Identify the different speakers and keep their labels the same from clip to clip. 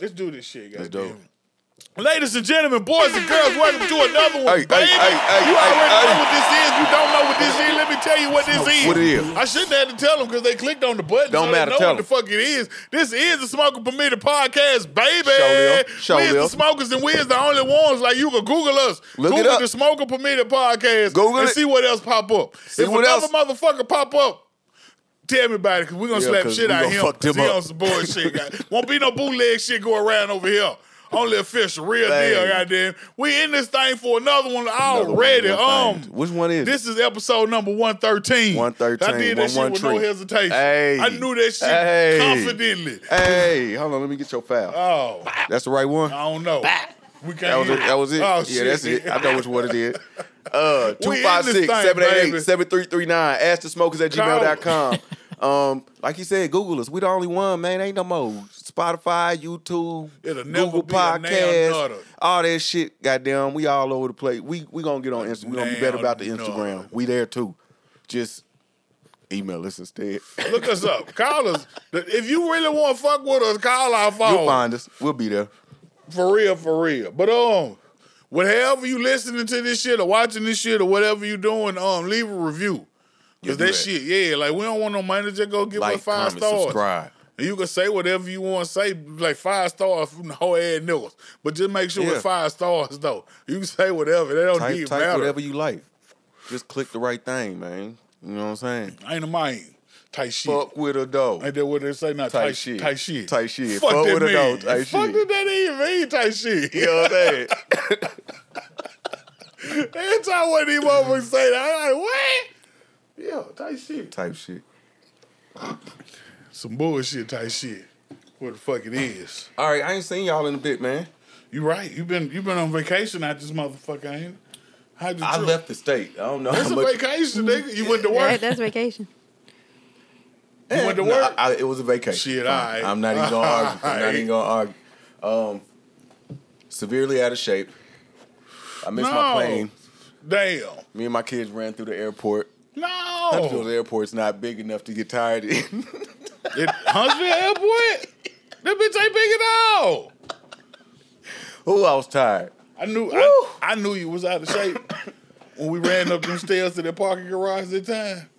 Speaker 1: Let's do this shit, guys.
Speaker 2: That's dope.
Speaker 1: Ladies and gentlemen, boys and girls, welcome to another one.
Speaker 2: Hey, hey,
Speaker 1: baby.
Speaker 2: hey, hey,
Speaker 1: you
Speaker 2: hey,
Speaker 1: already know
Speaker 2: hey.
Speaker 1: what this is. You don't know what this is. Let me tell you what this is.
Speaker 2: what it is.
Speaker 1: I shouldn't have to tell them because they clicked on the button.
Speaker 2: Don't
Speaker 1: so
Speaker 2: matter,
Speaker 1: They know
Speaker 2: tell
Speaker 1: what the fuck it is. This is the Smoking Permitted Podcast, baby.
Speaker 2: Show them, show
Speaker 1: we is the
Speaker 2: them.
Speaker 1: smokers and we is the only ones. Like you can Google us.
Speaker 2: Look it
Speaker 1: Google
Speaker 2: up.
Speaker 1: the Smoking Permitted Podcast.
Speaker 2: Google
Speaker 1: and
Speaker 2: it.
Speaker 1: see what else pop up. if
Speaker 2: what
Speaker 1: another
Speaker 2: else-
Speaker 1: motherfucker pop up. Tell me about it, cause we gonna
Speaker 2: Yeah,
Speaker 1: slap
Speaker 2: 'cause
Speaker 1: shit
Speaker 2: we
Speaker 1: out
Speaker 2: gonna
Speaker 1: him.
Speaker 2: fuck them
Speaker 1: 'cause he
Speaker 2: up.
Speaker 1: on some bullshit. God. Won't be no bootleg shit going around over here. Only official, real
Speaker 2: Dang.
Speaker 1: deal. Goddamn, we in this thing for another one
Speaker 2: Another one,
Speaker 1: already.
Speaker 2: one
Speaker 1: um,
Speaker 2: thing. Which one is it?
Speaker 1: this? Is episode number one thirteen.
Speaker 2: 113,
Speaker 1: I did that shit with no
Speaker 2: 113.
Speaker 1: hesitation.
Speaker 2: Hey.
Speaker 1: I knew that shit
Speaker 2: Hey.
Speaker 1: confidently.
Speaker 2: Hey, hold on, let me get your foul.
Speaker 1: Oh, I
Speaker 2: that's the right one.
Speaker 1: don't know. We can't.
Speaker 2: That was it.
Speaker 1: hear
Speaker 2: That was
Speaker 1: Oh
Speaker 2: it. yeah,
Speaker 1: shit.
Speaker 2: that's it. I know which one it is. Uh,
Speaker 1: We in this thing,
Speaker 2: 256-788-7339. Ask the smokers at
Speaker 1: Call
Speaker 2: gmail.com. Um, like you said, Google us. We the only one, man. Ain't no more. Spotify, YouTube,
Speaker 1: It'll never
Speaker 2: Google
Speaker 1: be a nail nutter.
Speaker 2: Podcasts, all that shit. Goddamn, we all over the place. We we gonna get on Instagram. We gonna be better about the
Speaker 1: Nail
Speaker 2: Instagram.
Speaker 1: nutter.
Speaker 2: We there too. Just email us instead.
Speaker 1: Look us up. Call us. If you really want to fuck with us, call our phone.
Speaker 2: You'll find us. We'll be there.
Speaker 1: For real, for real. But um, whatever you listening to this shit or watching this shit or whatever you doing, um, leave a review.
Speaker 2: Yeah,
Speaker 1: Cause
Speaker 2: do
Speaker 1: that
Speaker 2: that.
Speaker 1: shit, yeah, like we don't want no money. Just go give us
Speaker 2: Like,
Speaker 1: five
Speaker 2: comment,
Speaker 1: stars.
Speaker 2: subscribe.
Speaker 1: And you can say whatever you want to say, like five stars from the whole ass niggas. But just make sure
Speaker 2: Yeah.
Speaker 1: it's five stars though. You can say whatever. They don't
Speaker 2: Type,
Speaker 1: need
Speaker 2: type
Speaker 1: matter.
Speaker 2: whatever you like. Just click the right thing, man. You know what I'm saying?
Speaker 1: Ain't a mind. Type shit.
Speaker 2: Fuck with a dog.
Speaker 1: Ain't that what they say? Not
Speaker 2: Type
Speaker 1: tight
Speaker 2: shit.
Speaker 1: Tight shit.
Speaker 2: Type shit.
Speaker 1: Fuck
Speaker 2: Fuck
Speaker 1: that
Speaker 2: with a
Speaker 1: mean.
Speaker 2: dog. Type
Speaker 1: Fuck
Speaker 2: shit.
Speaker 1: did that even mean? Type shit.
Speaker 2: You know what I'm saying?
Speaker 1: Every time one of these motherfuckers say that, I'm like, what? Yeah, type shit.
Speaker 2: type shit.
Speaker 1: Some bullshit type shit. What the fuck it is.
Speaker 2: All right, I ain't seen y'all in a bit, man.
Speaker 1: You right. You been you been on vacation out this motherfucker, ain't you? How'd you
Speaker 2: I
Speaker 1: trip?
Speaker 2: left the state. I don't know
Speaker 1: It's
Speaker 2: how
Speaker 1: a
Speaker 2: much.
Speaker 1: vacation, nigga. You went to
Speaker 3: That,
Speaker 1: work.
Speaker 3: that's vacation.
Speaker 2: Eh,
Speaker 1: went to
Speaker 2: no,
Speaker 1: work?
Speaker 2: I- I- it was a vacation.
Speaker 1: Shit,
Speaker 2: Fine.
Speaker 1: all right.
Speaker 2: I'm not even gonna argue. I'm
Speaker 1: All
Speaker 2: not even gonna argue. Um, severely out of shape. I missed
Speaker 1: No.
Speaker 2: my plane.
Speaker 1: Damn.
Speaker 2: Me and my kids ran through the airport. Huntsville
Speaker 1: No.
Speaker 2: airport's not big enough to get tired in.
Speaker 1: It, Huntsville Airport? That bitch ain't big at all.
Speaker 2: oh, I was tired.
Speaker 1: I knew
Speaker 2: Woo.
Speaker 1: I, I knew you was out of shape when we ran up them stairs to that parking garage that time.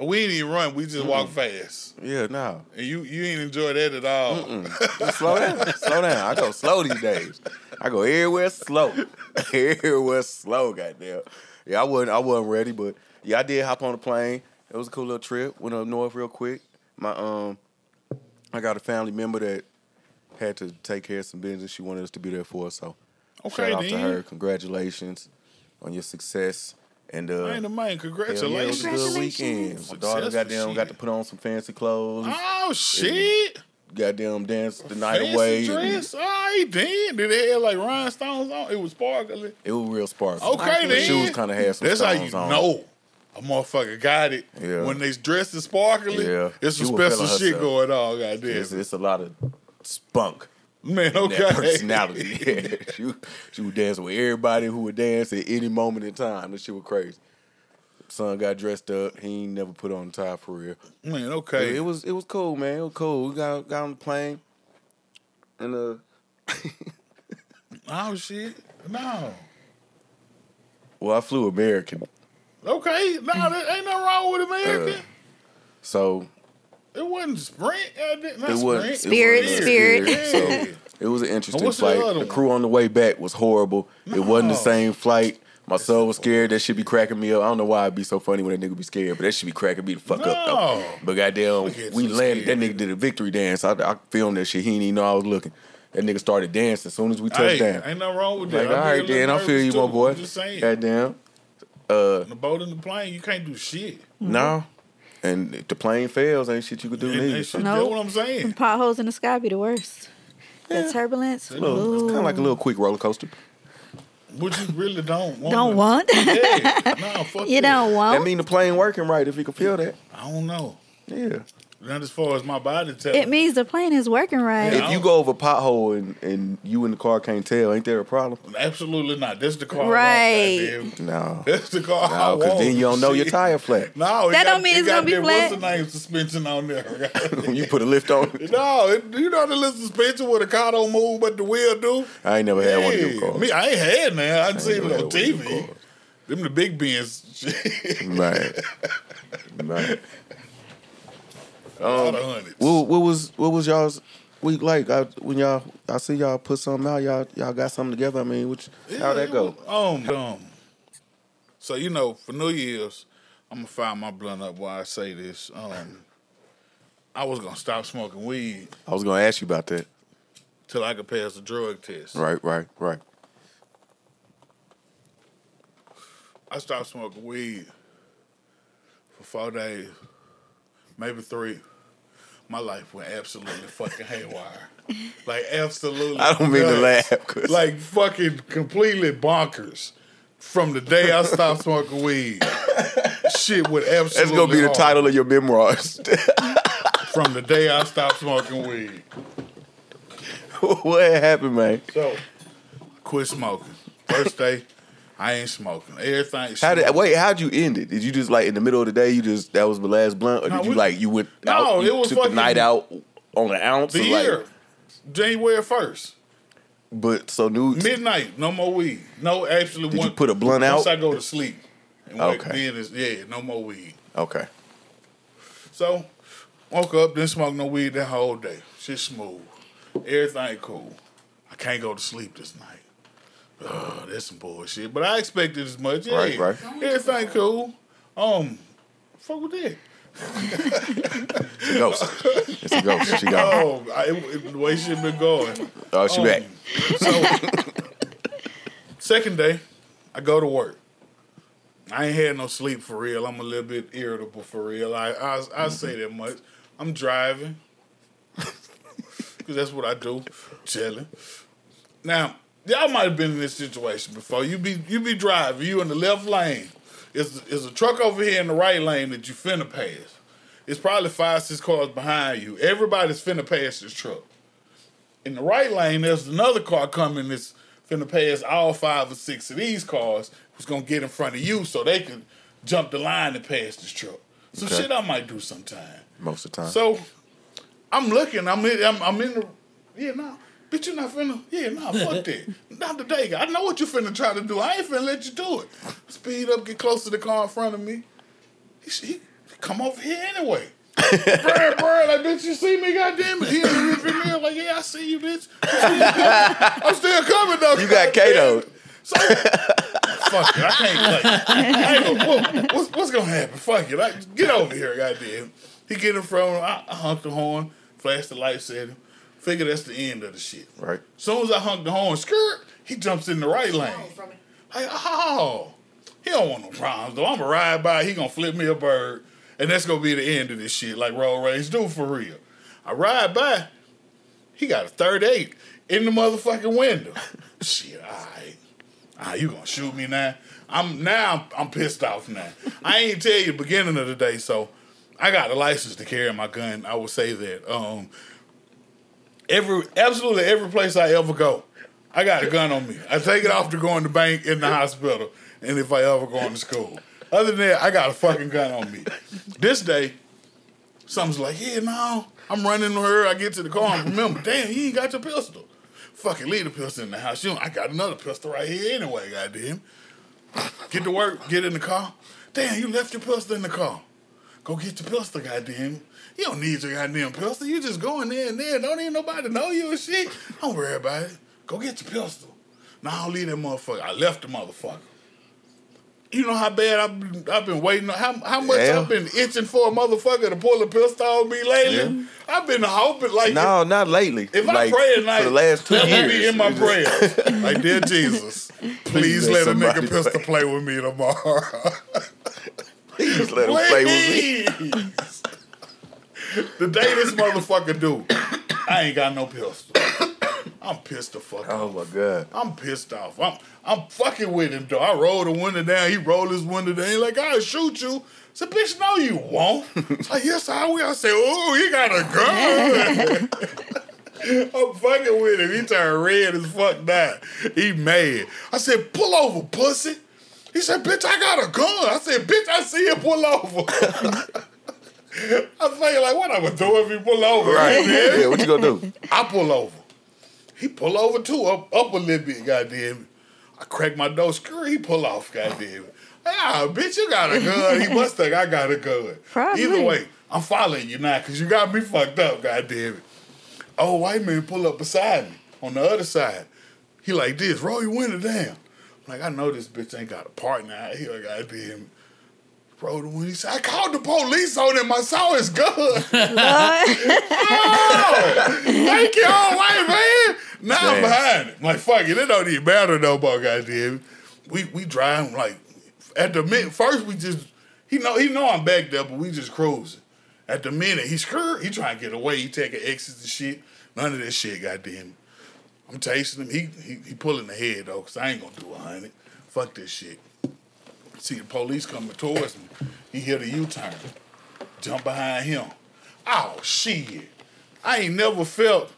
Speaker 1: We didn't even run, we just walked fast.
Speaker 2: Yeah, no.
Speaker 1: And you you ain't enjoy that at all.
Speaker 2: Just slow down. slow down. I go slow these days. I go everywhere slow. everywhere slow, goddamn. Yeah, I wasn't I wasn't ready, but yeah, I did hop on a plane. It was a cool little trip. Went up north real quick. My um I got a family member that had to take care of some business. She wanted us to be there for us. So
Speaker 1: Okay,
Speaker 2: shout out to
Speaker 1: then.
Speaker 2: her. Congratulations on your success. And uh
Speaker 1: Man, the man,
Speaker 2: hell yeah, it
Speaker 1: congratulations.
Speaker 2: was a good weekend.
Speaker 3: Congratulations.
Speaker 2: My daughter
Speaker 1: Successful
Speaker 2: goddamn got
Speaker 1: shit.
Speaker 2: to put on some fancy clothes.
Speaker 1: Oh shit!
Speaker 2: Goddamn dance the night
Speaker 1: Fancy
Speaker 2: away. and-
Speaker 1: dress. All right, then. Did it have like rhinestones on? It was sparkly.
Speaker 2: It was real sparkly.
Speaker 1: Okay,
Speaker 2: The
Speaker 1: then.
Speaker 2: shoes kind of had some
Speaker 1: That's how
Speaker 2: stones
Speaker 1: you
Speaker 2: on.
Speaker 1: know a motherfucker got it.
Speaker 2: Yeah.
Speaker 1: When they dressed in sparkly,
Speaker 2: Yeah.
Speaker 1: it's some
Speaker 2: She was
Speaker 1: special
Speaker 2: feeling
Speaker 1: shit
Speaker 2: herself.
Speaker 1: going on. Goddamn,
Speaker 2: It's, it's a lot of spunk.
Speaker 1: man.
Speaker 2: in That
Speaker 1: Okay.
Speaker 2: personality. Yeah. she, she would dance with everybody who would dance at any moment in time. This shit was crazy. Son got dressed up. He ain't never put on a tie for real.
Speaker 1: Man,
Speaker 2: Yeah,
Speaker 1: okay.
Speaker 2: it was it was cool, man. It was cool. We got got on the plane, and uh,
Speaker 1: Oh shit! No.
Speaker 2: well, I flew American,
Speaker 1: Okay. No,
Speaker 2: Mm.
Speaker 1: there ain't nothing wrong with American.
Speaker 2: Uh. so
Speaker 1: it wasn't Sprint. Goddamn, not
Speaker 2: it
Speaker 1: Sprint.
Speaker 2: was
Speaker 3: Spirit,
Speaker 2: It was,
Speaker 3: spirit.
Speaker 2: So,
Speaker 1: Yeah.
Speaker 2: It was an interesting
Speaker 1: What's the
Speaker 2: flight.
Speaker 1: other
Speaker 2: The,
Speaker 1: one?
Speaker 2: crew on the way back was horrible. It wasn't
Speaker 1: No.
Speaker 2: the same flight. My son was scared. That should be cracking me up. I don't know why it'd be so funny when that nigga be scared, but that should be cracking me the fuck up
Speaker 1: No.
Speaker 2: though. But goddamn,
Speaker 1: at
Speaker 2: we
Speaker 1: you
Speaker 2: landed.
Speaker 1: scared,
Speaker 2: That nigga did a victory dance. I, I filmed that shit. He didn't even know I was looking. That nigga started dancing as soon as we
Speaker 1: Hey,
Speaker 2: touched down.
Speaker 1: ain't nothing wrong with that. I
Speaker 2: Like,
Speaker 1: be
Speaker 2: all
Speaker 1: a
Speaker 2: right,
Speaker 1: little
Speaker 2: then I feel
Speaker 1: nervous
Speaker 2: you,
Speaker 1: too.
Speaker 2: my boy.
Speaker 1: I'm just saying.
Speaker 2: Goddamn,
Speaker 1: the boat and the plane, you can't do shit.
Speaker 3: Mm-hmm.
Speaker 2: no. And if the plane fails, ain't shit you could do
Speaker 1: And,
Speaker 2: neither.
Speaker 1: and shit,
Speaker 2: So,
Speaker 3: No.
Speaker 1: That's what I'm saying.
Speaker 3: Potholes in the sky be the worst. The turbulence.
Speaker 2: little- it's kind of like a little quick roller coaster.
Speaker 1: But you really don't want.
Speaker 3: Don't
Speaker 1: to-
Speaker 3: want.
Speaker 1: Yeah. Nah, fuck
Speaker 3: you
Speaker 1: that.
Speaker 3: don't
Speaker 2: That
Speaker 3: want.
Speaker 2: mean the plane working right if you can feel that.
Speaker 1: I don't know.
Speaker 2: Yeah.
Speaker 1: Not as far as my body tells.
Speaker 3: It means the plane is working right.
Speaker 1: Yeah.
Speaker 2: If you go over a pothole and, and you in the car can't tell, ain't that a problem?
Speaker 1: Absolutely not. That's the car.
Speaker 3: Right.
Speaker 1: I want, goddamn.
Speaker 2: No.
Speaker 1: That's the car.
Speaker 2: No, because then you don't know your
Speaker 1: Shit.
Speaker 2: tire flat.
Speaker 1: No, it
Speaker 3: That
Speaker 1: got-
Speaker 3: don't mean
Speaker 1: it
Speaker 3: it's gonna
Speaker 1: got
Speaker 3: be
Speaker 1: that
Speaker 3: flat.
Speaker 1: What's the name suspension on there?
Speaker 2: you put a lift on it.
Speaker 1: no, it, you know the little suspension where the car don't move but the wheel do.
Speaker 2: I ain't never had one of
Speaker 1: Yeah.
Speaker 2: them cars.
Speaker 1: Me, I ain't had man. I didn't seen
Speaker 2: never
Speaker 1: it
Speaker 2: had
Speaker 1: on
Speaker 2: one of them
Speaker 1: TV.
Speaker 2: cars. Um,
Speaker 1: Them the big bins. Shit.
Speaker 2: Right. right.
Speaker 1: All the hundreds.
Speaker 2: What, what was what was y'all's week like? I, when y'all I see y'all put something out, y'all y'all got something together. I mean, which, how'd that go?
Speaker 1: Um, um, so you know, for New Year's, I'm gonna fire my blunt up while I say this. Um, I was gonna stop smoking weed
Speaker 2: I was gonna ask you about that.
Speaker 1: till I could pass the drug test.
Speaker 2: Right, right, right.
Speaker 1: I stopped smoking weed for four days, maybe three. My life went absolutely fucking haywire. Like absolutely.
Speaker 2: I don't mean to
Speaker 1: nuts.
Speaker 2: laugh, 'cause-
Speaker 1: Like fucking completely bonkers. From the day I stopped smoking weed, shit went absolutely.
Speaker 2: That's gonna be the
Speaker 1: hard.
Speaker 2: title of your memoirs.
Speaker 1: From the day I stopped smoking weed,
Speaker 2: what happened, man?
Speaker 1: so quit smoking. First day, I ain't smoking. Everything.
Speaker 2: How did wait? How'd you end it? Did you just like in the middle of the day? You just that was the last blunt, or
Speaker 1: No,
Speaker 2: did you
Speaker 1: we-
Speaker 2: like you went?
Speaker 1: No,
Speaker 2: out, you
Speaker 1: it was
Speaker 2: took the
Speaker 1: fucking-
Speaker 2: night out on an ounce.
Speaker 1: the
Speaker 2: or, like-
Speaker 1: year? January first.
Speaker 2: but so new.
Speaker 1: Midnight, no more weed. No, actually,
Speaker 2: Did
Speaker 1: one,
Speaker 2: you put a blunt
Speaker 1: once
Speaker 2: out?
Speaker 1: I go to sleep. And wake,
Speaker 2: Okay.
Speaker 1: Then it's, yeah, no more weed.
Speaker 2: Okay.
Speaker 1: So, woke up, didn't smoke no weed that whole day. Shit smooth. Everything cool. I can't go to sleep this night. Ugh, that's some bullshit. But I expected as much. Yeah.
Speaker 2: Right, right.
Speaker 1: Everything cool. Um, fuck with that.
Speaker 2: It's a ghost. it's a ghost. She gone.
Speaker 1: Oh, I, it, the way shit been going.
Speaker 2: Oh, she
Speaker 1: Um,
Speaker 2: back.
Speaker 1: So, second day, I go to work. I ain't had no sleep for real. I'm a little bit irritable for real. I I, I say that much. I'm driving because that's what I do, chilling. Now y'all might have been in this situation before. You be you be driving. You in the left lane. It's is a truck over here in the right lane that you finna pass. It's probably five six cars behind you. Everybody's finna pass this truck in the right lane, there's another car coming that's finna pass all five or six of these cars who's gonna get in front of you so they can jump the line and pass this truck. Some
Speaker 2: Okay.
Speaker 1: shit I might do sometime.
Speaker 2: Most of the time.
Speaker 1: So I'm looking, I'm in, I'm, I'm in the, yeah, nah, bitch, you're not finna, yeah, nah, fuck that. Not today. I know what you finna try to do. I ain't finna let you do it. Speed up, get close to the car in front of me. He, sh- he come over here anyway. Brad, Brad, like, bitch, you see me, goddamn it. He in the rearview mirror, like, yeah, I see you, bitch. I'm still coming, though.
Speaker 2: you got Kato.
Speaker 1: So, fuck it. I can't like. I ain't gonna, what- what's, what's gonna happen? Fuck it. Like, get over here, goddamn. He get in front of him. I, I honked the horn, flashed the lights at him. Figure that's the end of the shit.
Speaker 2: Right.
Speaker 1: Soon as I honked the horn, skirt, he jumps in the right lane. Like, oh, he don't want no problems though. I'ma ride by. He gonna flip me a bird, and that's gonna be the end of this shit. Like roll rage do for real. I ride by. He got a third eight in the motherfucking window. Shit, all right. Ah, you gonna shoot me now? I'm now I'm, I'm pissed off now. I ain't tell you the beginning of the day, so I got a license to carry my gun. I will say that. Um, every absolutely every place I ever go, I got a gun on me. I take it off to go in the bank, in the hospital, and if I ever go into school. Other than that, I got a fucking gun on me. This day, something's like, yeah, no, I'm running to her. I get to the car and remember, damn, you ain't got your pistol. Fucking leave the pistol in the house. You don't- I got another pistol right here anyway, goddamn. Get to work, get in the car. Damn, you left your pistol in the car. Go get your pistol, goddamn. You don't need your goddamn pistol. You just going there and there. Don't even nobody know you and shit. Don't worry about it. Go get your pistol. Now I don't leave that motherfucker. I left the motherfucker. You know how bad I've been, I've been waiting. on- How, how much
Speaker 2: Yeah.
Speaker 1: I've been itching for a motherfucker to pull a pistol on me lately. I've been hoping like
Speaker 2: No, not lately.
Speaker 1: if I
Speaker 2: like,
Speaker 1: pray tonight,
Speaker 2: for the last two
Speaker 1: that will
Speaker 2: years,
Speaker 1: be in my
Speaker 2: it's just-
Speaker 1: prayers. like, dear Jesus, please let
Speaker 2: let
Speaker 1: a nigga
Speaker 2: somebody
Speaker 1: pistol
Speaker 2: play.
Speaker 1: play with me tomorrow.
Speaker 2: Just let him play with me.
Speaker 1: Please. the day this motherfucker do, I ain't got no pistol. I'm pissed the fuck
Speaker 2: Oh
Speaker 1: off.
Speaker 2: my god.
Speaker 1: I'm pissed off. I'm I'm fucking with him, though. I rolled the window down. He rolled his window down. He like, I'll shoot you. I said, bitch, no, you won't. It's like, yes, I will. I said, oh, he got a gun. I'm fucking with him. He turned red as fuck now. He mad. I said, pull over, pussy. He said, bitch, I got a gun. I said, bitch, I see him pull over. I was thinking, like, what I would do if he pull over.
Speaker 2: Right.
Speaker 1: Yeah.
Speaker 2: yeah. What you gonna do?
Speaker 1: I pull over. He pull over too, up up a little bit, goddamn. I crack my door, screw, he pull off, goddamn. Ah, bitch, you got a gun. He must think I got a gun.
Speaker 3: Probably.
Speaker 1: Either way, I'm following you now because you got me fucked up, goddamn it. Oh, white man pull up beside me on the other side. He like this, roll your window down. I'm like, I know this bitch ain't got a partner out here, goddamn. Roll the window. He said, I called the police on him. I saw his gun. Oh, thank you, all white man. Now I'm
Speaker 2: Damn.
Speaker 1: behind it. Like, fuck it, it don't even matter no more, goddamn. it. We we driving like at the minute first we just he know he know I'm backed up, but we just cruising. At the minute he screw he trying to get away, he taking exits and shit. None of that shit, goddamn. it. I'm chasing him. He he, he pulling ahead though, cause I ain't gonna do a hundred. Fuck this shit. See the police coming towards me. He hit a U-turn. Jump behind him. Oh shit. I ain't never felt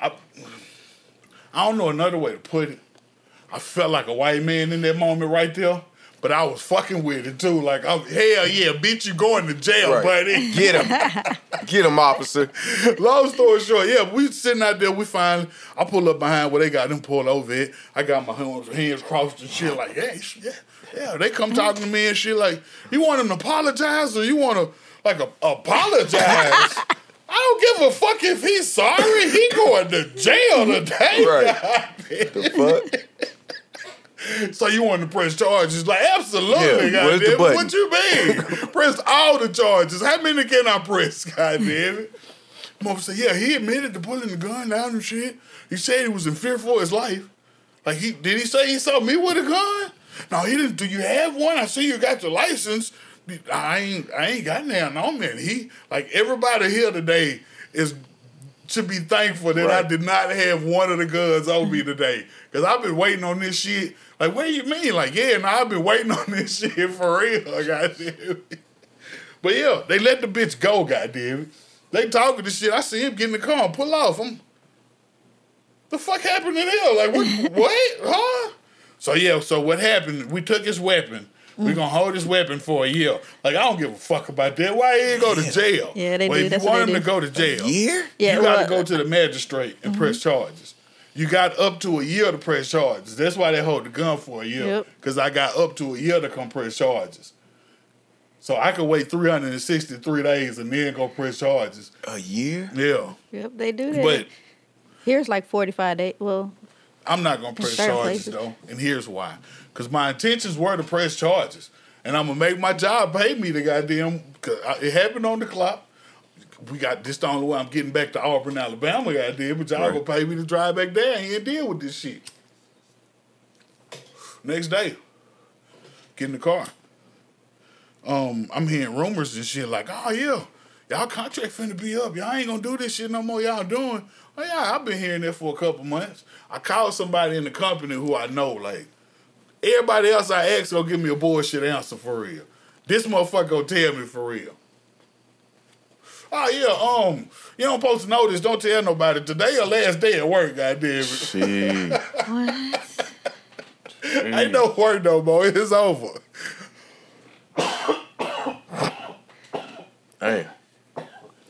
Speaker 1: I I don't know another way to put it. I felt like a white man in that moment right there. But I was fucking with it too. Like, I'm, hell yeah, bitch, you going to jail,
Speaker 2: Right.
Speaker 1: buddy.
Speaker 2: Get him. Get him, officer.
Speaker 1: Long story short, yeah, we sitting out there. We find I pull up behind where they got them pulled over. It. I got my hands, hands crossed and shit. Like, yeah, sh- yeah, yeah. They come talking to me and shit. Like, you want them to apologize or you want to like a, apologize? I don't give a fuck if he's sorry. He going to jail today.
Speaker 2: Right. The fuck?
Speaker 1: So you want to press charges? Like, absolutely,
Speaker 2: Yeah, where's
Speaker 1: goddamn.
Speaker 2: the button?
Speaker 1: What you mean? press all the charges. How many can I press? Goddamn it. Mother said, yeah, he admitted to pulling the gun down and shit. He said he was in fear for his life. Like he did he say he saw me with a gun? No, he didn't. Do you have one? I see you got your license. I ain't I ain't got nothing on me. And He like everybody here today is should be thankful that I
Speaker 2: Right.
Speaker 1: did not have one of the guns on me today. Cause I've been waiting on this shit. Like, what do you mean? Like, yeah, no, I've been waiting on this shit for real. Goddamn. But yeah, they let the bitch go, goddamn it. They talking this shit. I see him get in the car and pull off. I'm the fuck happened in hell? Like what what? Huh? So yeah, so what happened? We took his weapon. We're gonna hold his weapon for a year. Like I don't give a fuck about that. Why he didn't go to jail?
Speaker 3: Yeah, they
Speaker 1: well,
Speaker 3: do.
Speaker 1: if
Speaker 3: That's
Speaker 1: you
Speaker 3: what
Speaker 1: want
Speaker 3: they
Speaker 1: him to
Speaker 3: do.
Speaker 1: go to jail,
Speaker 2: Year?
Speaker 3: Yeah,
Speaker 1: you gotta
Speaker 3: well, mm-hmm.
Speaker 1: go to the magistrate and press charges. You got up to a year to press charges. That's why they hold the gun for a year.
Speaker 3: Yep.
Speaker 1: Because I got up to a year to come press charges. So I could wait 363 days and then go press charges.
Speaker 2: A year?
Speaker 1: Yeah.
Speaker 3: Yep, they do that.
Speaker 1: But
Speaker 3: Here's like 45 days. Well,
Speaker 1: I'm not gonna press
Speaker 3: certain
Speaker 1: charges
Speaker 3: places.
Speaker 1: though, and here's why: because my intentions were to press charges, and I'm gonna make my job pay me the goddamn. Cause I, it happened on the clock. We got this the only way I'm getting back to Auburn, Alabama. Goddamn, but y'all all
Speaker 2: Right.
Speaker 1: gonna pay me to drive back there and deal with this shit. Next day, get in the car. Um, I'm hearing rumors and shit like, oh yeah, y'all contract finna be up. Y'all ain't gonna do this shit no more. Y'all doing? Oh yeah, I've been hearing that for a couple months. I called somebody in the company who I know. Like everybody else, I asked gonna give me a bullshit answer for real. This motherfucker gonna tell me for real. Oh yeah, um, you don't supposed to know this. Don't tell nobody. Today your last day at work, goddamn it.
Speaker 2: Shit.
Speaker 3: what?
Speaker 1: Ain't no work no more. It's over.
Speaker 2: Hey.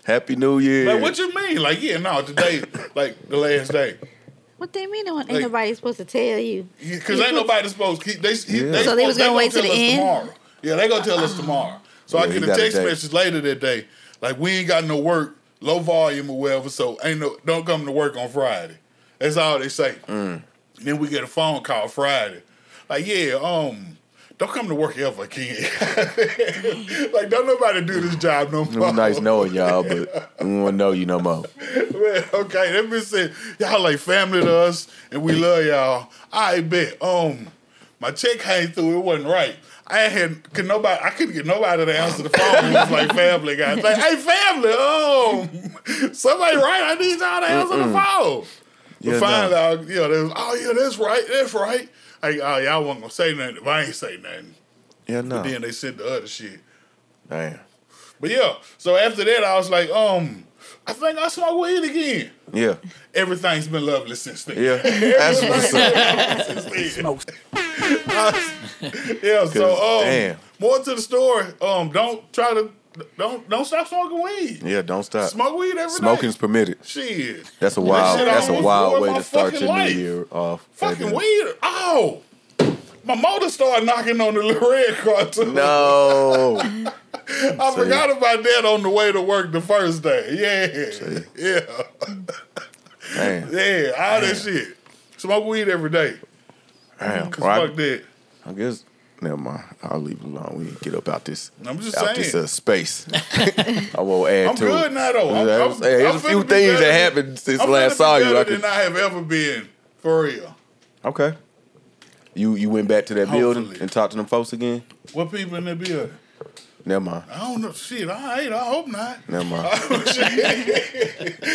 Speaker 2: Happy New Year.
Speaker 1: Like what you mean? Like yeah, no, today, like the last day.
Speaker 3: What they mean? Ain't
Speaker 1: Like-
Speaker 3: nobody supposed to tell you.
Speaker 1: Because ain't nobody supposed to keep. They, he,
Speaker 2: Yeah.
Speaker 1: they
Speaker 3: So they was
Speaker 1: supposed-
Speaker 3: gonna wait
Speaker 1: tell
Speaker 3: till
Speaker 1: us
Speaker 3: the end?
Speaker 1: Tomorrow. Yeah, they gonna tell us tomorrow. So I
Speaker 2: Yeah,
Speaker 1: get
Speaker 2: he
Speaker 1: a
Speaker 2: got a
Speaker 1: text
Speaker 2: date.
Speaker 1: message later that day, like we ain't got no work, low volume or whatever. So ain't no don't come to work on Friday. That's all they say.
Speaker 2: Mm.
Speaker 1: Then we get a phone call Friday, like yeah, um. Don't come to work ever again. like, don't nobody do this job no
Speaker 2: It
Speaker 1: more.
Speaker 2: was nice knowing y'all, but we will not know you no more.
Speaker 1: Man, okay, that been said. Y'all like family to us, and we love y'all. I bet. Um, my check came through. It wasn't right. I had could nobody. I couldn't get nobody to answer the phone. It was like family guys. Like, hey, family. Um, somebody right. I need y'all to answer the phone. But
Speaker 2: Yeah,
Speaker 1: finally,
Speaker 2: no.
Speaker 1: I, yeah, they was, oh yeah, that's right, that's right. Like, oh yeah, I wasn't gonna say nothing if I ain't say nothing.
Speaker 2: Yeah, no.
Speaker 1: Then they said the other shit.
Speaker 2: Damn.
Speaker 1: But yeah, so after that, I was like, um, I think I smoke weed again.
Speaker 2: Yeah.
Speaker 1: Everything's been lovely since then.
Speaker 2: Yeah. That's what's up.
Speaker 1: Since then. yeah. So, um,
Speaker 2: damn.
Speaker 1: more to the story. Um, don't try to don't don't stop smoking weed.
Speaker 2: Yeah, don't stop.
Speaker 1: Smoke weed every day.
Speaker 2: Smoking's permitted.
Speaker 1: Shit.
Speaker 2: That's a wild.
Speaker 1: shit
Speaker 2: That's a
Speaker 1: almost
Speaker 2: wild
Speaker 1: ruined
Speaker 2: way
Speaker 1: my
Speaker 2: to start
Speaker 1: fucking
Speaker 2: your
Speaker 1: life.
Speaker 2: new year off.
Speaker 1: Fucking
Speaker 2: baby.
Speaker 1: weed. Oh, my motor started knocking on the little red car too.
Speaker 2: No.
Speaker 1: I forgot about that on the way to work the first day. Yeah, yeah,
Speaker 2: Damn.
Speaker 1: yeah. All that shit. Smoke weed every day.
Speaker 2: Damn.
Speaker 1: Cause
Speaker 2: Well,
Speaker 1: fuck that.
Speaker 2: I, I guess. Never mind. I'll leave it alone. We can get up out this.
Speaker 1: I'm just
Speaker 2: out this
Speaker 1: saying.
Speaker 2: uh, space. I won't add
Speaker 1: I'm
Speaker 2: to it.
Speaker 1: good now though. I'm, I'm,
Speaker 2: Hey, there's
Speaker 1: I'm
Speaker 2: a few
Speaker 1: finna be better
Speaker 2: things that
Speaker 1: than-
Speaker 2: happened since
Speaker 1: I'm
Speaker 2: last
Speaker 1: finna
Speaker 2: saw
Speaker 1: be
Speaker 2: you.
Speaker 1: better
Speaker 2: I
Speaker 1: than
Speaker 2: could,
Speaker 1: I have ever been for real.
Speaker 2: okay. You you went back to that building
Speaker 1: Hopefully.
Speaker 2: and talked to them folks again.
Speaker 1: What people in the building?
Speaker 2: Never mind.
Speaker 1: I don't know. Shit, I ain't. I hope not.
Speaker 2: Never mind.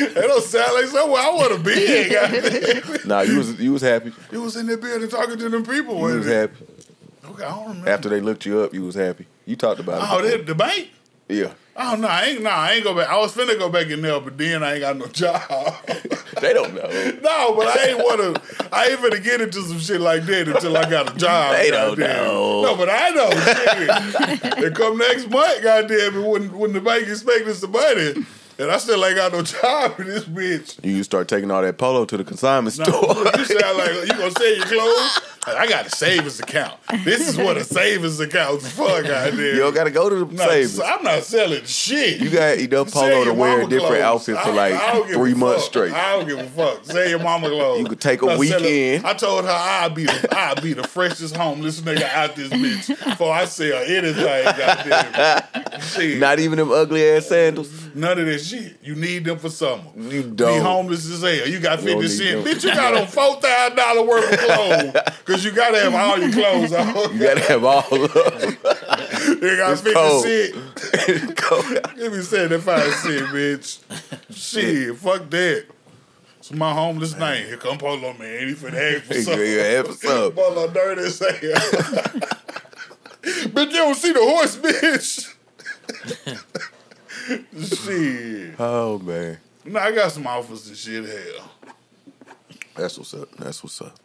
Speaker 1: That don't sound like somewhere I want to be. in, goddamn.
Speaker 2: nah, you was you was happy.
Speaker 1: You was in that building talking to them people.
Speaker 2: You was
Speaker 1: wasn't it?
Speaker 2: happy.
Speaker 1: Okay, I don't remember.
Speaker 2: After they looked you up, you was happy. You talked about
Speaker 1: oh,
Speaker 2: it.
Speaker 1: that the bank.
Speaker 2: yeah.
Speaker 1: Oh no, I ain't. No, I ain't go back. I was finna go back in there, but then I ain't got no job.
Speaker 2: They don't know.
Speaker 1: no, but I ain't wanna. I ain't finna get into some shit like that until I got a job.
Speaker 2: They don't
Speaker 1: goddamn.
Speaker 2: know.
Speaker 1: No, but I know. Shit. and come next month, goddamn it, when when the bank expect us the money, and I still ain't got no job in this bitch.
Speaker 2: You start taking all that polo to the consignment
Speaker 1: No,
Speaker 2: store.
Speaker 1: you sound like you gonna sell your clothes. I got a savings account. This is what a savings account's for, goddamn.
Speaker 2: you don't gotta go to the
Speaker 1: No,
Speaker 2: savings.
Speaker 1: I'm not selling shit.
Speaker 2: You got enough
Speaker 1: Sell
Speaker 2: polo to
Speaker 1: your
Speaker 2: wear a
Speaker 1: mama
Speaker 2: different
Speaker 1: clothes.
Speaker 2: outfit for
Speaker 1: I-
Speaker 2: like
Speaker 1: I don't give
Speaker 2: three
Speaker 1: a
Speaker 2: months
Speaker 1: fuck.
Speaker 2: straight.
Speaker 1: I don't give a fuck. Say your mama clothes.
Speaker 2: You could take a
Speaker 1: I sell
Speaker 2: weekend.
Speaker 1: I told her I'd be the, I'd be the freshest homeless nigga out this bitch before I sell anything. Goddamn, shit.
Speaker 2: Not even them ugly ass sandals.
Speaker 1: None of that shit. You need them for summer.
Speaker 2: You
Speaker 1: Be
Speaker 2: don't.
Speaker 1: homeless as hell. You got
Speaker 2: You don't
Speaker 1: fifty cent.
Speaker 2: need
Speaker 1: Bitch, you got on four thousand dollar worth of clothes because you gotta have all your clothes
Speaker 2: You
Speaker 1: on.
Speaker 2: gotta have all of them.
Speaker 1: You got
Speaker 2: It's
Speaker 1: fifty
Speaker 2: cold.
Speaker 1: cent.
Speaker 2: Go out.
Speaker 1: Give me seventy five cent, bitch. Shit, fuck that. It's my homeless name. Here come Polo man. He finna ask for
Speaker 2: You
Speaker 1: something.
Speaker 2: gotta have some.
Speaker 1: Polo dirty as hell. bitch, you don't see the horse, bitch. shit.
Speaker 2: Oh man.
Speaker 1: Nah, I got some offers and shit. Hell.
Speaker 2: That's what's up. That's what's up.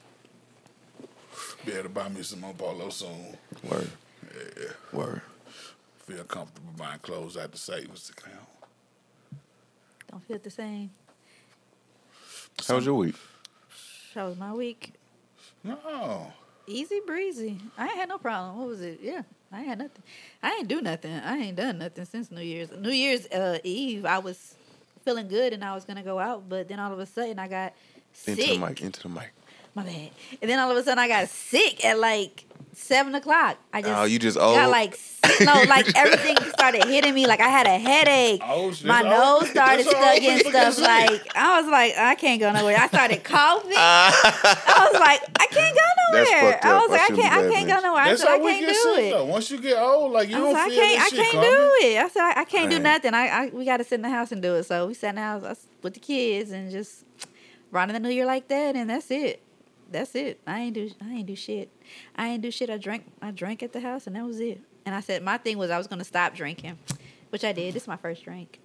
Speaker 1: Be able to buy me some more polo soon.
Speaker 2: Word. Word.
Speaker 1: Feel comfortable buying clothes out the savings account.
Speaker 3: Don't feel the same.
Speaker 2: How was your week?
Speaker 3: That was my week.
Speaker 1: No.
Speaker 3: Easy breezy. I ain't had no problem. What was it? Yeah, I ain't had nothing. I ain't do nothing. I ain't done nothing since New Year's. New Year's uh, Eve, I was feeling good and I was gonna go out, but then all of a sudden I got sick.
Speaker 2: Into the mic. Into the mic.
Speaker 3: My bad. And then all of a sudden I got sick at like seven o'clock. I just
Speaker 2: Oh, you just
Speaker 3: got
Speaker 2: old.
Speaker 3: like sick. no, like everything started hitting me. Like I had a headache.
Speaker 1: Oh, shit.
Speaker 3: My
Speaker 1: That's all-
Speaker 3: nose started
Speaker 1: that's all
Speaker 3: stuck and
Speaker 1: people can
Speaker 3: stuff.
Speaker 1: see.
Speaker 3: Like I was like, I can't go nowhere. I started coughing. I was like, I can't go
Speaker 2: Ah. That's
Speaker 3: nowhere.
Speaker 2: fucked
Speaker 3: I
Speaker 2: up.
Speaker 3: was like,
Speaker 2: I
Speaker 3: I
Speaker 2: shouldn't
Speaker 3: can't, I
Speaker 2: be that
Speaker 3: can't go
Speaker 2: bitch.
Speaker 3: nowhere. I
Speaker 1: That's
Speaker 3: said, I
Speaker 1: how we
Speaker 3: can't
Speaker 1: get
Speaker 3: do
Speaker 1: sick
Speaker 3: it.
Speaker 1: though. Once you get old, like you
Speaker 3: I
Speaker 1: don't
Speaker 3: was like, I
Speaker 1: feel
Speaker 3: can't,
Speaker 1: that
Speaker 3: I
Speaker 1: shit
Speaker 3: can't
Speaker 1: coming.
Speaker 3: do it. I said, I, I can't do
Speaker 2: Dang.
Speaker 3: nothing. I, I we got to sit in the house and do it. So we sat in the house I s- with the kids and just running the new year like that, and that's it. That's it. I ain't do, I ain't do shit. I ain't do shit. I drank, I drank at the house, and that was it. And I said, my thing was I was gonna stop drinking, which I did. This is my first drink.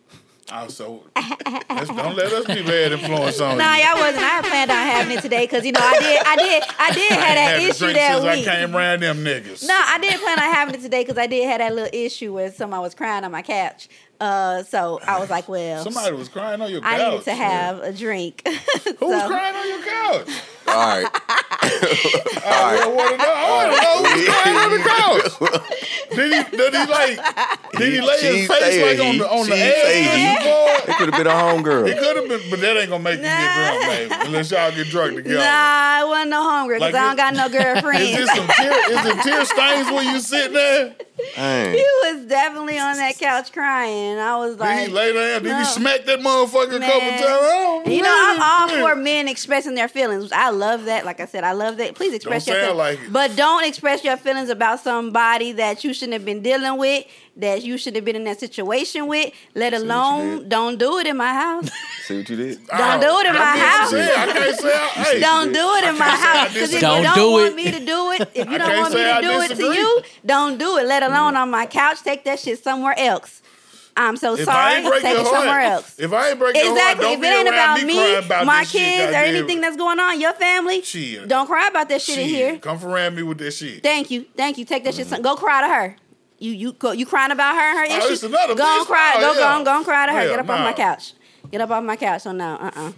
Speaker 1: Also, let's, Oh, don't let us be bad influence on
Speaker 3: Nah,
Speaker 1: Oh, you.
Speaker 3: y'all wasn't. I had planned on having it today because you know I did, I did, I did
Speaker 1: I
Speaker 3: have that
Speaker 1: ain't had to
Speaker 3: issue
Speaker 1: drink
Speaker 3: that
Speaker 1: since
Speaker 3: week.
Speaker 1: I came around them niggas.
Speaker 3: No, I did plan on having it today because I did have that little issue where someone was crying on my couch. Uh, so I was like, well,
Speaker 1: Somebody was crying on your couch.
Speaker 3: I needed to have a drink.
Speaker 1: Who was
Speaker 3: So-
Speaker 1: crying on your couch?
Speaker 2: All right.
Speaker 1: I don't want to know. I want to know who was crying on the couch. Did he? Did he like? Did he lay
Speaker 2: She
Speaker 1: his face
Speaker 2: said
Speaker 1: like on
Speaker 2: he.
Speaker 1: the on the
Speaker 2: She said
Speaker 1: edge?
Speaker 2: It could have been a
Speaker 1: It
Speaker 2: homegirl.
Speaker 1: could have been, but that ain't gonna make you get drunk, baby. Unless y'all get drunk together.
Speaker 3: Nah, it wasn't no hunger because
Speaker 1: Like
Speaker 3: I
Speaker 1: this-
Speaker 3: don't got no
Speaker 1: Is
Speaker 3: girlfriend.
Speaker 1: this some tear? Is it tear stains where you sit there?
Speaker 2: Dang.
Speaker 3: He was definitely on that couch crying. and I was
Speaker 1: Did
Speaker 3: like,
Speaker 1: he lay down? Did
Speaker 3: no.
Speaker 1: he smack that motherfucker a couple
Speaker 3: Man.
Speaker 1: times? Oh,
Speaker 3: You know,
Speaker 1: man,
Speaker 3: I'm all
Speaker 1: man.
Speaker 3: for men expressing their feelings. I love that. Like I said, I love that. Please express
Speaker 1: Don't
Speaker 3: your
Speaker 1: sound
Speaker 3: feelings.
Speaker 1: like it.
Speaker 3: But don't express your feelings about somebody that you shouldn't have been dealing with, that you should have been in that situation with, let
Speaker 2: you
Speaker 3: alone
Speaker 2: did.
Speaker 3: don't do it in my house.
Speaker 2: See what you did?
Speaker 3: Don't do it in
Speaker 1: Oh, I
Speaker 3: my
Speaker 1: can't
Speaker 3: house.
Speaker 1: say it. I can't say. I- Hey,
Speaker 3: Don't do it in my house. Because if
Speaker 4: Don't
Speaker 3: you don't
Speaker 4: do
Speaker 3: want
Speaker 4: it.
Speaker 3: me to do it, if you
Speaker 1: I
Speaker 3: don't
Speaker 1: can't
Speaker 3: want me
Speaker 1: say
Speaker 3: to
Speaker 1: I
Speaker 3: do it
Speaker 1: disagree.
Speaker 3: to you, don't do it. Let alone on my couch. Take that shit somewhere else. I'm so sorry.
Speaker 1: break
Speaker 3: Take
Speaker 1: your
Speaker 3: it somewhere
Speaker 1: heart,
Speaker 3: else.
Speaker 1: If I ain't break your heart,
Speaker 3: Exactly.
Speaker 1: don't
Speaker 3: If it
Speaker 1: be
Speaker 3: ain't
Speaker 1: around
Speaker 3: about
Speaker 1: me, crying
Speaker 3: me,
Speaker 1: about
Speaker 3: my
Speaker 1: this shit,
Speaker 3: kids, or
Speaker 1: goddamn.
Speaker 3: anything that's going on, your family,
Speaker 1: Shit.
Speaker 3: don't cry about that shit in
Speaker 1: Shit,
Speaker 3: here.
Speaker 1: Come around me with that shit.
Speaker 3: Thank you, thank you. Take that shit. Some, go cry to her. You you go, you crying about her and her
Speaker 1: Oh, it's
Speaker 3: issues.
Speaker 1: another
Speaker 3: go on
Speaker 1: bitch.
Speaker 3: cry.
Speaker 1: Oh,
Speaker 3: go go
Speaker 1: yeah.
Speaker 3: on, go on cry to her.
Speaker 1: Hell
Speaker 3: Get up on
Speaker 1: no.
Speaker 3: my couch. Get up on my couch. So no, uh uh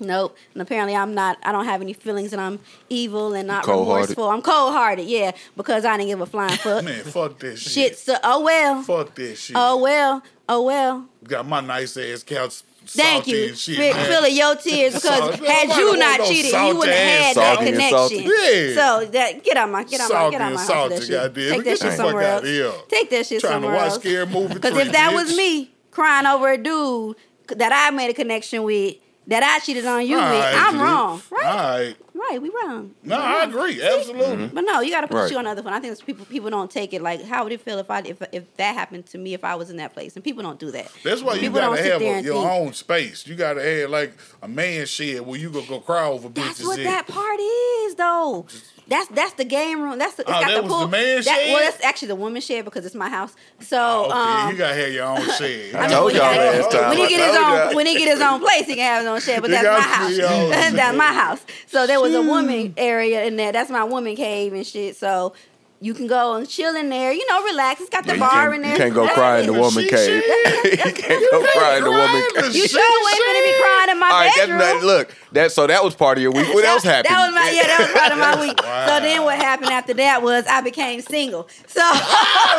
Speaker 3: Nope. And apparently I'm not. I don't have any feelings, and I'm evil and not
Speaker 2: Cold-hearted.
Speaker 3: remorseful. I'm cold hearted. Yeah, because I didn't give a flying fuck.
Speaker 1: Man, fuck that shit.
Speaker 3: shit. So oh well.
Speaker 1: Fuck that shit.
Speaker 3: Oh well. Oh well.
Speaker 1: Got my nice ass couch.
Speaker 3: Thank
Speaker 1: salty
Speaker 3: you.
Speaker 1: And shit,
Speaker 3: Fi-
Speaker 1: man.
Speaker 3: Filling your tears because
Speaker 1: Salty. Man,
Speaker 3: had
Speaker 1: nobody
Speaker 3: you
Speaker 1: want
Speaker 3: not
Speaker 1: no
Speaker 3: cheated,
Speaker 1: salty
Speaker 3: you wouldn't
Speaker 1: ass
Speaker 3: have had that
Speaker 2: salty and
Speaker 3: connection.
Speaker 1: salty. Yeah.
Speaker 3: So that get out my get out my
Speaker 1: Salty
Speaker 3: get out
Speaker 1: and
Speaker 3: my house. with
Speaker 1: salty,
Speaker 3: That
Speaker 1: goddamn.
Speaker 3: shit.
Speaker 1: Get
Speaker 3: Take that
Speaker 1: the
Speaker 3: shit
Speaker 1: fuck
Speaker 3: somewhere
Speaker 1: outta
Speaker 3: else.
Speaker 1: here.
Speaker 3: Take that shit
Speaker 1: Trying to
Speaker 3: somewhere
Speaker 1: watch
Speaker 3: else.
Speaker 1: scary movie.
Speaker 3: Because if
Speaker 1: three,
Speaker 3: that
Speaker 1: bitch.
Speaker 3: was me crying over a dude that I made a connection with that I cheated on you
Speaker 1: All
Speaker 3: with,
Speaker 1: right,
Speaker 3: I'm
Speaker 1: dude.
Speaker 3: wrong. Right?
Speaker 1: all right.
Speaker 3: Right? We wrong.
Speaker 1: No, I agree. Absolutely.
Speaker 3: But no, you got to put
Speaker 2: Right.
Speaker 3: you on another one. I think it's people people don't take it like how would it feel if I if if that happened to me if I was in that place and people don't do that.
Speaker 1: That's why you
Speaker 3: People don't
Speaker 1: gotta
Speaker 3: sit
Speaker 1: have
Speaker 3: there
Speaker 1: a,
Speaker 3: and
Speaker 1: your
Speaker 3: think.
Speaker 1: own space. You gotta have like a man shed where you gonna go cry over
Speaker 3: That's
Speaker 1: bitches.
Speaker 3: what
Speaker 1: in.
Speaker 3: that part is, though. That's that's the game room. That's the, it's
Speaker 1: Oh,
Speaker 3: got
Speaker 1: that
Speaker 3: the
Speaker 1: was
Speaker 3: pool.
Speaker 1: the man's
Speaker 3: that, Well,
Speaker 1: shed?
Speaker 3: that's actually the woman's shed because it's my house. So,
Speaker 1: Oh, okay,
Speaker 3: um,
Speaker 1: you gotta have your own shed.
Speaker 2: I told
Speaker 3: when he
Speaker 2: y'all last
Speaker 3: got-
Speaker 2: time.
Speaker 3: When he
Speaker 2: Oh, I
Speaker 3: get his
Speaker 2: told
Speaker 3: own,
Speaker 2: y'all.
Speaker 3: when he get his own place, he can have his own shed. But
Speaker 1: You
Speaker 3: that's my
Speaker 1: got
Speaker 3: house.
Speaker 1: three hours,
Speaker 3: that's
Speaker 1: man.
Speaker 3: my house. So there was a woman area in there. That's my woman cave and shit. So you can go and chill in there. You know, relax. It's got the
Speaker 2: You
Speaker 3: bar
Speaker 2: can't,
Speaker 3: in there.
Speaker 2: you can't go cry in the
Speaker 1: She said-
Speaker 2: woman cave. you can't go cry in the woman cave.
Speaker 3: You sure ain't gonna be crying in my
Speaker 2: All right, that's
Speaker 3: bedroom.
Speaker 2: not, look. That so that was part of your week. What else
Speaker 3: That-
Speaker 2: happened?
Speaker 3: That was my yeah, that was part of my week.
Speaker 1: Wow.
Speaker 3: So then what happened after that was I became single. So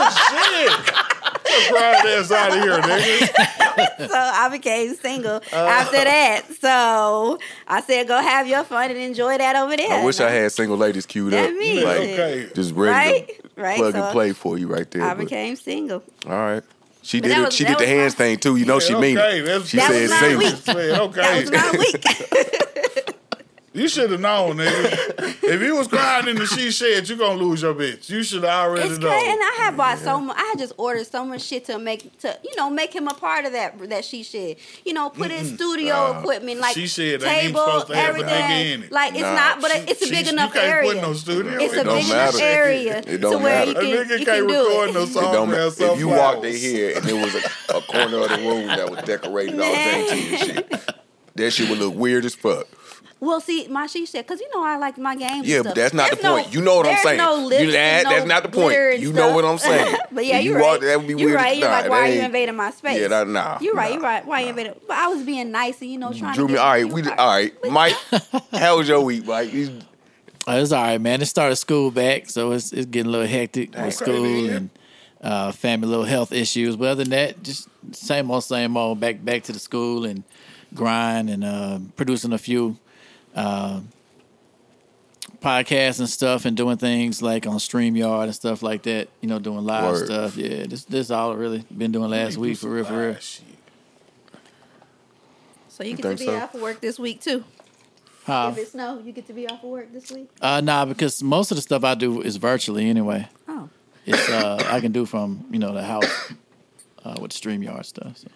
Speaker 1: Shit. Get your crying ass out of here, nigga.
Speaker 3: so I became single
Speaker 2: Uh.
Speaker 3: after that. So I said go have your fun and enjoy that over there.
Speaker 2: I wish I had single ladies queued
Speaker 3: That
Speaker 2: up.
Speaker 3: me.
Speaker 2: Like,
Speaker 1: Okay.
Speaker 2: just ready
Speaker 3: right?
Speaker 2: to
Speaker 3: Right.
Speaker 2: plug
Speaker 3: so
Speaker 2: and play for you right there.
Speaker 3: I
Speaker 2: but-
Speaker 3: became single.
Speaker 2: all right. She
Speaker 3: But
Speaker 2: did
Speaker 3: that
Speaker 2: it.
Speaker 3: was-
Speaker 2: she
Speaker 3: that
Speaker 2: did the
Speaker 3: was my-
Speaker 2: hands thing too. You know she mean
Speaker 1: okay,
Speaker 2: it.
Speaker 1: That's,
Speaker 2: She
Speaker 3: That
Speaker 2: said
Speaker 3: was my
Speaker 2: single.
Speaker 3: week.
Speaker 1: said,
Speaker 3: That
Speaker 1: okay.
Speaker 3: was my week.
Speaker 1: you should have known, nigga. if you was crying in the she shed, you gonna lose your bitch. You should have already
Speaker 3: it's crazy. And
Speaker 1: known.
Speaker 3: I had bought so much. I had just ordered so much shit to make to you know make him a part of that that she shed. You know, put in studio equipment like
Speaker 1: She shed ain't even
Speaker 3: table,
Speaker 1: supposed to have a
Speaker 3: everything.
Speaker 1: nigga in it.
Speaker 3: Like it's
Speaker 2: Nah.
Speaker 3: not, but it's a
Speaker 1: She-
Speaker 3: big
Speaker 1: you
Speaker 3: enough
Speaker 1: can't
Speaker 3: area.
Speaker 1: Put no studio.
Speaker 3: it's
Speaker 1: in
Speaker 3: a
Speaker 1: no
Speaker 2: don't
Speaker 3: big enough
Speaker 2: matter.
Speaker 3: area
Speaker 2: It
Speaker 3: to
Speaker 2: don't
Speaker 3: where you
Speaker 1: A
Speaker 2: matter.
Speaker 3: can,
Speaker 1: nigga can't
Speaker 3: you can do
Speaker 1: record
Speaker 3: it.
Speaker 1: no
Speaker 2: It don't
Speaker 1: song
Speaker 2: matter.
Speaker 1: without
Speaker 2: If you walked in
Speaker 1: sunflowers.
Speaker 2: here and there was a, a corner of the room that was decorated all
Speaker 3: Man.
Speaker 2: dainty and shit, that shit would look weird as fuck.
Speaker 3: Well, see, my she said, because you know I like my games.
Speaker 2: Yeah,
Speaker 3: and
Speaker 2: but
Speaker 3: stuff.
Speaker 2: that's not
Speaker 3: There's
Speaker 2: the point.
Speaker 3: no-
Speaker 2: you know what I'm
Speaker 3: there's
Speaker 2: saying.
Speaker 3: No lips
Speaker 2: you, that,
Speaker 3: and no
Speaker 2: that's not the point.
Speaker 3: glitter and
Speaker 2: You know
Speaker 3: stuff.
Speaker 2: what I'm saying.
Speaker 3: but yeah,
Speaker 2: If
Speaker 3: you
Speaker 2: you
Speaker 3: right.
Speaker 2: walked- that would be
Speaker 3: you
Speaker 2: weird.
Speaker 3: right. You're
Speaker 2: Nah,
Speaker 3: like,
Speaker 2: that
Speaker 3: why are you
Speaker 2: ain't-
Speaker 3: invading my space?
Speaker 2: Yeah, that- nah,
Speaker 3: You're right.
Speaker 2: nah,
Speaker 3: You're right. Why you invading? But I was being nice and you know trying
Speaker 2: Drew
Speaker 3: to.
Speaker 2: me.
Speaker 3: get
Speaker 2: All right,
Speaker 3: you
Speaker 2: we.
Speaker 3: right.
Speaker 2: All right, Mike. How was your week, Mike? You-
Speaker 4: Oh, it's all right, man. It started school back, so it's it's getting a little hectic with
Speaker 1: Okay,
Speaker 4: school
Speaker 1: then.
Speaker 4: and uh, family, little health issues. But other than that, just same old, same old. Back back to the school and grind and uh, producing a few uh, podcasts and stuff and doing things like on Streamyard and stuff like that. You know, doing live
Speaker 2: Word.
Speaker 4: stuff. Yeah, this this all I really been doing last week for real, for real.
Speaker 1: Ah, shit.
Speaker 3: So you get
Speaker 2: think
Speaker 3: to be
Speaker 2: so?
Speaker 3: off of work this week too.
Speaker 4: Huh?
Speaker 3: If it snow, you get to be off of work this week.
Speaker 4: Uh, nah, because most of the stuff I do is virtually anyway.
Speaker 3: Oh,
Speaker 4: It's uh, I can do from you know the house uh, with Streamyard stuff. So.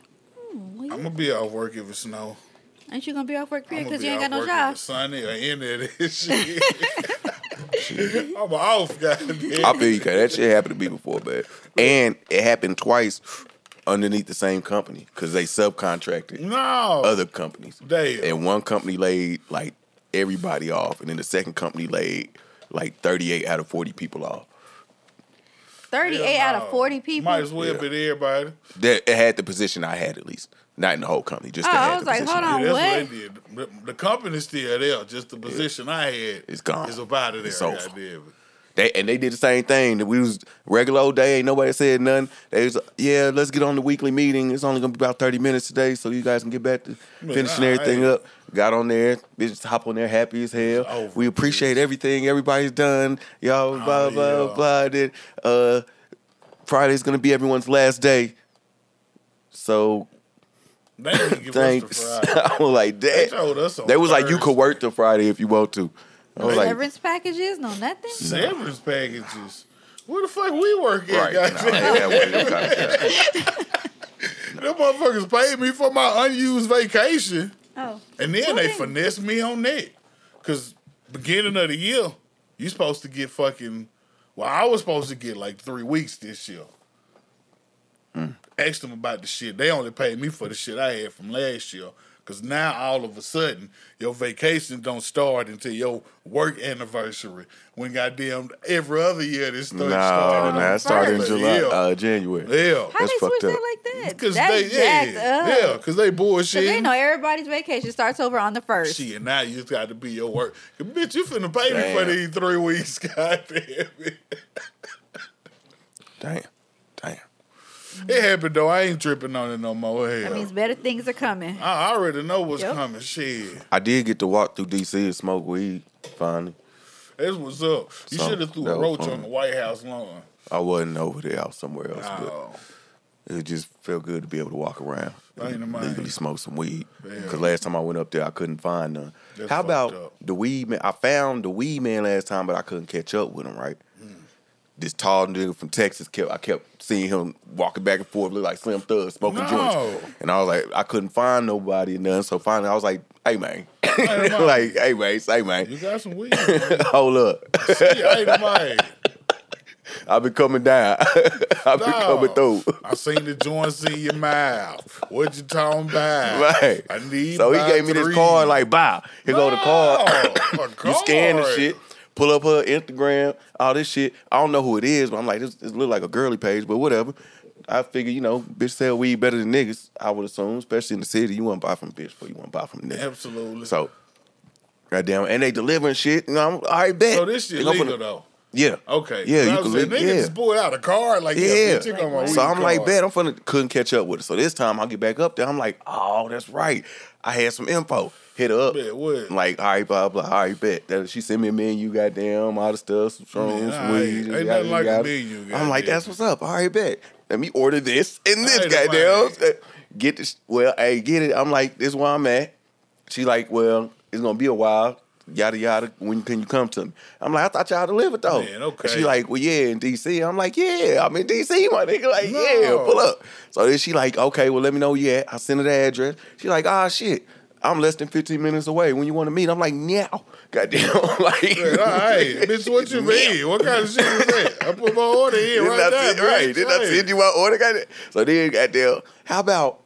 Speaker 3: well,
Speaker 1: I'm
Speaker 3: you,
Speaker 1: gonna be off work if it snow.
Speaker 3: ain't you gonna be off work
Speaker 1: I'm
Speaker 3: period
Speaker 1: gonna
Speaker 3: because
Speaker 1: be
Speaker 3: you ain't got
Speaker 1: out
Speaker 3: no
Speaker 1: working
Speaker 3: job?
Speaker 1: with Sunday or any of this shit. I'm off, goddamn.
Speaker 2: I feel you. 'cause That shit happened to me before, but and it happened twice underneath the same company because they subcontracted
Speaker 1: No.
Speaker 2: other companies.
Speaker 1: Damn.
Speaker 2: And one company laid like everybody off, and then the second company laid like 38 out of 40 people off.
Speaker 3: Thirty-eight
Speaker 1: Hell
Speaker 3: out of
Speaker 1: no.
Speaker 3: forty people.
Speaker 1: Might as well
Speaker 2: Yeah.
Speaker 1: be to everybody.
Speaker 2: That it had the position I had at least, not in the whole company, just
Speaker 3: Oh,
Speaker 2: it
Speaker 3: I
Speaker 2: had
Speaker 3: was
Speaker 2: the
Speaker 3: like,
Speaker 2: position
Speaker 3: hold
Speaker 2: I
Speaker 3: on.
Speaker 2: had.
Speaker 1: Yeah, that's what
Speaker 3: what?
Speaker 1: they did. The, the company's still there. Just the position I had.
Speaker 2: It's gone.
Speaker 1: It's about it.
Speaker 2: It's
Speaker 1: It's
Speaker 2: over.
Speaker 1: Goddamn.
Speaker 2: They and they did the same thing. That We was regular old day. Ain't nobody said nothing. They was yeah. Let's get on the weekly meeting. It's only gonna be about thirty minutes today, so you guys can get back to
Speaker 1: Man,
Speaker 2: finishing
Speaker 1: all
Speaker 2: everything
Speaker 1: right.
Speaker 2: up. Got on there, bitch. Hop on there, happy as hell.
Speaker 1: It's over,
Speaker 2: we appreciate
Speaker 1: bitch.
Speaker 2: everything. Everybody's done. Y'all blah
Speaker 1: Oh,
Speaker 2: blah
Speaker 1: yeah.
Speaker 2: blah. Then uh, Friday's gonna be everyone's last day. So
Speaker 1: They didn't give
Speaker 2: thanks.
Speaker 1: us the Friday.
Speaker 2: I was like,
Speaker 1: They
Speaker 2: Dad.
Speaker 1: told us on
Speaker 2: They was like, you could
Speaker 1: Thursday.
Speaker 2: work till Friday if you want to. I was like,
Speaker 3: severance packages, no nothing.
Speaker 1: severance packages. Where the fuck we work at?
Speaker 2: right. nah,
Speaker 1: goddamn?
Speaker 2: ain't that what you gotta do.
Speaker 1: Them motherfuckers paid me for my unused vacation,
Speaker 3: Oh,
Speaker 1: and then
Speaker 3: Well,
Speaker 1: they
Speaker 3: then-
Speaker 1: finessed me on that. Cause beginning of the year, you supposed to get fucking. Well, I was supposed to get like three weeks this year. Asked them about the shit. They only paid me for the shit I had from last year. Cause now all of a sudden your vacations don't start until your work anniversary. When goddamn every other year this
Speaker 2: No,
Speaker 1: thing started.
Speaker 2: no,
Speaker 1: on
Speaker 2: that started in
Speaker 1: Friday.
Speaker 2: July,
Speaker 1: Yeah.
Speaker 2: uh, January.
Speaker 1: yeah.
Speaker 3: how
Speaker 2: That's
Speaker 3: they switch
Speaker 2: fucked up.
Speaker 3: that like that?
Speaker 1: Cause
Speaker 3: That's
Speaker 1: they,
Speaker 3: jacked
Speaker 1: yeah,
Speaker 3: up.
Speaker 1: yeah, cause they bullshit.
Speaker 3: Cause they know everybody's vacation starts over on the first.
Speaker 1: Shit, now you just got to be your work. Bitch, you finna pay me for
Speaker 2: Damn.
Speaker 1: these three weeks, goddamn it.
Speaker 2: Damn. Damn.
Speaker 1: It happened though. I ain't tripping on it no more.
Speaker 3: that
Speaker 1: Hell,
Speaker 3: means better things are coming.
Speaker 1: I already know what's
Speaker 3: Yep.
Speaker 1: coming. Shit,
Speaker 2: I did get to walk through DC and smoke weed finally.
Speaker 1: that's what's up. You
Speaker 2: So,
Speaker 1: should have threw
Speaker 2: that
Speaker 1: a
Speaker 2: was
Speaker 1: roach on
Speaker 2: fun.
Speaker 1: the White House lawn.
Speaker 2: I wasn't over there, I was somewhere else.
Speaker 1: Oh,
Speaker 2: But it just felt good to be able to walk around.
Speaker 1: Ain't
Speaker 2: and
Speaker 1: no mind.
Speaker 2: Legally smoke some weed.
Speaker 1: Yeah.
Speaker 2: Because last time I went up there, I couldn't find none.
Speaker 1: That's
Speaker 2: How
Speaker 1: fucked
Speaker 2: about
Speaker 1: up.
Speaker 2: the weed man? I found the weed man last time, but I couldn't catch up with him, right?
Speaker 1: Hmm.
Speaker 2: This tall nigga from Texas kept I kept seeing him walking back and forth, look like Slim Thug smoking
Speaker 1: No.
Speaker 2: joints, and I was like, I couldn't find nobody and none. So finally, I was like, "Hey man,
Speaker 1: man.
Speaker 2: like, hey man, say
Speaker 1: you
Speaker 2: man,
Speaker 1: got some weed? man.
Speaker 2: hold up."
Speaker 1: Shit, ain't nobody.
Speaker 2: I've been coming down. I've been coming
Speaker 1: Dog.
Speaker 2: through.
Speaker 1: I seen the joints in your mouth. What you talking about?
Speaker 2: Right.
Speaker 1: I need.
Speaker 2: So he
Speaker 1: my
Speaker 2: gave me this
Speaker 1: three.
Speaker 2: card, like, buy. Here go the card.
Speaker 1: Dog, a
Speaker 2: you scan the
Speaker 1: card.
Speaker 2: shit, pull up her Instagram, all this shit. I don't know who it is, but I'm like, this, this look like a girly page, but whatever. I figure, you know, bitch sell weed better than niggas, I would assume, especially in the city. You want to buy from bitch, but you want to buy from niggas.
Speaker 1: Absolutely.
Speaker 2: So, goddamn, and they delivering shit. And I'm, all right, bet.
Speaker 1: So this shit
Speaker 2: They gonna put
Speaker 1: legal
Speaker 2: a-
Speaker 1: though.
Speaker 2: Yeah.
Speaker 1: Okay.
Speaker 2: Yeah,
Speaker 1: So
Speaker 2: you
Speaker 1: I was
Speaker 2: can
Speaker 1: saying,
Speaker 2: leave-
Speaker 1: They
Speaker 2: yeah.
Speaker 1: just pulled out a card like
Speaker 2: Yeah.
Speaker 1: that. bitch, you got my
Speaker 2: So
Speaker 1: weed
Speaker 2: I'm like,
Speaker 1: card.
Speaker 2: bet I'm finna couldn't catch up with it. So this time I get back up there. I'm like, oh, that's right. I had some info. Hit her up.
Speaker 1: Bet what?
Speaker 2: I'm like, all right, blah blah. All right, bet. That- She sent me a menu, goddamn, all the stuff, some
Speaker 1: Man,
Speaker 2: shrooms,
Speaker 1: all right.
Speaker 2: some weed.
Speaker 1: Ain't
Speaker 2: yada,
Speaker 1: nothing like a
Speaker 2: yada.
Speaker 1: menu,
Speaker 2: I'm
Speaker 1: goddamn.
Speaker 2: like, that's what's up. All right, bet. Let me order this and this,
Speaker 1: Ain't nobody-
Speaker 2: goddamn. Get this. Well, hey, get it. I'm like, this is where I'm at. She like, well, it's gonna be a while. Yada yada. When can you come to me? I'm like, I thought y'all delivered though.
Speaker 1: Man,
Speaker 2: And
Speaker 1: okay.
Speaker 2: she like, well, yeah, in DC. I'm like, yeah, I'm in DC, my nigga. Like, yeah,
Speaker 1: No.
Speaker 2: pull up. So then she like, okay, well, let me know where you at. I sent her the address. She like, ah, shit. I'm less than 15 minutes away. When you want to meet, I'm like, now. Goddamn. like,
Speaker 1: All right, bitch, what you mean? What kind of shit is that? I put my order in
Speaker 2: Didn't
Speaker 1: right
Speaker 2: I
Speaker 1: there.
Speaker 2: send- right.
Speaker 1: bitch.
Speaker 2: Didn't I send you my order? Got it. So then, goddamn, how about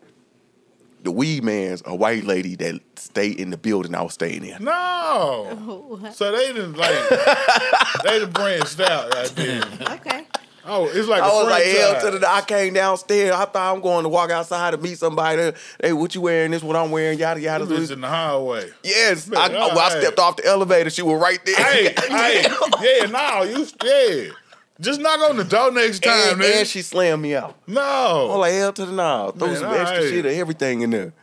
Speaker 2: the weed man's a white lady that stayed in the building I was staying in?
Speaker 1: No.
Speaker 3: What?
Speaker 1: So they didn't like. they done branched out right there.
Speaker 3: Okay.
Speaker 1: Oh, it's like a
Speaker 2: I was like, hell
Speaker 1: franchise.
Speaker 2: to the I came downstairs. I thought I'm going to walk outside to meet somebody. Hey, what you wearing? This what I'm wearing, yada yada.
Speaker 1: You was in the highway.
Speaker 2: Yes.
Speaker 1: Man,
Speaker 2: I, well, I
Speaker 1: alright.
Speaker 2: stepped off the elevator. She was right there.
Speaker 1: Hey, hey, yeah, no, you, yeah. Just knock on the door next time,
Speaker 2: and, and
Speaker 1: nigga.
Speaker 2: she slammed me out.
Speaker 1: No.
Speaker 2: I'm like, hell to the nah. Throw
Speaker 1: Man,
Speaker 2: some extra
Speaker 1: alright.
Speaker 2: shit and everything in there.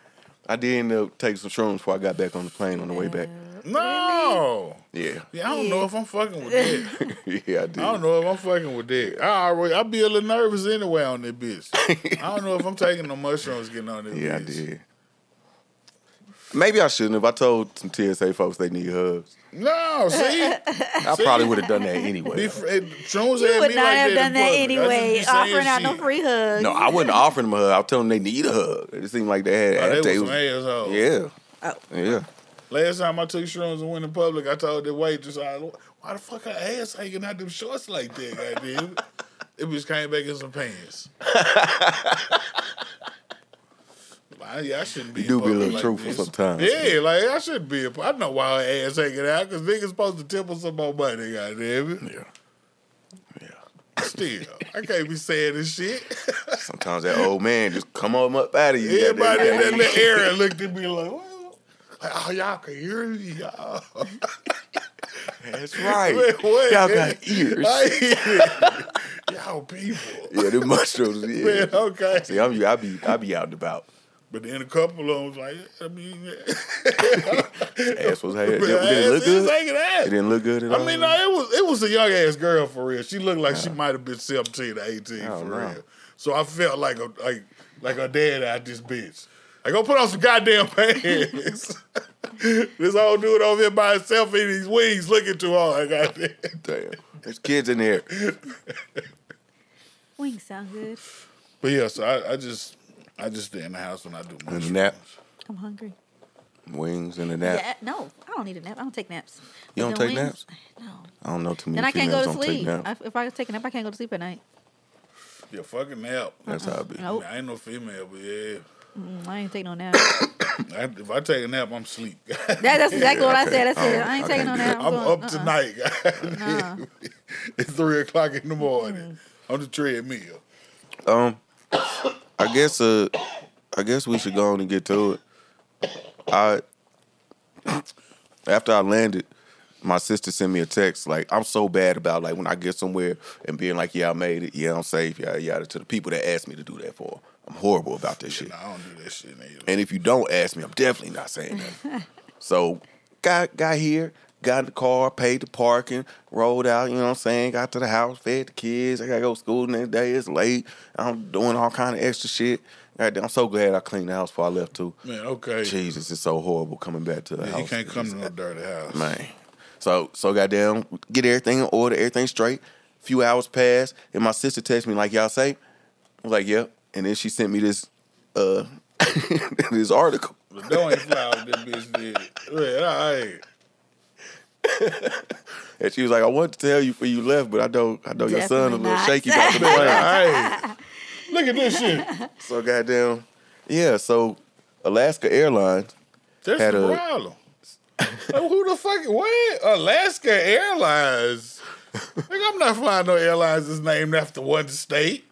Speaker 2: I did end up taking some shrooms before I got back on the plane on the way back.
Speaker 1: no.
Speaker 2: Yeah.
Speaker 1: Yeah, I don't know if I'm fucking with that.
Speaker 2: yeah, I did.
Speaker 1: I don't know if I'm fucking with that. I already, I be a little nervous anyway on that bitch. I don't know if I'm taking no mushrooms getting on this
Speaker 2: Yeah, I
Speaker 1: bitch.
Speaker 2: did. Maybe I shouldn't have. I told some TSA folks they need hugs.
Speaker 1: No, see,
Speaker 2: I probably would have done that anyway.
Speaker 1: Bef- it- Jones
Speaker 3: You
Speaker 1: had
Speaker 3: would
Speaker 1: me
Speaker 3: not
Speaker 1: like
Speaker 3: have
Speaker 1: that
Speaker 3: done
Speaker 1: in public.
Speaker 3: that
Speaker 1: I just
Speaker 3: anyway.
Speaker 1: be saying
Speaker 3: Offering out no
Speaker 1: shit.
Speaker 3: free hugs.
Speaker 2: No, I wouldn't offer them a hug. I was telling them they need a hug. It seemed like they
Speaker 1: Oh,
Speaker 2: had.
Speaker 1: they
Speaker 2: they
Speaker 1: was some
Speaker 2: was-
Speaker 1: assholes.
Speaker 2: yeah.
Speaker 3: Oh.
Speaker 2: Yeah.
Speaker 1: Last time I took shrooms and went in public, I told the waitress, I, "Why the fuck her ass hanging out them shorts like that, goddamn?" it bitch came back in some pants. I, I shouldn't be.
Speaker 2: You do
Speaker 1: in
Speaker 2: be a little
Speaker 1: public
Speaker 2: truthful
Speaker 1: this.
Speaker 2: sometimes.
Speaker 1: Yeah, like I should be. in pu- I know why her ass hanging out because niggas supposed to tip us some more money. Goddamn it.
Speaker 2: Yeah. Yeah.
Speaker 1: Still, I can't be saying this shit.
Speaker 2: Sometimes that old man just come on up out of you.
Speaker 1: Everybody in
Speaker 2: goddamn.
Speaker 1: that little area looked at me like, "Well, like, "Oh, y'all can hear me, y'all."
Speaker 2: That's right.
Speaker 1: Man, what?
Speaker 2: Y'all got ears.
Speaker 1: I- Y'all people.
Speaker 2: Yeah, the mushrooms. Yeah.
Speaker 1: Man, okay.
Speaker 2: See, I'm I be I be out and about.
Speaker 1: But then a couple of them was like, I mean,
Speaker 2: Ass was hanging.
Speaker 1: but
Speaker 2: Did, did
Speaker 1: her
Speaker 2: it
Speaker 1: ass
Speaker 2: look
Speaker 1: is
Speaker 2: good?
Speaker 1: hanging out.
Speaker 2: It didn't look good at all.
Speaker 1: I mean, no, it was it was a young ass girl for real. She looked like she might have been seventeen or eighteen
Speaker 2: Oh,
Speaker 1: for
Speaker 2: no.
Speaker 1: real. So I felt like a like like a dad out this bitch. Like go put on some goddamn pants. this old dude over here by himself in these wings looking too hard. Goddamn.
Speaker 2: Damn. There's kids in there.
Speaker 3: Wings sound good.
Speaker 1: But yeah, so I, I just I just stay in the house when I do my
Speaker 2: And
Speaker 1: shit.
Speaker 2: nap.
Speaker 3: I'm hungry.
Speaker 2: Wings and a nap.
Speaker 3: Yeah, no, I don't need a nap. I don't take naps.
Speaker 2: You
Speaker 3: But
Speaker 2: don't
Speaker 3: the
Speaker 2: take
Speaker 3: wings- No.
Speaker 2: I don't know too many
Speaker 3: Then I can't go
Speaker 2: females
Speaker 3: to
Speaker 2: don't take
Speaker 3: sleep.
Speaker 2: naps.
Speaker 3: I, if I take a nap, I can't go to sleep at night.
Speaker 1: Yeah, fucking nap.
Speaker 2: That's how it be.
Speaker 1: I,
Speaker 3: Nope.
Speaker 1: mean, I ain't no female, but yeah.
Speaker 3: Mm, I ain't taking no nap.
Speaker 1: I, if I take a nap, I'm asleep.
Speaker 3: That, that's exactly what I
Speaker 2: okay.
Speaker 3: said. I said
Speaker 2: Oh,
Speaker 3: I ain't
Speaker 2: I
Speaker 3: taking no
Speaker 2: can't
Speaker 3: nap.
Speaker 2: do
Speaker 1: I'm
Speaker 3: going- uh,
Speaker 1: up tonight.
Speaker 3: Uh-uh.
Speaker 1: it's three o'clock in the morning on the treadmill.
Speaker 2: Um, I guess uh, I guess we should go on and get to it. I after I landed, my sister sent me a text like I'm so bad about like when I get somewhere and being like, yeah, I made it, yeah, I'm safe, yeah, yeah. To the people that asked me to do that for, I'm horrible about this shit.
Speaker 1: Nah, I don't do that shit neither.
Speaker 2: And if you don't ask me, I'm definitely not saying that. so got got here, got in the car, paid the parking, rolled out, you know what I'm saying, got to the house, fed the kids, I gotta go to school the next day, it's late. I'm doing all kind of extra shit. Goddamn, I'm so glad I cleaned the house before I left too.
Speaker 1: Man, okay.
Speaker 2: Jesus, it's so horrible coming back to the
Speaker 1: Yeah,
Speaker 2: house.
Speaker 1: you can't come to no dirty house.
Speaker 2: Man. So so goddamn, get everything in order, everything straight. Few hours pass, and my sister texts me like, "Y'all say?" I was like, "Yep." And then she sent me this uh this article.
Speaker 1: The door ain't fly with this bitch did. Man, all right.
Speaker 2: And she was like, "I wanted to tell you before you left, but I know I know your son a
Speaker 3: Definitely
Speaker 2: little
Speaker 3: not.
Speaker 2: shaky about the
Speaker 1: Man, all
Speaker 2: plane."
Speaker 1: right. Look at this shit.
Speaker 2: so goddamn, yeah. So Alaska Airlines,
Speaker 1: That's
Speaker 2: Had
Speaker 1: the
Speaker 2: a-
Speaker 1: problem. Like, who the fuck? What? Alaska Airlines. Like, I'm not flying no airlines that's named after one state.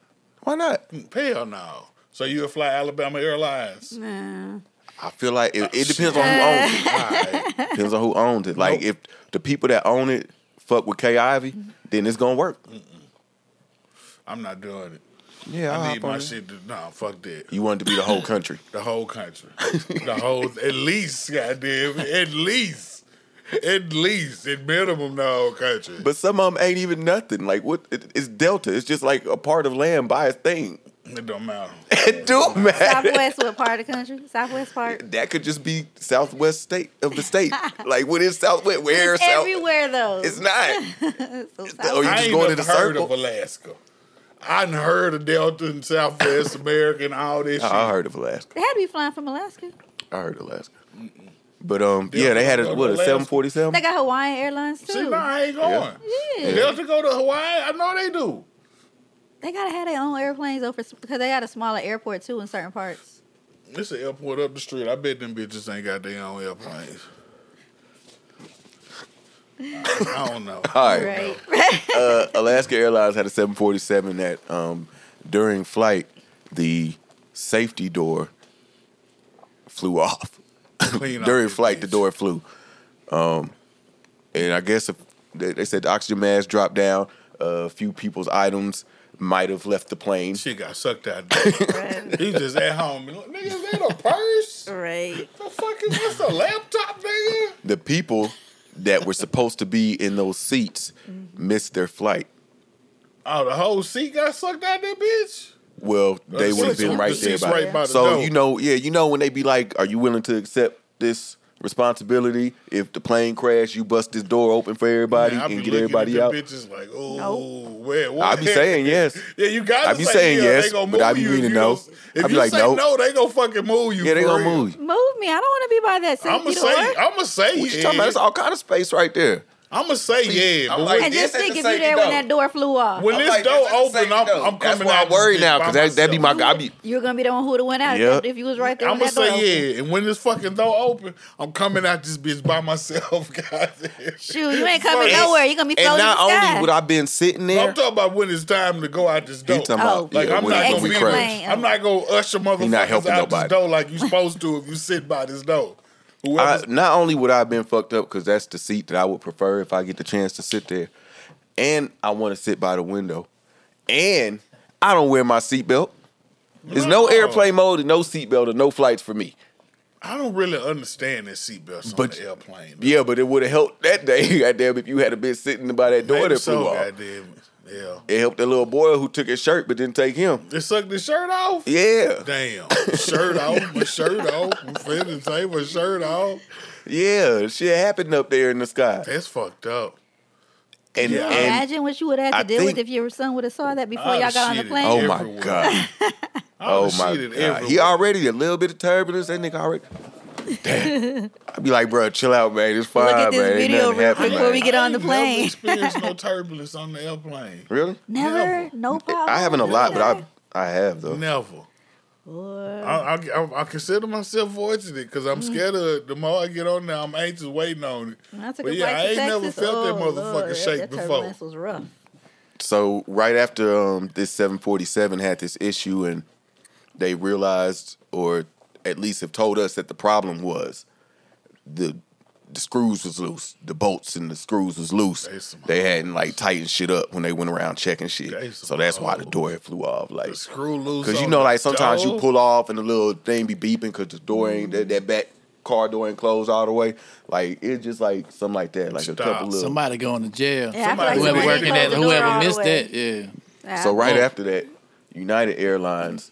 Speaker 2: why not?
Speaker 1: Hell no. So you would fly Alabama Airlines?
Speaker 3: Nah.
Speaker 2: I feel like it, it depends on who owns it.
Speaker 1: All right.
Speaker 2: Depends on who owns it. Like if
Speaker 1: Nope.
Speaker 2: the people that own it fuck with K Ivy, then it's gonna work.
Speaker 1: I'm not doing it.
Speaker 2: Yeah,
Speaker 1: I need my shit to. No, fuck that.
Speaker 2: You want it to be the whole country.
Speaker 1: The whole country. The whole, at least, goddamn, at least. At least, at minimum, the whole country.
Speaker 2: But some of them ain't even nothing. Like what? It, it's Delta. It's just like a part of land by its thing.
Speaker 1: it don't matter.
Speaker 2: It do matter.
Speaker 3: Southwest, what part of the country? Southwest part.
Speaker 2: That could just be Southwest state of the state. like what is Southwest? Where is
Speaker 3: It's
Speaker 2: South?
Speaker 3: everywhere though.
Speaker 2: It's not.
Speaker 3: So
Speaker 2: oh, you
Speaker 3: Southwest-
Speaker 1: I
Speaker 2: just
Speaker 1: ain't
Speaker 2: going
Speaker 1: never
Speaker 2: in the
Speaker 1: heard
Speaker 2: circle.
Speaker 1: of Alaska. I done heard of Delta and Southwest America and all this
Speaker 2: Oh,
Speaker 1: shit.
Speaker 2: I heard of Alaska.
Speaker 3: They had to be flying from Alaska.
Speaker 2: I heard Alaska. But um, yeah, they had a what a
Speaker 1: Alaska.
Speaker 2: seven forty
Speaker 3: They
Speaker 2: seven.
Speaker 3: got Hawaiian Airlines too.
Speaker 1: See, no, I ain't going.
Speaker 3: Yeah.
Speaker 1: Delta go to Hawaii. I know they do.
Speaker 3: They gotta have their own airplanes over because they got a smaller airport too in certain parts.
Speaker 1: It's an airport up the street. I bet them bitches ain't got their own airplanes. I don't know.
Speaker 2: All right.
Speaker 3: Right.
Speaker 2: uh, Alaska Airlines had a 747 that um, during flight the safety door flew off.
Speaker 1: Clean up
Speaker 2: during
Speaker 1: this
Speaker 2: flight, the
Speaker 1: bitch.
Speaker 2: door flew, um, and I guess if they, they said the oxygen mask dropped down. A few people's items might have left the plane.
Speaker 1: Shit got sucked out. There.
Speaker 3: right.
Speaker 1: He just at home. and look, Nigga, is that a purse?
Speaker 3: Right.
Speaker 1: The fucking what's a laptop, nigga?
Speaker 2: The people that were supposed to be in those seats
Speaker 3: Mm.
Speaker 2: missed their flight.
Speaker 1: Oh, the whole seat got sucked out that bitch.
Speaker 2: Well, they
Speaker 1: the
Speaker 2: would have
Speaker 1: seats-
Speaker 2: been right
Speaker 1: Uh, the
Speaker 2: there.
Speaker 1: seats
Speaker 2: By
Speaker 1: right by the
Speaker 2: so
Speaker 1: door.
Speaker 2: you know, yeah, you know when they be like, "Are you willing to accept this responsibility? If the plane crash, you bust this door open for everybody
Speaker 1: Man, I be
Speaker 2: and get
Speaker 1: looking at
Speaker 2: everybody
Speaker 1: them
Speaker 2: out."
Speaker 1: Bitches like, oh,
Speaker 3: Nope.
Speaker 1: where?
Speaker 2: I
Speaker 1: what?
Speaker 2: be saying yes.
Speaker 1: Yeah, you gotta
Speaker 2: I be
Speaker 1: say
Speaker 2: saying
Speaker 1: yeah,
Speaker 2: yes,
Speaker 1: they gonna
Speaker 2: but
Speaker 1: move
Speaker 2: I be
Speaker 1: you
Speaker 2: meaning
Speaker 1: if you
Speaker 2: no.
Speaker 1: don't- If
Speaker 2: I be
Speaker 1: you
Speaker 2: like,
Speaker 1: say
Speaker 2: nope.
Speaker 1: no, they gonna fucking move you.
Speaker 2: Yeah, they
Speaker 1: for
Speaker 2: gonna
Speaker 1: real.
Speaker 2: move. you.
Speaker 3: Move me. I don't want to be by that
Speaker 1: I'ma
Speaker 3: safety
Speaker 1: say,
Speaker 3: door.
Speaker 1: I'ma say,
Speaker 2: What you talking about? There's
Speaker 1: yeah.
Speaker 2: all kind of space right there.
Speaker 1: I'ma say, yeah.
Speaker 2: I'm
Speaker 1: But
Speaker 2: like,
Speaker 1: when,
Speaker 3: and
Speaker 2: This
Speaker 3: just
Speaker 2: at
Speaker 3: think
Speaker 2: the
Speaker 3: if you
Speaker 2: safety
Speaker 3: there when
Speaker 2: door.
Speaker 3: that door flew off.
Speaker 1: when this
Speaker 2: like,
Speaker 1: door
Speaker 2: that's at the
Speaker 1: open,
Speaker 2: safety
Speaker 1: I'm,
Speaker 2: door.
Speaker 1: I'm
Speaker 2: That's
Speaker 1: coming
Speaker 2: why
Speaker 1: out.
Speaker 2: I worry now because
Speaker 1: because
Speaker 2: that that be my. I be
Speaker 3: You're gonna be the one who would have went out
Speaker 2: Yep.
Speaker 3: if you was right there.
Speaker 1: I'm
Speaker 3: when
Speaker 1: gonna
Speaker 3: that door
Speaker 1: say
Speaker 3: opened.
Speaker 1: yeah, and when this fucking door open, I'm coming out this bitch by myself, God damn.
Speaker 3: Shoot, you ain't coming
Speaker 1: Fuck.
Speaker 3: nowhere. You're gonna be
Speaker 2: and
Speaker 3: floating in
Speaker 2: not
Speaker 3: the
Speaker 2: only
Speaker 3: sky.
Speaker 2: would I been sitting
Speaker 1: I'm
Speaker 2: there,
Speaker 1: talking about when it's time to go out this door.
Speaker 2: He talking about-
Speaker 3: Oh.
Speaker 1: like
Speaker 2: yeah,
Speaker 1: I'm
Speaker 2: when-
Speaker 1: not
Speaker 2: when
Speaker 1: gonna
Speaker 2: we
Speaker 1: be,
Speaker 2: crash.
Speaker 3: explain.
Speaker 1: I'm not gonna usher motherfuckers
Speaker 2: not helping
Speaker 1: out
Speaker 2: nobody.
Speaker 1: this door like you supposed to if you sit by this door.
Speaker 2: I,
Speaker 1: Whoever's
Speaker 2: not only would I have been fucked up because that's the seat that I would prefer if I get the chance to sit there, and I want to sit by the window, and I don't wear my seatbelt. There's no
Speaker 1: No.
Speaker 2: airplane mode and no seatbelt or no flights for me.
Speaker 1: I don't really understand that seatbelts on
Speaker 2: But-
Speaker 1: the airplane.
Speaker 2: Yeah, but it would have helped that day, goddamn, if you had been sitting by that door
Speaker 1: Maybe
Speaker 2: that flew
Speaker 1: so,
Speaker 2: off.
Speaker 1: goddamn. Yeah.
Speaker 2: It helped that little boy who took his shirt but didn't take him.
Speaker 1: They sucked the shirt off?
Speaker 2: Yeah,
Speaker 1: Damn. Shirt off, my shirt off, my fin and tape, my shirt off.
Speaker 2: yeah, shit happened up there in the sky.
Speaker 1: That's fucked up.
Speaker 2: And,
Speaker 1: Yeah.
Speaker 2: and
Speaker 3: Imagine what you would have had to
Speaker 2: I
Speaker 3: deal with
Speaker 2: think-
Speaker 3: if your son would have saw that before
Speaker 1: I'd
Speaker 3: y'all
Speaker 1: have
Speaker 3: got on the
Speaker 1: shit it.
Speaker 3: plane.
Speaker 2: oh my
Speaker 1: Everywhere.
Speaker 2: god,
Speaker 1: I
Speaker 2: oh
Speaker 1: done
Speaker 2: my
Speaker 1: shit it
Speaker 2: god, he
Speaker 1: everywhere.
Speaker 2: already a little bit of turbulence. That nigga already. Damn, I'd be like, bro, chill out, man. It's fine,
Speaker 3: Look at this
Speaker 2: man. Ain't
Speaker 3: video
Speaker 2: nothing
Speaker 3: real
Speaker 2: happened,
Speaker 3: quick where we
Speaker 2: man.
Speaker 3: get on the
Speaker 1: I've
Speaker 3: plane.
Speaker 1: Never experienced no turbulence on the airplane.
Speaker 2: Really?
Speaker 3: Never, no problem.
Speaker 2: I haven't a lot, but I I have though.
Speaker 1: Never.
Speaker 3: Boy.
Speaker 1: I, I, I, I consider myself fortunate because I'm
Speaker 3: Mm.
Speaker 1: scared of the more I get on there, I'm anxious waiting on it.
Speaker 3: When I took
Speaker 1: But
Speaker 3: a
Speaker 1: yeah,
Speaker 3: flight
Speaker 1: I
Speaker 3: to
Speaker 1: ain't never
Speaker 3: Texas,
Speaker 1: felt that
Speaker 3: oh,
Speaker 1: motherfucker
Speaker 3: Lord, that-
Speaker 1: shake
Speaker 3: that
Speaker 1: before.
Speaker 3: turbulence was rough.
Speaker 2: So right after um, this 747 had this issue, and they realized, or at least have told us, that the problem was the the screws was loose, the bolts and the screws was loose.
Speaker 1: They some
Speaker 2: They hadn't like tightened shit up when they went around checking
Speaker 1: They
Speaker 2: shit.
Speaker 1: some
Speaker 2: So that's why the
Speaker 1: hoes.
Speaker 2: door had flew off. Like
Speaker 1: The screw loose.
Speaker 2: Because you
Speaker 1: on
Speaker 2: know,
Speaker 1: the
Speaker 2: like sometimes
Speaker 1: door.
Speaker 2: you pull off and the little thing be beeping because the door ain't that, that back car door ain't closed all the way. Like it's just like something like that, like
Speaker 1: Stop.
Speaker 2: a couple little.
Speaker 4: Somebody going to jail.
Speaker 3: Yeah, I feel like
Speaker 1: Somebody-
Speaker 4: whoever
Speaker 1: somebody
Speaker 4: working
Speaker 1: closed
Speaker 4: that,
Speaker 1: the
Speaker 4: whoever missed that, yeah.
Speaker 2: So right
Speaker 4: Oh.
Speaker 2: after that, United Airlines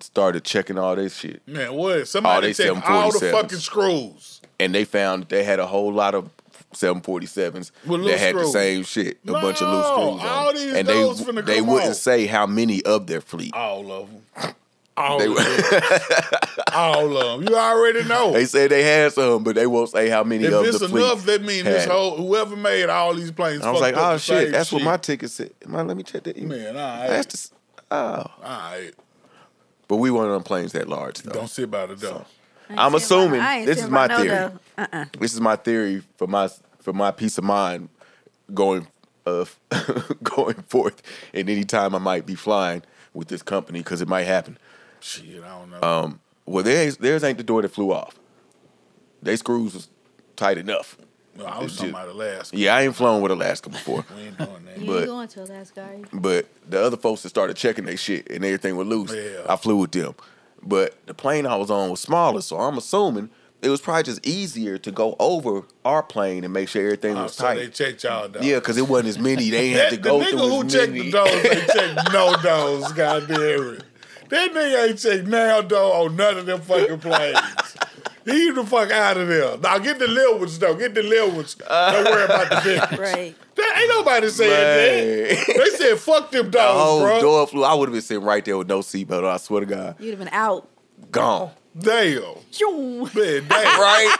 Speaker 2: started checking all this shit,
Speaker 1: Man, what? Somebody
Speaker 2: they
Speaker 1: check all the
Speaker 2: 747s.
Speaker 1: fucking screws.
Speaker 2: and they found that they had a whole lot of 747s
Speaker 1: With
Speaker 2: that
Speaker 1: loose
Speaker 2: had
Speaker 1: screws.
Speaker 2: the same shit, a bunch of loose
Speaker 1: No,
Speaker 2: screws, on
Speaker 1: all
Speaker 2: them.
Speaker 1: these
Speaker 2: and
Speaker 1: those
Speaker 2: they
Speaker 1: finna
Speaker 2: they
Speaker 1: come
Speaker 2: wouldn't
Speaker 1: off. Oh.
Speaker 2: say how many of their fleet.
Speaker 1: All of them. All
Speaker 2: They
Speaker 1: of
Speaker 2: were-
Speaker 1: them. all of them. You already know.
Speaker 2: They said they had some, but they won't say how many
Speaker 1: if
Speaker 2: of
Speaker 1: it's
Speaker 2: the fleet.
Speaker 1: enough, that means this
Speaker 2: had.
Speaker 1: whole whoever made all these planes.
Speaker 2: I was like,
Speaker 1: fucked up
Speaker 2: oh
Speaker 1: the
Speaker 2: shit,
Speaker 1: same
Speaker 2: that's what
Speaker 1: shit."
Speaker 2: my ticket said. Man, let me check that email.
Speaker 1: man. All right,
Speaker 2: That's just, oh.
Speaker 1: all right.
Speaker 2: But we weren't on planes that large though.
Speaker 1: Don't sit by the door.
Speaker 2: I'm assuming this is my Uh-uh. theory.
Speaker 3: Uh uh
Speaker 2: this is my theory for my for my peace of mind going uh, going forth and any time I might be flying with this company because it might happen.
Speaker 1: Shit, I don't know.
Speaker 2: Um, Well, theirs theirs ain't the door that flew off. They screws was tight enough.
Speaker 1: no, I was talking about Alaska.
Speaker 2: Yeah, I ain't flown with Alaska before,
Speaker 1: We ain't doing that.
Speaker 3: You
Speaker 2: But-
Speaker 3: ain't going to Alaska, are you?
Speaker 2: but the other folks that started checking their shit and everything was loose.
Speaker 1: Yeah.
Speaker 2: I flew with them, but the plane I was on was smaller, so I'm assuming. It was probably just easier to go over our plane and make sure everything
Speaker 1: Oh,
Speaker 2: was
Speaker 1: so
Speaker 2: tight.
Speaker 1: they checked y'all down.
Speaker 2: Yeah, because it wasn't as many. They had to
Speaker 1: That- the
Speaker 2: go
Speaker 1: nigga
Speaker 2: through
Speaker 1: who
Speaker 2: as
Speaker 1: checked the
Speaker 2: many.
Speaker 1: doors ain't checked no doors, goddamn it. That nigga ain't checked now door on none of them fucking planes. He the fuck out of there. Now get the little ones though. Get the little ones. Don't worry about the big ones.
Speaker 3: Right.
Speaker 1: That ain't nobody saying that.
Speaker 2: Man.
Speaker 1: They said fuck them
Speaker 2: The
Speaker 1: dogs,
Speaker 2: whole
Speaker 1: bro.
Speaker 2: door flew. I would have been sitting right there with no seatbelt. on, I swear to God,
Speaker 3: You'd have been out.
Speaker 2: gone.
Speaker 1: Damn.
Speaker 3: Shoo.
Speaker 1: Man, damn.
Speaker 2: Right?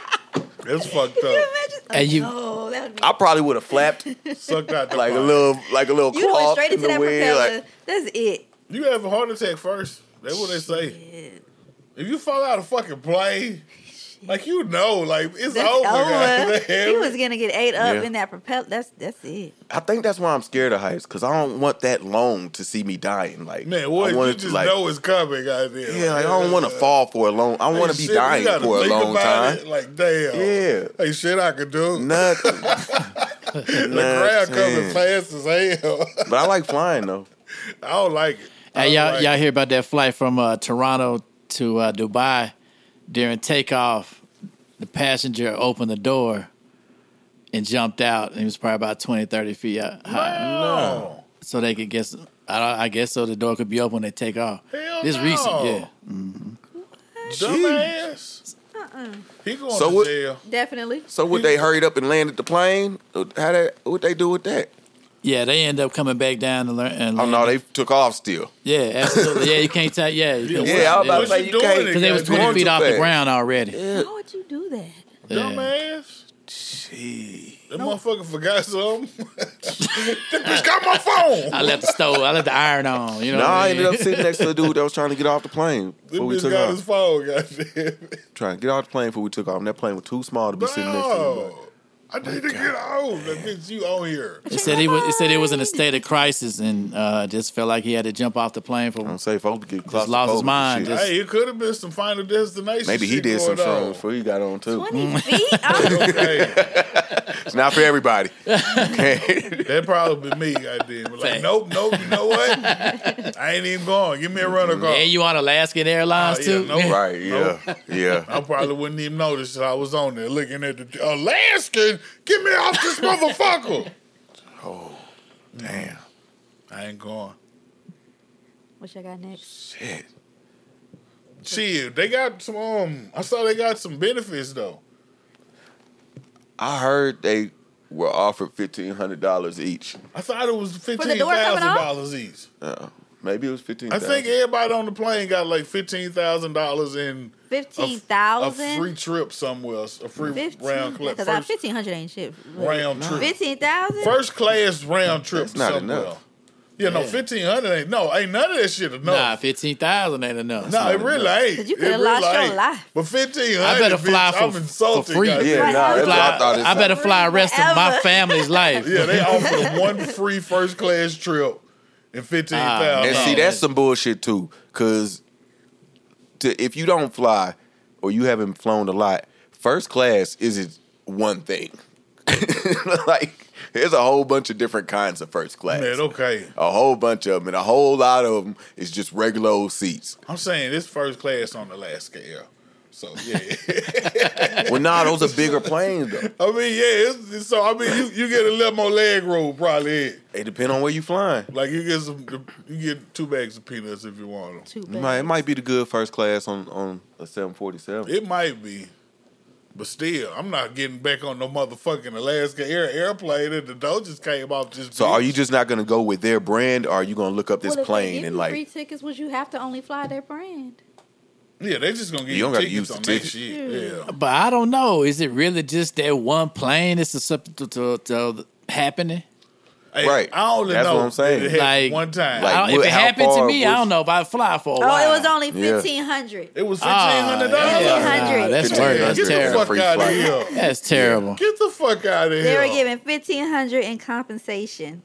Speaker 1: That's fucked
Speaker 3: Can you
Speaker 1: up.
Speaker 3: imagine?
Speaker 4: And you-
Speaker 3: oh, that would be.
Speaker 2: I probably would have flapped
Speaker 1: Sucked out the
Speaker 2: like a
Speaker 1: plane.
Speaker 2: little, like a little
Speaker 3: You'd have went
Speaker 2: cloth
Speaker 3: straight
Speaker 2: in
Speaker 3: into
Speaker 2: the
Speaker 3: that
Speaker 2: wind.
Speaker 3: propeller.
Speaker 2: Like,
Speaker 3: That's it.
Speaker 1: You have a heart attack first. That's what they say.
Speaker 3: Shit.
Speaker 1: If you fall out of fucking plane, like you know, like it's
Speaker 3: That's
Speaker 1: over.
Speaker 3: over.
Speaker 1: goddamn
Speaker 3: He
Speaker 1: it.
Speaker 3: was gonna get ate up
Speaker 2: Yeah.
Speaker 3: in that propeller. That's that's it.
Speaker 2: I think that's why I'm scared of heights because I don't want that long to see me dying. Like,
Speaker 1: Man, what
Speaker 2: I
Speaker 1: you
Speaker 2: wanted
Speaker 1: just
Speaker 2: to, like,
Speaker 1: know it's coming, goddamn.
Speaker 2: yeah, like, I don't want to fall for a long. I
Speaker 1: Hey,
Speaker 2: want to be
Speaker 1: shit, you
Speaker 2: dying
Speaker 1: gotta
Speaker 2: for a
Speaker 1: think
Speaker 2: long
Speaker 1: about
Speaker 2: time.
Speaker 1: it, Like damn,
Speaker 2: Yeah.
Speaker 1: Like shit, I could do.
Speaker 2: Nothing.
Speaker 1: the crowd coming
Speaker 2: nothing.
Speaker 1: fast as hell.
Speaker 2: But I like flying though.
Speaker 1: I don't like it. I don't
Speaker 4: Hey, y'all,
Speaker 1: like
Speaker 4: y'all
Speaker 1: it.
Speaker 4: hear about that flight from uh, Toronto to uh, Dubai? During takeoff, the passenger opened the door and jumped out, and it was probably about 20, 30 feet out high.
Speaker 1: No.
Speaker 4: So they could guess, I, don't- I guess so the door could be open when they take off.
Speaker 1: Hell
Speaker 4: this recent,
Speaker 1: no.
Speaker 4: yeah.
Speaker 1: Dumbass.
Speaker 3: Uh-uh.
Speaker 1: He going
Speaker 2: So
Speaker 1: to
Speaker 2: what-
Speaker 1: jail.
Speaker 3: Definitely.
Speaker 2: So would they hurried up and landed the plane? How they what they do with that?
Speaker 4: Yeah, they end up coming back down and learn. And
Speaker 2: Oh no,
Speaker 4: land-
Speaker 2: they took off still.
Speaker 4: Yeah, absolutely. Yeah, you can't tell. Yeah, you can't
Speaker 1: Yeah,
Speaker 2: Yeah, I was about to
Speaker 1: What
Speaker 2: say
Speaker 1: you
Speaker 2: you
Speaker 1: doing
Speaker 2: can't.
Speaker 1: it,
Speaker 4: Because they was
Speaker 1: It's
Speaker 4: 20
Speaker 2: going
Speaker 4: feet
Speaker 2: too
Speaker 4: off the
Speaker 2: fast.
Speaker 4: ground already.
Speaker 3: How would you do that?
Speaker 4: Yeah.
Speaker 1: Dumbass. That motherfucker forgot something. that bitch got my phone.
Speaker 4: I left the stove. I left the iron on. You know
Speaker 2: No,
Speaker 4: what
Speaker 2: I
Speaker 4: I
Speaker 2: ended
Speaker 4: mean?
Speaker 2: up sitting next to the dude that was trying to get off the plane
Speaker 1: That
Speaker 2: before we
Speaker 1: bitch
Speaker 2: took
Speaker 1: got his
Speaker 2: off.
Speaker 1: phone, goddamn.
Speaker 2: Trying to get off the plane before we took off. And that plane was too small to be sitting next to anybody.
Speaker 1: No. I need to get home. That bitch, you on here.
Speaker 4: It said he was. It said he was in a state of crisis and uh, just felt like he had to jump off the plane for.
Speaker 2: I'm saying folks get
Speaker 4: lost his
Speaker 2: claustrophobic and
Speaker 4: mind,
Speaker 2: shit.
Speaker 4: just-
Speaker 1: Hey, it could have been some final destination.
Speaker 2: Maybe he
Speaker 1: shit
Speaker 2: did some
Speaker 1: going on.
Speaker 2: shrooms before he got on too.
Speaker 3: Twenty feet. Oh,
Speaker 1: Okay.
Speaker 2: It's not for everybody. Okay.
Speaker 1: That probably be me. I did. But like,
Speaker 4: Thanks.
Speaker 1: nope, nope. You know what? I ain't even going. Give me a rental car.
Speaker 4: And you on Alaskan Airlines
Speaker 1: Oh, yeah,
Speaker 4: too?
Speaker 1: no.
Speaker 2: right. Yeah. Yeah.
Speaker 1: I probably wouldn't even notice I was on there looking at the Alaskan. Get me off this motherfucker.
Speaker 2: Damn.
Speaker 1: I ain't going.
Speaker 3: What y'all got next?
Speaker 2: Shit.
Speaker 1: Shit, they got some. Um, I saw they got some benefits though.
Speaker 2: I heard they were offered fifteen hundred dollars each.
Speaker 1: I thought it was
Speaker 3: the
Speaker 1: fifteen
Speaker 3: door coming
Speaker 1: thousand
Speaker 3: off?
Speaker 1: dollars each.
Speaker 2: Uh, maybe it was fifteen.
Speaker 1: I think everybody on the plane got like fifteen thousand dollars in a f-
Speaker 3: Fifteen
Speaker 1: a free
Speaker 3: thousand.
Speaker 1: trip somewhere, a free round clip,
Speaker 3: Because
Speaker 1: first
Speaker 3: fifteen hundred ain't shit.
Speaker 1: round trip,
Speaker 3: Fifteen thousand.
Speaker 1: first class round trip
Speaker 2: That's not
Speaker 1: somewhere.
Speaker 2: enough.
Speaker 1: Yeah, no, fifteen hundred ain't no, ain't none of that shit enough.
Speaker 4: Nah, fifteen thousand ain't enough.
Speaker 1: No, it really ain't.
Speaker 3: 'Cause you
Speaker 1: It
Speaker 3: coulda
Speaker 1: really
Speaker 3: lost your
Speaker 1: ain't.
Speaker 3: life.
Speaker 1: But fifteen hundred.
Speaker 4: I better fly
Speaker 1: I'm
Speaker 4: for-
Speaker 1: insulted,
Speaker 4: for free.
Speaker 1: goddamn.
Speaker 2: Yeah. Nah.
Speaker 3: Right,
Speaker 2: That's what I
Speaker 4: Fly-
Speaker 2: thought. It
Speaker 4: I better fly the rest of my
Speaker 3: Forever.
Speaker 4: family's life.
Speaker 1: Yeah, they offered one free first class trip and fifteen thousand.
Speaker 2: And see,
Speaker 4: Oh,
Speaker 2: that's
Speaker 4: man.
Speaker 2: some bullshit too. Cause to, if you don't fly or you haven't flown a lot, first class is it one thing. like there's a whole bunch of different kinds of first class.
Speaker 1: man, okay.
Speaker 2: A whole bunch of them, and a whole lot of them is just regular old seats.
Speaker 1: I'm saying this first class on Alaska Air. So yeah.
Speaker 2: well, nah, those are bigger planes though.
Speaker 1: I mean, yeah. It's, it's- so I mean, you, you get a little more leg room probably. in.
Speaker 2: It depend on where you flying.
Speaker 1: Like you get some, you get two bags of peanuts if you want them.
Speaker 3: Two
Speaker 2: It might, it
Speaker 3: bags.
Speaker 2: might be the good first class on on a seven forty seven.
Speaker 1: It might be, but still, I'm not getting back on no motherfucking Alaska Air airplane. And the dough just came off this.
Speaker 2: So
Speaker 1: bitch.
Speaker 2: are you just not gonna go with their brand, or are you gonna look up this
Speaker 3: Well, if they give
Speaker 2: plane
Speaker 3: you
Speaker 2: and like
Speaker 3: free tickets, would you have to only fly their brand?
Speaker 1: Yeah, they just gonna get
Speaker 2: You
Speaker 1: you
Speaker 2: don't gotta
Speaker 1: tickets
Speaker 2: use the
Speaker 1: on
Speaker 2: ticket.
Speaker 1: that shit. Yeah.
Speaker 4: But I don't know. Is it really just that one plane that's susceptible to, to, to happening?
Speaker 1: Hey,
Speaker 2: Right.
Speaker 1: I only
Speaker 2: That's
Speaker 1: know
Speaker 2: what I'm saying.
Speaker 1: that It happened
Speaker 4: Like-
Speaker 1: one time.
Speaker 2: Like,
Speaker 4: I don't, if
Speaker 2: what-
Speaker 4: it
Speaker 2: how
Speaker 4: happened
Speaker 2: far
Speaker 4: to me, I
Speaker 2: was-
Speaker 1: it?
Speaker 4: don't know. If I fly for a
Speaker 3: Oh,
Speaker 4: while,
Speaker 3: it was only
Speaker 2: Yeah.
Speaker 3: fifteen hundred.
Speaker 1: it was fifteen
Speaker 4: Ah,
Speaker 1: hundred
Speaker 3: yeah.
Speaker 1: dollars.
Speaker 4: Nah, that's
Speaker 2: $1,500.
Speaker 4: worse.
Speaker 1: Get
Speaker 2: Yeah,
Speaker 4: That's
Speaker 1: the
Speaker 4: terrible.
Speaker 1: fuck
Speaker 2: Free
Speaker 1: out of
Speaker 2: flight.
Speaker 1: here.
Speaker 4: That's terrible.
Speaker 1: Get the fuck out of here.
Speaker 3: They were giving fifteen hundred in compensation.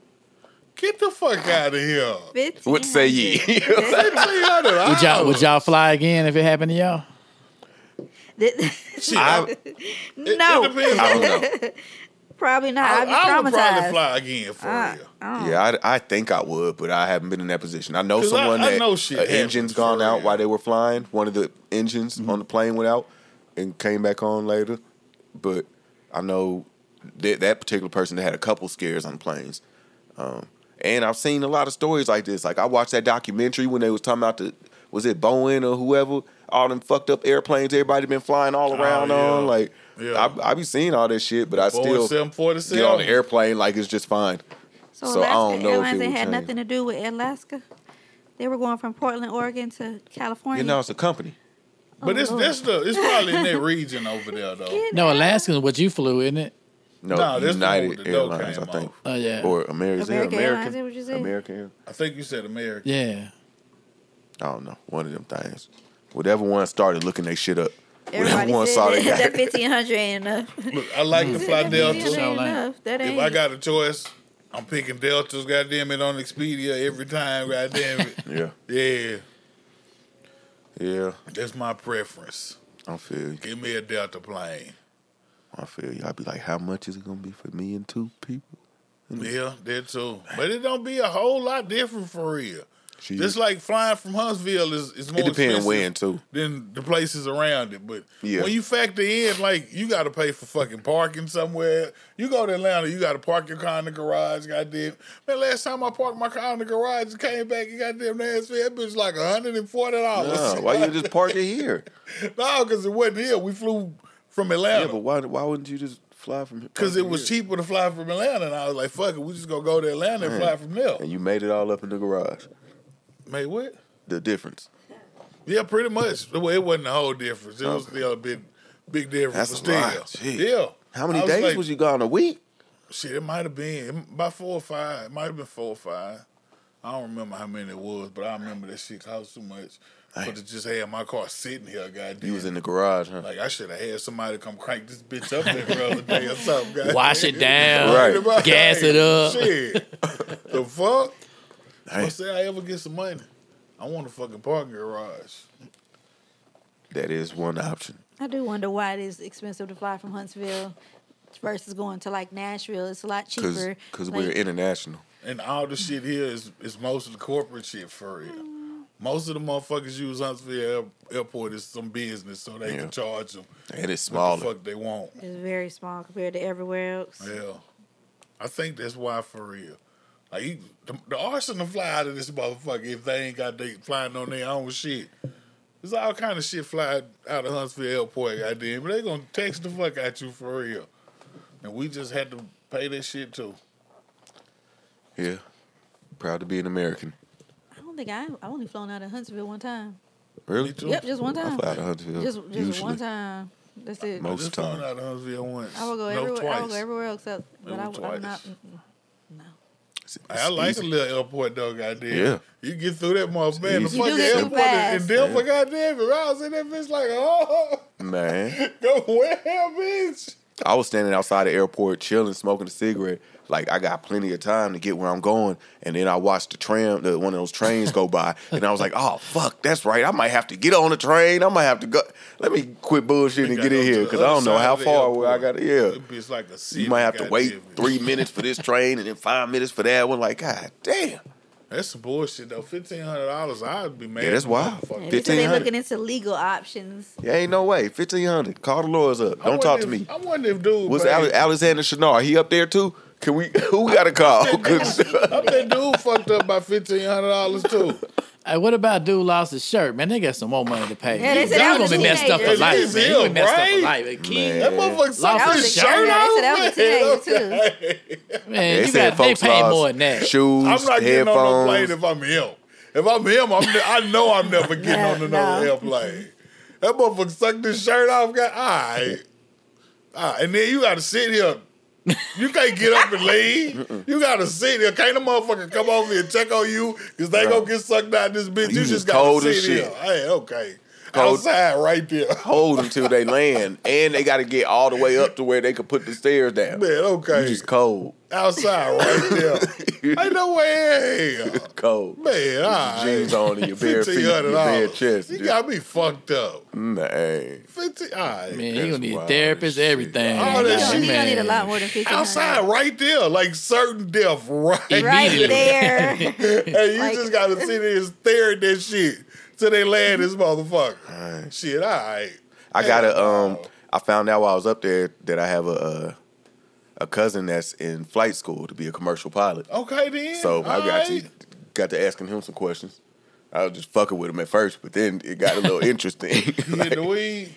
Speaker 1: Get the fuck out of here.
Speaker 3: Fifteen.
Speaker 2: what say ye?
Speaker 1: Fifteen hundred.
Speaker 4: Would y'all would y'all fly again if it happened to y'all?
Speaker 2: I,
Speaker 3: no,
Speaker 1: It depends.
Speaker 2: I don't know.
Speaker 3: probably not.
Speaker 1: I,
Speaker 3: I'd
Speaker 1: I
Speaker 3: be
Speaker 1: would
Speaker 3: traumatized.
Speaker 1: probably fly again for
Speaker 3: Uh,
Speaker 1: real.
Speaker 3: uh.
Speaker 2: Yeah, I, I think I would, but I haven't been in that position. I know
Speaker 1: Oh. 'Cause I-
Speaker 2: someone
Speaker 1: I
Speaker 2: that
Speaker 1: know shit
Speaker 2: a
Speaker 1: happens
Speaker 2: engine's
Speaker 1: for
Speaker 2: gone out
Speaker 1: real.
Speaker 2: while they were flying. One of the engines
Speaker 1: Mm-hmm.
Speaker 2: on the plane went out and came back on later. But I know that that particular person had a couple scares on planes. Um, and I've seen a lot of stories like this. Like I watched that documentary when they was talking about the was it Boeing or whoever all them fucked up airplanes everybody been flying all around
Speaker 1: Oh, yeah.
Speaker 2: on. Like
Speaker 1: Yeah.
Speaker 2: I I be seeing all this shit, but I
Speaker 1: Boeing
Speaker 2: still
Speaker 1: seven forty seven.
Speaker 2: get on the airplane like it's just fine.
Speaker 3: So,
Speaker 2: So I
Speaker 3: Alaska
Speaker 2: don't know if it
Speaker 3: Airlines
Speaker 2: would
Speaker 3: ain't had
Speaker 2: change.
Speaker 3: nothing to do with Alaska. They were going from Portland, Oregon to California.
Speaker 2: You know, it's a company.
Speaker 1: But it's
Speaker 3: Oh,
Speaker 1: that's the it's probably in that region over there though.
Speaker 3: Get
Speaker 4: No,
Speaker 3: out.
Speaker 4: Alaska's what you flew, isn't it?
Speaker 2: No,
Speaker 1: No, that's the one with
Speaker 2: United
Speaker 1: the dough
Speaker 2: Airlines, I
Speaker 1: came
Speaker 2: think,
Speaker 4: Oh yeah.
Speaker 2: or American. is it
Speaker 3: American
Speaker 2: American?
Speaker 3: Airlines, is what you said?
Speaker 2: American. Air-
Speaker 1: I think you said America.
Speaker 4: yeah.
Speaker 2: I don't know. One of them things. Whatever one started looking they shit up. Whatever
Speaker 3: Everybody
Speaker 2: one
Speaker 3: said
Speaker 2: saw they
Speaker 3: that,
Speaker 2: got.
Speaker 3: that
Speaker 2: it.
Speaker 3: fifteen hundred ain't enough.
Speaker 1: Look, I like to fly
Speaker 3: That 1500
Speaker 1: Delta.
Speaker 4: Sound
Speaker 3: ain't
Speaker 4: like-
Speaker 3: enough. That ain't.
Speaker 1: If I got a choice, I'm picking Deltas. Goddamn it, on Expedia every time. Goddamn it.
Speaker 2: Yeah,
Speaker 1: yeah,
Speaker 2: yeah.
Speaker 1: that's my preference.
Speaker 2: I feel you.
Speaker 1: Give me a Delta plane.
Speaker 2: I feel you. I'd be like, how much is it gonna be for me and two people?
Speaker 1: Yeah, that too. But it don't be a whole lot different for real.
Speaker 2: She-
Speaker 1: Just like flying from Huntsville is, is more
Speaker 2: it
Speaker 1: expensive
Speaker 2: depends when too.
Speaker 1: than the places around it. But
Speaker 2: Yeah.
Speaker 1: when you factor in, like you got to pay for fucking parking somewhere. You go to Atlanta, you got to park your car in the garage. Goddamn, man! Last time I parked my car in the garage and came back and goddamn Nashville, that bitch like hundred and forty dollars.
Speaker 2: No, why you just park it here?
Speaker 1: No, because it wasn't here. We flew from
Speaker 2: Yeah,
Speaker 1: Atlanta
Speaker 2: but why? Why wouldn't you just fly from? park
Speaker 1: because it was
Speaker 2: here?
Speaker 1: cheaper to fly from Atlanta. And I was like, fuck it, we just gonna go to Atlanta and fly from there.
Speaker 2: And you made it all up in the garage.
Speaker 1: Mate, what?
Speaker 2: The difference.
Speaker 1: Yeah, pretty much. Well, it wasn't a whole difference. It was still a big, big difference.
Speaker 2: That's
Speaker 1: but
Speaker 2: a
Speaker 1: still.
Speaker 2: lot. Shit.
Speaker 1: Yeah.
Speaker 2: How many
Speaker 1: I
Speaker 2: days
Speaker 1: like,
Speaker 2: was you gone? A week?
Speaker 1: Shit, it might have been about four or five. It might have been four or five. I don't remember how many it was, but I remember that shit cost too much. But to just have my car sitting here, goddamn.
Speaker 2: You was in the garage, huh?
Speaker 1: like I should have had somebody come crank this bitch up every other day or something. goddamn.
Speaker 4: Wash it down.
Speaker 2: Right.
Speaker 4: Gas it up.
Speaker 1: Shit. the fuck?
Speaker 2: Damn.
Speaker 1: I say I ever get some money. I want a fucking parking garage.
Speaker 2: That is one option.
Speaker 3: I do wonder why it is expensive to fly from Huntsville versus going to like Nashville. It's a lot
Speaker 2: because
Speaker 3: cheaper.
Speaker 2: we're
Speaker 3: Like,
Speaker 2: international.
Speaker 1: And all the shit here is is most of the corporate shit for real. Most of the motherfuckers use Huntsville Air- Airport is some business, so they
Speaker 2: Yeah.
Speaker 1: can charge them
Speaker 2: And it's
Speaker 1: what the
Speaker 2: smaller.
Speaker 1: fuck they want.
Speaker 3: It's very small compared to everywhere else.
Speaker 1: Yeah, I think that's why for real. Like you, the, the arsenal fly out of this motherfucker if they ain't got they flying on their own shit. There's all kind of shit fly out of Huntsville Airport, goddamn. But they gonna text the fuck at you for real, and we just had to pay that shit too.
Speaker 2: Yeah. Proud to be an American.
Speaker 3: I don't think I I only flown out of Huntsville one time.
Speaker 2: Really?
Speaker 1: Me too.
Speaker 3: Yep, just one
Speaker 2: I
Speaker 3: time.
Speaker 2: fly out of Huntsville.
Speaker 3: Just just
Speaker 2: Uh, usually.
Speaker 3: one time. That's it.
Speaker 2: Most-
Speaker 1: I just
Speaker 2: time.
Speaker 1: flown out of Huntsville once.
Speaker 3: I will go
Speaker 1: no,
Speaker 3: everywhere. I will
Speaker 1: twice.
Speaker 3: go everywhere else, else but
Speaker 1: Maybe
Speaker 3: I,
Speaker 1: twice.
Speaker 3: I'm not. mm,
Speaker 2: It's- it's
Speaker 1: I like
Speaker 2: easy.
Speaker 1: a little airport though, goddamn.
Speaker 2: Yeah.
Speaker 1: You get through that motherfucker, man. The
Speaker 2: easy.
Speaker 3: You do
Speaker 1: fucking
Speaker 3: get through
Speaker 1: airport in- in
Speaker 3: fast.
Speaker 1: Denver, goddamn. If I was in that bitch like, oh,
Speaker 2: Man,
Speaker 1: go where, bitch?
Speaker 2: I was standing outside the airport chilling, smoking a cigarette. Like I got plenty of time to get where I'm going, and then I watched the tram, the, one of those trains go by, and I was like, "Oh fuck, that's right. I might have to get on the train. I might have to go. Let me quit bullshitting and get in here because I don't know how far where I got to. Yeah,
Speaker 1: It's like a city.
Speaker 2: you might have to
Speaker 1: goddamn
Speaker 2: wait
Speaker 1: it.
Speaker 2: three minutes for this train, and then five minutes for that one. Like, god damn,
Speaker 1: That's some bullshit though. Fifteen hundred dollars, I'd be mad.
Speaker 2: Yeah, that's wild.
Speaker 1: Motherfucker.
Speaker 3: Because they're
Speaker 2: 1500.
Speaker 3: looking into legal options.
Speaker 2: yeah, ain't no way. Fifteen hundred. Call the lawyers up.
Speaker 1: I
Speaker 2: Don't talk to
Speaker 1: wonder
Speaker 2: me.
Speaker 1: if- I wonder if dude.
Speaker 2: What's
Speaker 1: paid-
Speaker 2: Ale- Alexander Shinar? He up there too? Can we? Who got a call?
Speaker 1: I bet dude fucked up by fifteen hundred dollars too.
Speaker 4: Hey, what about dude lost his shirt? Man, they got some more money to pay.
Speaker 3: Yeah, they
Speaker 4: You-
Speaker 3: said that
Speaker 4: you
Speaker 3: was
Speaker 4: gonna be
Speaker 3: a
Speaker 4: messed up for
Speaker 3: teenager.
Speaker 4: life,
Speaker 1: It's
Speaker 4: man. You gonna be messed up for
Speaker 1: him,
Speaker 4: life. A kid,
Speaker 1: That motherfucker
Speaker 4: Lost
Speaker 1: sucked
Speaker 4: his
Speaker 1: his
Speaker 4: shirt.
Speaker 1: shirt
Speaker 3: Yeah, they said
Speaker 1: off. man.
Speaker 3: that was a teenager,
Speaker 1: Okay.
Speaker 4: man.
Speaker 2: They
Speaker 4: You
Speaker 2: said
Speaker 4: got they
Speaker 2: folks
Speaker 4: pay
Speaker 2: lost
Speaker 4: more than that.
Speaker 2: shoes,
Speaker 1: I'm not getting on no plane if
Speaker 2: headphones.
Speaker 1: I'm him. If I'm him, I'm ne- I know I'm never getting
Speaker 3: No,
Speaker 1: on another
Speaker 3: no.
Speaker 1: airplane. That motherfucker sucked his shirt off. Got all right. All right. And then you got to sit here. You can't get up and leave. you got to sit here. Can't the motherfucker come over here and check on you because they
Speaker 2: No.
Speaker 1: going to get sucked out of this bitch.
Speaker 2: You
Speaker 1: You,
Speaker 2: just
Speaker 1: just
Speaker 2: cold
Speaker 1: got to
Speaker 2: as
Speaker 1: sit here.
Speaker 2: shit.
Speaker 1: Hey, okay.
Speaker 2: Cold-
Speaker 1: Outside right there.
Speaker 2: Hold until they land, and they got to get all the way up to where they could put the stairs down.
Speaker 1: Man, okay.
Speaker 2: You just cold,
Speaker 1: Outside right there. Ain't no way in here.
Speaker 2: cold.
Speaker 1: Man, all
Speaker 2: Jeans
Speaker 1: right.
Speaker 2: on and your bare feet, your
Speaker 1: $1,500.
Speaker 2: bare chest.
Speaker 1: You
Speaker 2: Just- mm,
Speaker 1: got me fucked up.
Speaker 2: Man,
Speaker 1: Fifteen. All right.
Speaker 4: Man, you
Speaker 2: That's
Speaker 4: gonna need a
Speaker 2: wild
Speaker 4: therapist,
Speaker 2: as shit.
Speaker 4: everything.
Speaker 1: All Oh, that
Speaker 3: You
Speaker 4: man.
Speaker 1: shit.
Speaker 3: don't, you
Speaker 1: Man.
Speaker 3: don't need a lot more than fifteen
Speaker 1: Outside,
Speaker 3: hundred.
Speaker 1: right there, like certain death, right?
Speaker 3: right
Speaker 4: Immediately.
Speaker 3: there.
Speaker 1: and you
Speaker 3: Like-
Speaker 1: just gotta sit there and stare at that shit till they land this motherfucker.
Speaker 2: Right.
Speaker 1: Shit, all right.
Speaker 2: I got a um.
Speaker 1: Wow.
Speaker 2: I found out while I was up there that I have a uh, a cousin that's in flight school to be a commercial pilot.
Speaker 1: Okay then.
Speaker 2: So I got
Speaker 1: all right.
Speaker 2: to got to asking him some questions. I was just fucking with him at first, but then it got a little interesting.
Speaker 1: You hit
Speaker 2: Like,
Speaker 1: the weed.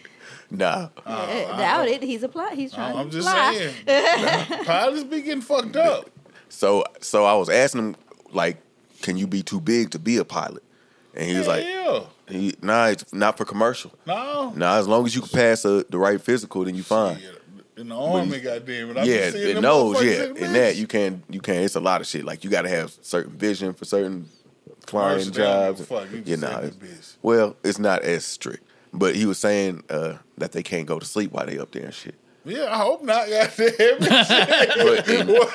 Speaker 2: nah,
Speaker 3: I doubt it. He's a plot. He's trying.
Speaker 1: I'm
Speaker 3: to
Speaker 1: just
Speaker 3: fly.
Speaker 1: saying. Pilots be getting fucked up.
Speaker 2: So so I was asking him like, can you be too big to be a pilot? And he was like,
Speaker 1: yeah.
Speaker 2: he, nah, it's not for commercial.
Speaker 1: No.
Speaker 2: Nah, as long as you can pass a, the right physical, then you fine.
Speaker 1: Shit. In the army, goddamn it. I
Speaker 2: Yeah,
Speaker 1: be seeing
Speaker 2: it
Speaker 1: them
Speaker 2: knows.
Speaker 1: motherfuckers
Speaker 2: Yeah,
Speaker 1: in the
Speaker 2: and that
Speaker 1: bitch.
Speaker 2: you can you can. It's a lot of shit. Like you got to have certain vision for certain flying
Speaker 1: Commercial down
Speaker 2: jobs.
Speaker 1: there, fuck, you
Speaker 2: you
Speaker 1: just
Speaker 2: know,
Speaker 1: ain't
Speaker 2: it's-
Speaker 1: the best.
Speaker 2: well, it's not as strict. But he was saying uh, that they can't go to sleep while they up there and shit.
Speaker 1: Yeah, I hope not. Goddamn.
Speaker 2: But, and-
Speaker 1: What?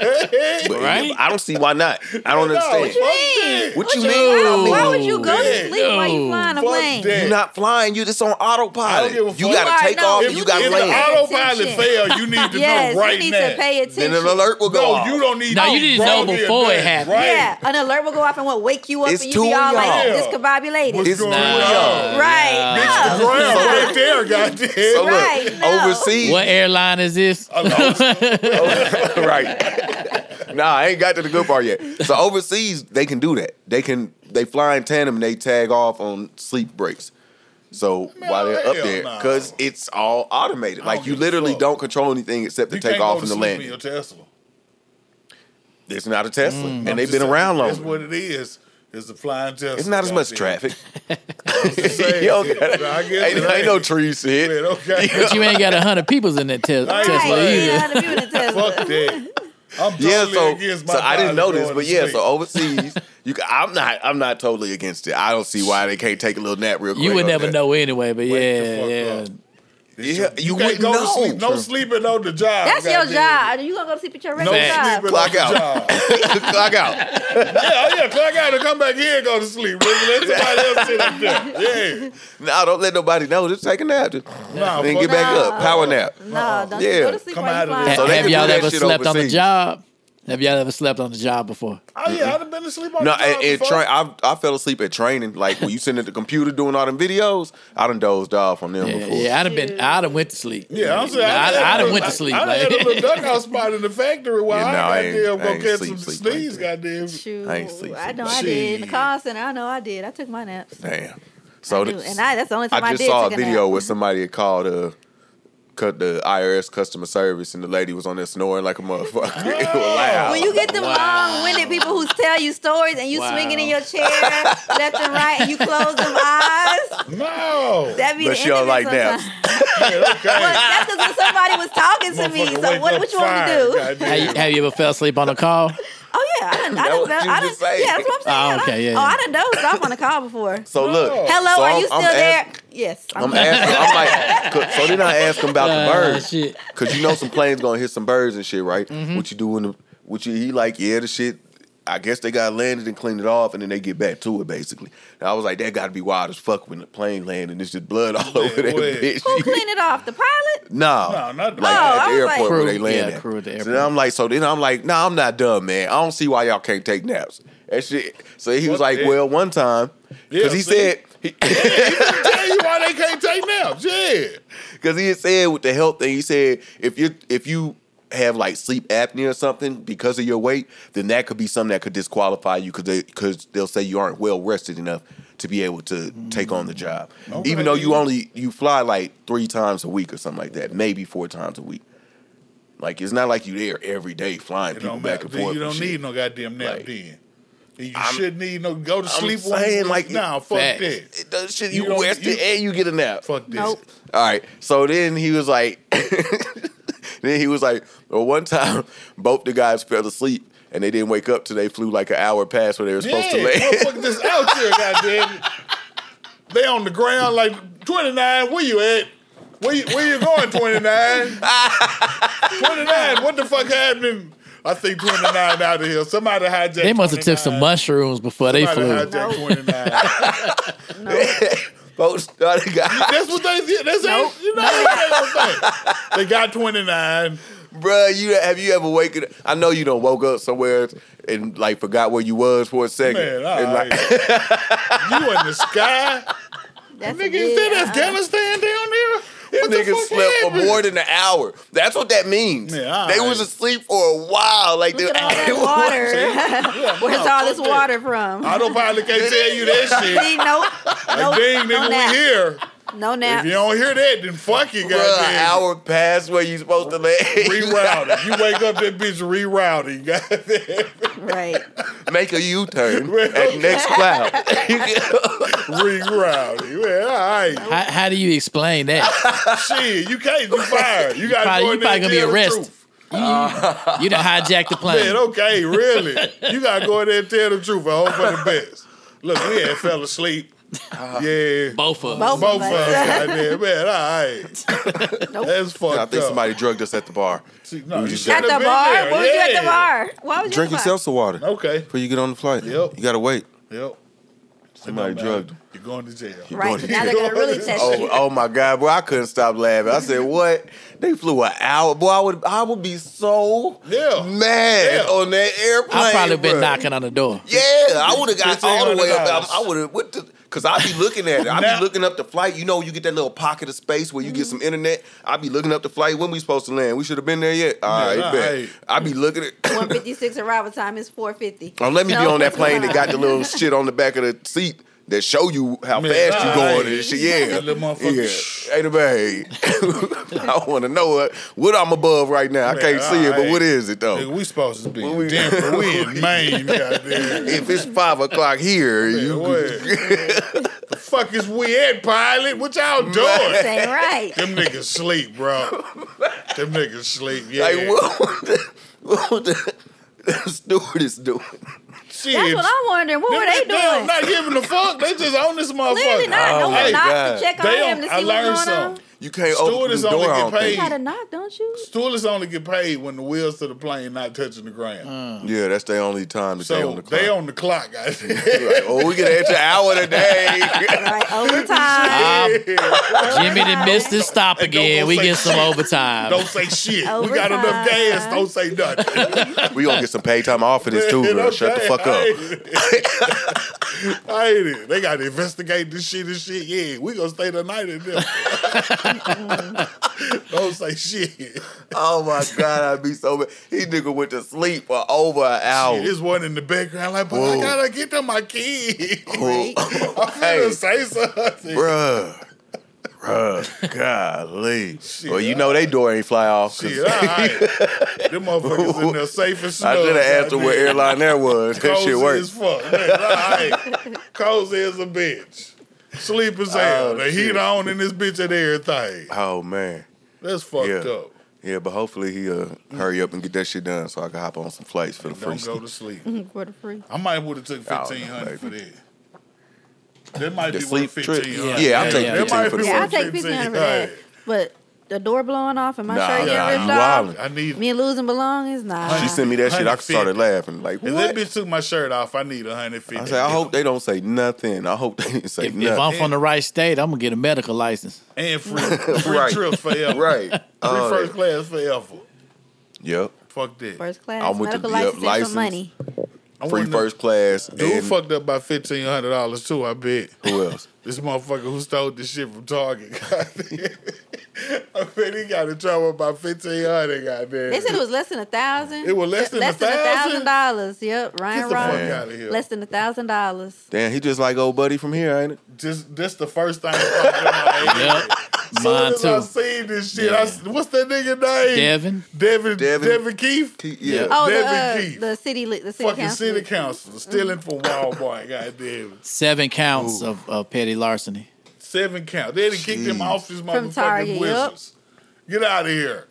Speaker 2: but
Speaker 4: Right?
Speaker 2: I don't see why not. I don't
Speaker 1: No,
Speaker 2: understand.
Speaker 1: fuck
Speaker 3: Hey,
Speaker 1: that.
Speaker 2: What you
Speaker 3: Why,
Speaker 2: mean?
Speaker 3: don't- why would you go
Speaker 1: Yeah.
Speaker 3: to sleep while you
Speaker 4: No.
Speaker 3: flying a
Speaker 1: Fuck
Speaker 3: plane?
Speaker 1: that.
Speaker 2: You're not flying. You just on
Speaker 1: I
Speaker 2: autopilot.
Speaker 1: don't give a
Speaker 2: You
Speaker 1: fuck.
Speaker 2: got
Speaker 3: Right,
Speaker 2: to take
Speaker 3: no,
Speaker 2: off.
Speaker 3: if
Speaker 2: and You
Speaker 3: you
Speaker 2: got to
Speaker 1: If
Speaker 3: land.
Speaker 1: the
Speaker 2: land.
Speaker 1: autopilot
Speaker 3: Attention.
Speaker 1: fail, you need to
Speaker 3: Yes,
Speaker 1: know right
Speaker 3: you need
Speaker 1: now.
Speaker 3: to pay attention.
Speaker 2: Then an alert will go
Speaker 1: no,
Speaker 2: off.
Speaker 1: you don't need.
Speaker 4: No,
Speaker 1: to
Speaker 4: you didn't know
Speaker 1: grown
Speaker 4: before it
Speaker 1: man,
Speaker 4: happened.
Speaker 1: Right.
Speaker 3: Yeah, an alert will go off and what wake you up
Speaker 2: It's
Speaker 3: and
Speaker 2: two
Speaker 3: you be
Speaker 2: of
Speaker 3: all like
Speaker 2: y'all.
Speaker 3: discombobulated.
Speaker 1: What's
Speaker 2: It's
Speaker 1: going
Speaker 2: not-
Speaker 1: on?
Speaker 3: Right.
Speaker 1: Bitch, the
Speaker 3: No.
Speaker 1: ground right there, goddamn.
Speaker 2: So look,
Speaker 3: Right, no.
Speaker 2: overseas.
Speaker 4: What airline is this?
Speaker 1: I lost it.
Speaker 2: right. nah, I ain't got to the good part yet. So overseas, they can do that. They can they fly in tandem and they tag off on sleep breaks. So while they're up
Speaker 1: hell
Speaker 2: there,
Speaker 1: no.
Speaker 2: because it's all automated.
Speaker 1: I
Speaker 2: Like
Speaker 1: don't
Speaker 2: you
Speaker 1: give a
Speaker 2: literally
Speaker 1: fuck.
Speaker 2: don't control anything except the
Speaker 1: You can't go
Speaker 2: takeoff
Speaker 1: to
Speaker 2: and the
Speaker 1: sleep in
Speaker 2: landing.
Speaker 1: your Tesla.
Speaker 2: It's not a Tesla, and
Speaker 1: I'm
Speaker 2: they've
Speaker 1: just
Speaker 2: been
Speaker 1: saying,
Speaker 2: around
Speaker 1: That's
Speaker 2: longer.
Speaker 1: what it is. It's the flying Tesla.
Speaker 2: It's not as much
Speaker 1: goddamn.
Speaker 2: traffic.
Speaker 1: saying,
Speaker 2: You don't gotta-
Speaker 1: I guess
Speaker 2: ain't,
Speaker 1: it
Speaker 2: ain't no
Speaker 1: ain't.
Speaker 2: trees to hit.
Speaker 1: Man, okay.
Speaker 4: But you ain't got a hundred peoples in that tes-
Speaker 1: Right.
Speaker 4: Tesla
Speaker 1: Right.
Speaker 4: either.
Speaker 3: Yeah, the people in the Tesla.
Speaker 1: Fuck that. I'm totally
Speaker 2: yeah, so,
Speaker 1: against my
Speaker 2: so I
Speaker 1: pilot
Speaker 2: didn't know this,
Speaker 1: going
Speaker 2: but
Speaker 1: to
Speaker 2: yeah,
Speaker 1: sleep.
Speaker 2: so oh, overseas, you ca I'm not I'm not totally against it. I don't see why they can't take a little nap real quick.
Speaker 4: You would
Speaker 2: on
Speaker 4: never
Speaker 2: that.
Speaker 4: know anyway, but
Speaker 1: Wake the
Speaker 4: yeah,
Speaker 1: fuck
Speaker 4: yeah.
Speaker 1: up. This
Speaker 2: Yeah,
Speaker 1: your-
Speaker 2: you
Speaker 1: can't
Speaker 2: wouldn't
Speaker 1: go to
Speaker 2: know.
Speaker 1: sleep. No
Speaker 2: True.
Speaker 1: sleeping on the job.
Speaker 3: That's your
Speaker 1: goddamn.
Speaker 3: job. You gonna go to sleep at your
Speaker 1: No
Speaker 3: regular
Speaker 4: Facts.
Speaker 3: job?
Speaker 1: sleeping
Speaker 2: Clock
Speaker 1: on the
Speaker 2: out.
Speaker 1: job.
Speaker 2: Clock out.
Speaker 1: Oh, yeah, yeah, clock out and come back here and go to sleep. Nigga. Let somebody else sit up there. Yeah.
Speaker 2: No, don't let nobody know. Just take a nap. Just,
Speaker 1: Nah,
Speaker 2: then
Speaker 1: fuck
Speaker 2: get back
Speaker 3: that.
Speaker 2: up. Power nap.
Speaker 3: No, don't
Speaker 2: Yeah,
Speaker 3: you go to sleep
Speaker 1: come
Speaker 3: while
Speaker 1: out
Speaker 3: you
Speaker 1: of
Speaker 3: fly.
Speaker 2: So
Speaker 4: Ha-
Speaker 2: they
Speaker 4: have
Speaker 2: can
Speaker 4: y'all
Speaker 2: do that
Speaker 4: ever
Speaker 2: shit
Speaker 4: slept on the
Speaker 2: overseas.
Speaker 4: job? Have y'all ever slept on the job before?
Speaker 1: Oh yeah, I'd have been asleep on
Speaker 2: No,
Speaker 1: the job
Speaker 2: and, and
Speaker 1: before.
Speaker 2: train. I I fell asleep at training. Like when you sitting at the computer doing all them videos, I done dozed off on them
Speaker 4: Yeah,
Speaker 2: before.
Speaker 4: yeah, I'd have been. I'd have went to sleep.
Speaker 1: Yeah, I'm saying
Speaker 4: I,
Speaker 1: done
Speaker 4: I,
Speaker 1: had
Speaker 4: done
Speaker 1: a-
Speaker 4: went to sleep.
Speaker 1: I, I
Speaker 4: like-
Speaker 1: done had a little duck house spot in the factory while
Speaker 2: Yeah, nah, I
Speaker 1: I
Speaker 2: ain't-
Speaker 1: goddamn
Speaker 2: I
Speaker 1: go
Speaker 2: ain't
Speaker 1: catch
Speaker 2: sleep,
Speaker 1: some
Speaker 2: sleep
Speaker 1: sneeze.
Speaker 2: like that.
Speaker 1: goddamn.
Speaker 3: Shoot.
Speaker 2: I ain't sleep
Speaker 3: I know
Speaker 2: since
Speaker 3: I did. In the
Speaker 1: Shit.
Speaker 3: call center, I know I did. I took my naps.
Speaker 2: Damn. So
Speaker 3: I do.
Speaker 2: this-
Speaker 3: And I, that's the only time I,
Speaker 2: I just
Speaker 3: did
Speaker 2: saw a
Speaker 3: take nap.
Speaker 2: video where somebody had called uh, cut the IRS customer service, and the lady was on there snoring like a motherfucker. it was
Speaker 1: Oh,
Speaker 2: loud.
Speaker 3: When you get them
Speaker 4: Wow.
Speaker 3: long-winded people who tell you stories and you
Speaker 4: Wow.
Speaker 3: swinging in your chair left and right and you close them eyes,
Speaker 1: No.
Speaker 3: that be
Speaker 2: But
Speaker 3: the
Speaker 2: she don't
Speaker 3: end of it
Speaker 2: like naps.
Speaker 3: sometimes.
Speaker 1: Yeah, okay.
Speaker 3: That's because somebody was talking to me.
Speaker 1: Motherfucker
Speaker 3: So
Speaker 1: wake
Speaker 3: what,
Speaker 1: up
Speaker 3: what you want me to
Speaker 1: fired,
Speaker 3: do?
Speaker 1: goddamn.
Speaker 4: Have you, have you ever fell asleep on a call?
Speaker 3: Oh yeah, I done, I
Speaker 2: That
Speaker 3: done,
Speaker 2: what
Speaker 3: felt-
Speaker 2: you
Speaker 3: I done,
Speaker 2: just said.
Speaker 3: yeah, that's what I'm saying.
Speaker 4: Oh, okay,
Speaker 3: I,
Speaker 4: yeah,
Speaker 3: Oh, I
Speaker 4: yeah.
Speaker 3: done dozed off on a call before.
Speaker 2: so look,
Speaker 1: No.
Speaker 3: Hello,
Speaker 2: so
Speaker 3: are
Speaker 2: I'm-
Speaker 3: you still
Speaker 2: I'm ask-
Speaker 3: there? yes, I'm,
Speaker 2: I'm asking. I'm like, 'cause- so then I asked him about the
Speaker 4: Uh,
Speaker 2: birds,
Speaker 4: shit.
Speaker 2: cause you know some planes gonna hit some birds and shit, right? What you do when the what you he like? Yeah, the shit. I guess they got landed and cleaned it off, and then they get back to it basically. And I was like, that got to be wild as fuck when the plane landed and there's just blood all over that
Speaker 1: wait.
Speaker 2: bitch.
Speaker 3: who cleaned it off? The pilot?
Speaker 2: No,
Speaker 1: No, not the-
Speaker 2: like at
Speaker 3: Oh, I
Speaker 2: the
Speaker 3: was
Speaker 2: airport
Speaker 3: like-
Speaker 2: where they
Speaker 4: Crew,
Speaker 2: land.
Speaker 4: yeah,
Speaker 2: at.
Speaker 4: crew at the
Speaker 2: So
Speaker 4: airport.
Speaker 2: then I'm like, so then I'm like, nah, I'm not dumb, man. I don't see why y'all can't take naps. That shit. So he
Speaker 1: What
Speaker 2: was like,
Speaker 1: the-
Speaker 2: well, one time,
Speaker 1: Yeah,
Speaker 2: because he
Speaker 1: see?
Speaker 2: said, he,
Speaker 1: tell you why they can't take naps. Yeah.
Speaker 2: Because he had said with the health thing, he said if you if you have like sleep apnea or something because of your weight, then that could be something that could disqualify you because because they, will say you aren't well rested enough to be able to take on the job,
Speaker 1: Mm. Okay.
Speaker 2: even though you only you fly like three times a week or something like that, maybe four times a week. Like it's not like you there every day flying
Speaker 1: It
Speaker 2: people
Speaker 1: don't
Speaker 2: back
Speaker 1: matter.
Speaker 2: and
Speaker 1: Then
Speaker 2: forth.
Speaker 1: you
Speaker 2: and
Speaker 1: don't
Speaker 2: shit.
Speaker 1: need no goddamn nap
Speaker 2: Like,
Speaker 1: then. Then you
Speaker 2: I'm-
Speaker 1: shouldn't need no go to
Speaker 2: I'm
Speaker 1: sleep
Speaker 2: saying,
Speaker 1: one
Speaker 2: like,
Speaker 1: now. Fuck
Speaker 4: facts.
Speaker 1: that.
Speaker 2: It does shit.
Speaker 1: You
Speaker 2: You,
Speaker 1: don't-
Speaker 2: rested
Speaker 1: you-
Speaker 2: and you get a nap.
Speaker 1: Fuck this.
Speaker 3: Nope.
Speaker 2: All right. So then he was like, then he was like, well, one time both the guys fell asleep and they didn't wake up till they flew like an hour past where they were
Speaker 1: Yeah,
Speaker 2: supposed to land.
Speaker 1: motherfucker just out here, goddamn. They on the ground like 29, where you at? Where you, where you going, 29? 29, what the fuck happened? I think 29 out of here. Somebody hijacked
Speaker 4: They must have took some
Speaker 1: 29.
Speaker 4: mushrooms before they flew.
Speaker 1: Somebody hijacked 29.
Speaker 2: Both started guys,
Speaker 1: That's what they did. That's how you know that's what they They got 29.
Speaker 2: bruh, you have you ever waken up? I know you don't woke up somewhere and like forgot where you was for a second.
Speaker 1: Man,
Speaker 2: And,
Speaker 1: all
Speaker 2: like,
Speaker 1: right. you in the sky.
Speaker 3: That's
Speaker 1: Nigga,
Speaker 3: a
Speaker 1: is that
Speaker 3: big, uh-uh.
Speaker 1: Afghanistan down there?
Speaker 2: That
Speaker 1: What the
Speaker 2: nigga
Speaker 1: fuck
Speaker 2: slept for
Speaker 1: happened?
Speaker 2: more than an hour. That's what that means.
Speaker 1: Yeah, all
Speaker 2: they
Speaker 1: right.
Speaker 2: was asleep for a while. Like
Speaker 3: Look
Speaker 2: they-
Speaker 3: at all
Speaker 2: it
Speaker 3: that
Speaker 2: was-
Speaker 3: water.
Speaker 1: Yeah,
Speaker 3: Where's
Speaker 1: nah,
Speaker 3: all this
Speaker 1: fuck that.
Speaker 3: water from?
Speaker 1: Autopilot can't tell you that shit.
Speaker 3: See, nope. Nope.
Speaker 1: Like, dang,
Speaker 3: no
Speaker 1: nigga,
Speaker 3: nap.
Speaker 1: we here.
Speaker 3: No
Speaker 1: If
Speaker 3: nap.
Speaker 1: you don't hear that, then fuck you,
Speaker 2: Bruh, an
Speaker 1: goddamn.
Speaker 2: hour past where you supposed to land.
Speaker 1: Rerouted. You wake up, that bitch rerouted. Goddamn.
Speaker 3: Right.
Speaker 2: Make a U turn
Speaker 1: Well,
Speaker 2: at next cloud.
Speaker 1: rerouted. Well, all right.
Speaker 4: How, how do you explain that?
Speaker 1: Shit, you can't. You fired. You got to
Speaker 4: Probably-
Speaker 1: go
Speaker 4: you
Speaker 1: in there
Speaker 4: probably
Speaker 1: and
Speaker 4: gonna be
Speaker 1: tell the
Speaker 4: arrested.
Speaker 1: truth.
Speaker 4: You done hijacked the
Speaker 1: Man,
Speaker 4: plane.
Speaker 1: okay, really. You gotta go in there and tell the truth. I hope for the best. Look, we had fell asleep.
Speaker 2: Uh-huh.
Speaker 1: Yeah.
Speaker 4: Both of
Speaker 3: Both.
Speaker 4: us.
Speaker 1: Both of
Speaker 3: of
Speaker 1: us out there. Man, all right. That's fucked
Speaker 2: I think
Speaker 1: up.
Speaker 2: somebody drugged us at the bar.
Speaker 1: See, no, you
Speaker 2: just
Speaker 1: shouldn't
Speaker 3: At the
Speaker 1: have
Speaker 3: bar?
Speaker 1: been
Speaker 3: Why
Speaker 1: there.
Speaker 3: was you at the
Speaker 1: Yeah.
Speaker 3: bar? Why was you at
Speaker 2: Drink
Speaker 3: the bar?
Speaker 2: yourself some water
Speaker 1: Okay.
Speaker 2: before you get on the flight.
Speaker 1: Yep.
Speaker 2: You gotta wait.
Speaker 1: Yep.
Speaker 2: Somebody drugged him.
Speaker 1: You're going to jail.
Speaker 2: Going
Speaker 3: Right.
Speaker 2: to
Speaker 3: Now they're going to really
Speaker 1: jail.
Speaker 3: test
Speaker 2: Oh,
Speaker 3: you.
Speaker 2: oh my God, boy! I couldn't stop laughing. I said, "What? They flew an hour, boy! I would, I would be so
Speaker 1: Yeah.
Speaker 2: mad
Speaker 1: Yeah.
Speaker 2: on that airplane.
Speaker 4: I've probably been
Speaker 2: bruh.
Speaker 4: knocking on the door.
Speaker 2: Yeah, I would have got all the way up. I would have what the. Cause I be looking at it. I
Speaker 1: Now- Mm-hmm.
Speaker 2: be looking up the flight. You know, you get that little pocket of space where you get some internet. I be looking up the flight. When we supposed to land? We should have been there yet. All right,
Speaker 1: Yeah,
Speaker 2: bet.
Speaker 1: right.
Speaker 2: I be looking at.
Speaker 3: 156 arrival time is 450.
Speaker 2: Oh, let me be
Speaker 3: So-
Speaker 2: on that plane that got the little shit on the back of the seat that show you how
Speaker 1: Man,
Speaker 2: fast you
Speaker 1: right.
Speaker 2: going and shit. Yeah,
Speaker 1: That little motherfucker.
Speaker 2: yeah. Ain't nobody. I want to know what, what I'm above right now. I
Speaker 1: Man,
Speaker 2: can't see it, but
Speaker 1: right.
Speaker 2: what is it though?
Speaker 1: Nigga, we supposed to be
Speaker 2: Where
Speaker 1: in
Speaker 2: we-
Speaker 1: Denver. We in Maine, goddamn.
Speaker 2: if it's five o'clock here,
Speaker 1: Man,
Speaker 2: you
Speaker 1: where? the fuck is we at, pilot? What y'all doing?
Speaker 3: This ain't right.
Speaker 1: Them niggas sleep, bro. Them niggas sleep. Yeah.
Speaker 2: Like what was the, what was the, the stewardess doing?
Speaker 1: Shit.
Speaker 3: That's what I'm wondering. What
Speaker 1: Them
Speaker 3: were they
Speaker 1: niggas, damn,
Speaker 3: doing?
Speaker 1: not giving a fuck. They just on this motherfucker.
Speaker 3: Clearly not.
Speaker 2: Oh
Speaker 3: no
Speaker 2: my
Speaker 3: one knocked
Speaker 2: God.
Speaker 3: to check on
Speaker 1: They
Speaker 3: him
Speaker 1: don't-
Speaker 3: to see
Speaker 1: I
Speaker 3: what's
Speaker 1: learned
Speaker 3: going on.
Speaker 1: something.
Speaker 2: You can't open the
Speaker 1: Stewardess only
Speaker 2: door. I
Speaker 1: get
Speaker 2: don't
Speaker 3: You
Speaker 1: paid-
Speaker 2: think.
Speaker 3: got a knock, don't you?
Speaker 1: Stewards only get paid when the wheels to the plane not touching the ground.
Speaker 2: Yeah, that's their only time that they
Speaker 1: so
Speaker 2: on the clock.
Speaker 1: they on the clock, guys.
Speaker 2: Like, oh, we get an extra hour today.
Speaker 3: Right, overtime.
Speaker 4: Um, Jimmy done missed his stop
Speaker 1: And don't go
Speaker 4: again. We
Speaker 1: say
Speaker 4: get some
Speaker 1: shit.
Speaker 4: overtime.
Speaker 1: don't say shit. we got
Speaker 3: Overtime.
Speaker 1: enough gas. Don't say nothing.
Speaker 2: we gonna get some paid time off for this too,
Speaker 1: Man,
Speaker 2: girl.
Speaker 1: I'm
Speaker 2: Shut the
Speaker 1: saying,
Speaker 2: fuck
Speaker 1: I
Speaker 2: up.
Speaker 1: hate it. I hate it. They got to investigate this shit and shit. Yeah, we gonna stay the night in there. don't say shit.
Speaker 2: Oh my god, I'd be so mad. He nigga went to sleep for over an hour.
Speaker 1: There's one in the background like, but I
Speaker 2: Whoa.
Speaker 1: gotta get to my kid.
Speaker 3: Right?
Speaker 1: I'm finna
Speaker 2: Hey.
Speaker 1: say something.
Speaker 2: Bruh. Bruh. Golly.
Speaker 1: Shit,
Speaker 2: well, you know they door ain't fly off. 'cause
Speaker 1: Shit, all right. Them motherfuckers in there safe and snug.
Speaker 2: I should have asked her what
Speaker 1: goddamn.
Speaker 2: airline that was. That
Speaker 1: Cozy
Speaker 2: shit
Speaker 1: as fuck.
Speaker 2: worked.
Speaker 1: Man, all right. Cozy as a bitch. Sleep as hell. the heat
Speaker 2: Oh, shit.
Speaker 1: on in this bitch and everything.
Speaker 2: Oh man.
Speaker 1: That's fucked
Speaker 2: Yeah.
Speaker 1: up.
Speaker 2: Yeah, but hopefully he'll hurry up and get that shit done so I can hop on some flights for the free
Speaker 1: Mm. Don't go
Speaker 2: stuff.
Speaker 1: to sleep.
Speaker 3: Quarter free.
Speaker 1: I might would have took
Speaker 2: I don't know,
Speaker 1: fifteen hundred for
Speaker 2: baby.
Speaker 1: that. That might
Speaker 2: The
Speaker 1: be worth
Speaker 2: sleep trip?
Speaker 1: fifteen hundred.
Speaker 4: Yeah, I'll take
Speaker 2: 15 for the
Speaker 3: Yeah, I'll
Speaker 2: I'll
Speaker 3: take fifteen hundred for that. But the door blowing off and my
Speaker 2: Nah,
Speaker 3: shirt
Speaker 1: nah,
Speaker 3: getting ripped
Speaker 2: you
Speaker 3: off.
Speaker 2: wildin'.
Speaker 1: I need.
Speaker 3: Me losing belongings? Nah.
Speaker 2: She sent me that shit. I started
Speaker 1: 150.
Speaker 2: laughing. Like,
Speaker 1: If that
Speaker 2: what?
Speaker 1: bitch took my shirt off, I need a hundred fifty.
Speaker 2: I said, I hope they don't say nothing. I hope they didn't say
Speaker 4: If,
Speaker 2: nothing.
Speaker 4: if I'm from the right state, I'm gonna get a medical license.
Speaker 1: and free, free
Speaker 2: Right.
Speaker 1: trip forever.
Speaker 2: right.
Speaker 1: Free
Speaker 2: Oh,
Speaker 1: first class forever.
Speaker 2: Yep.
Speaker 1: Fuck that.
Speaker 3: First class
Speaker 2: I went to
Speaker 3: medical
Speaker 2: be up
Speaker 3: license, and
Speaker 2: licensed.
Speaker 3: some money.
Speaker 1: I
Speaker 2: Free
Speaker 1: wouldn't-
Speaker 2: first class.
Speaker 1: Dude
Speaker 2: and
Speaker 1: fucked up by fifteen hundred dollars too. I bet
Speaker 2: Who else?
Speaker 1: this motherfucker who stole this shit from Target. Goddamn. I bet he got in trouble about fifteen hundred. Goddamn.
Speaker 3: They said it was less than a thousand.
Speaker 1: It was less than
Speaker 3: less than a thousand
Speaker 1: 1,000?
Speaker 3: dollars. Yep,
Speaker 1: Get
Speaker 3: Ryan
Speaker 1: the fuck
Speaker 2: Man.
Speaker 3: Ross.
Speaker 1: out of here.
Speaker 3: Less than a thousand dollars.
Speaker 2: Damn, he just like old buddy from here, ain't it?
Speaker 1: Just that's the first thing. that popped in my head.
Speaker 4: Yep, mine
Speaker 1: Soon
Speaker 4: too.
Speaker 1: as I seen this shit,
Speaker 4: Yeah.
Speaker 1: I s what's that nigga name?
Speaker 4: Devin.
Speaker 1: Devin, Devin,
Speaker 2: Devin.
Speaker 1: Keith.
Speaker 2: Yeah.
Speaker 4: Yep.
Speaker 3: Oh, the,
Speaker 1: Devin
Speaker 3: uh,
Speaker 1: Keith.
Speaker 3: the city, li- the city
Speaker 1: Fucking
Speaker 3: council.
Speaker 1: city council stealing from Walmart. Goddamn,
Speaker 4: Seven counts of, of petty larceny.
Speaker 1: seven count. They done kicked him
Speaker 2: Jeez.
Speaker 1: off his
Speaker 3: Target,
Speaker 1: motherfucking
Speaker 3: yup.
Speaker 1: whistles. Get out of here.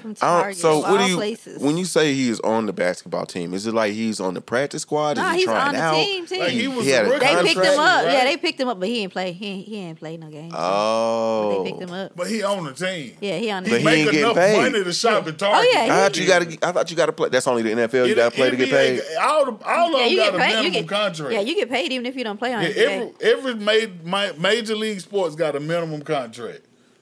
Speaker 3: From
Speaker 2: I don't-
Speaker 3: Target,
Speaker 2: so
Speaker 3: of
Speaker 2: what
Speaker 3: all
Speaker 2: do you
Speaker 3: places.
Speaker 2: when you say he is on the basketball team? Is it like he's on the practice squad? Is
Speaker 3: Nah,
Speaker 2: he
Speaker 3: he's
Speaker 2: trying
Speaker 3: on the
Speaker 2: out?
Speaker 3: team, team.
Speaker 1: Like he was
Speaker 2: He had
Speaker 1: a
Speaker 2: a
Speaker 1: rookie.
Speaker 3: they picked him up.
Speaker 1: right?
Speaker 3: Yeah, they picked him up, but he ain't play. He ain't, he ain't played no game.
Speaker 2: Oh,
Speaker 3: They picked him up.
Speaker 1: But he on the team.
Speaker 3: Yeah, he on the
Speaker 1: He
Speaker 2: But
Speaker 3: team.
Speaker 2: he ain't
Speaker 1: make
Speaker 2: getting
Speaker 1: enough
Speaker 2: paid.
Speaker 1: money to shop at Target.
Speaker 3: Oh, yeah, he-
Speaker 2: I thought you got to. I thought you got to play. That's only the NFL. You got to play to get paid.
Speaker 1: All, the, all
Speaker 3: Yeah,
Speaker 1: of
Speaker 3: you
Speaker 1: them
Speaker 3: get
Speaker 1: got a
Speaker 3: paid. You
Speaker 1: minimum
Speaker 3: get
Speaker 1: contract.
Speaker 3: Yeah, you get paid even if you don't play on
Speaker 1: Yeah,
Speaker 3: it.
Speaker 1: every every made, my, major league sports got a minimum contract.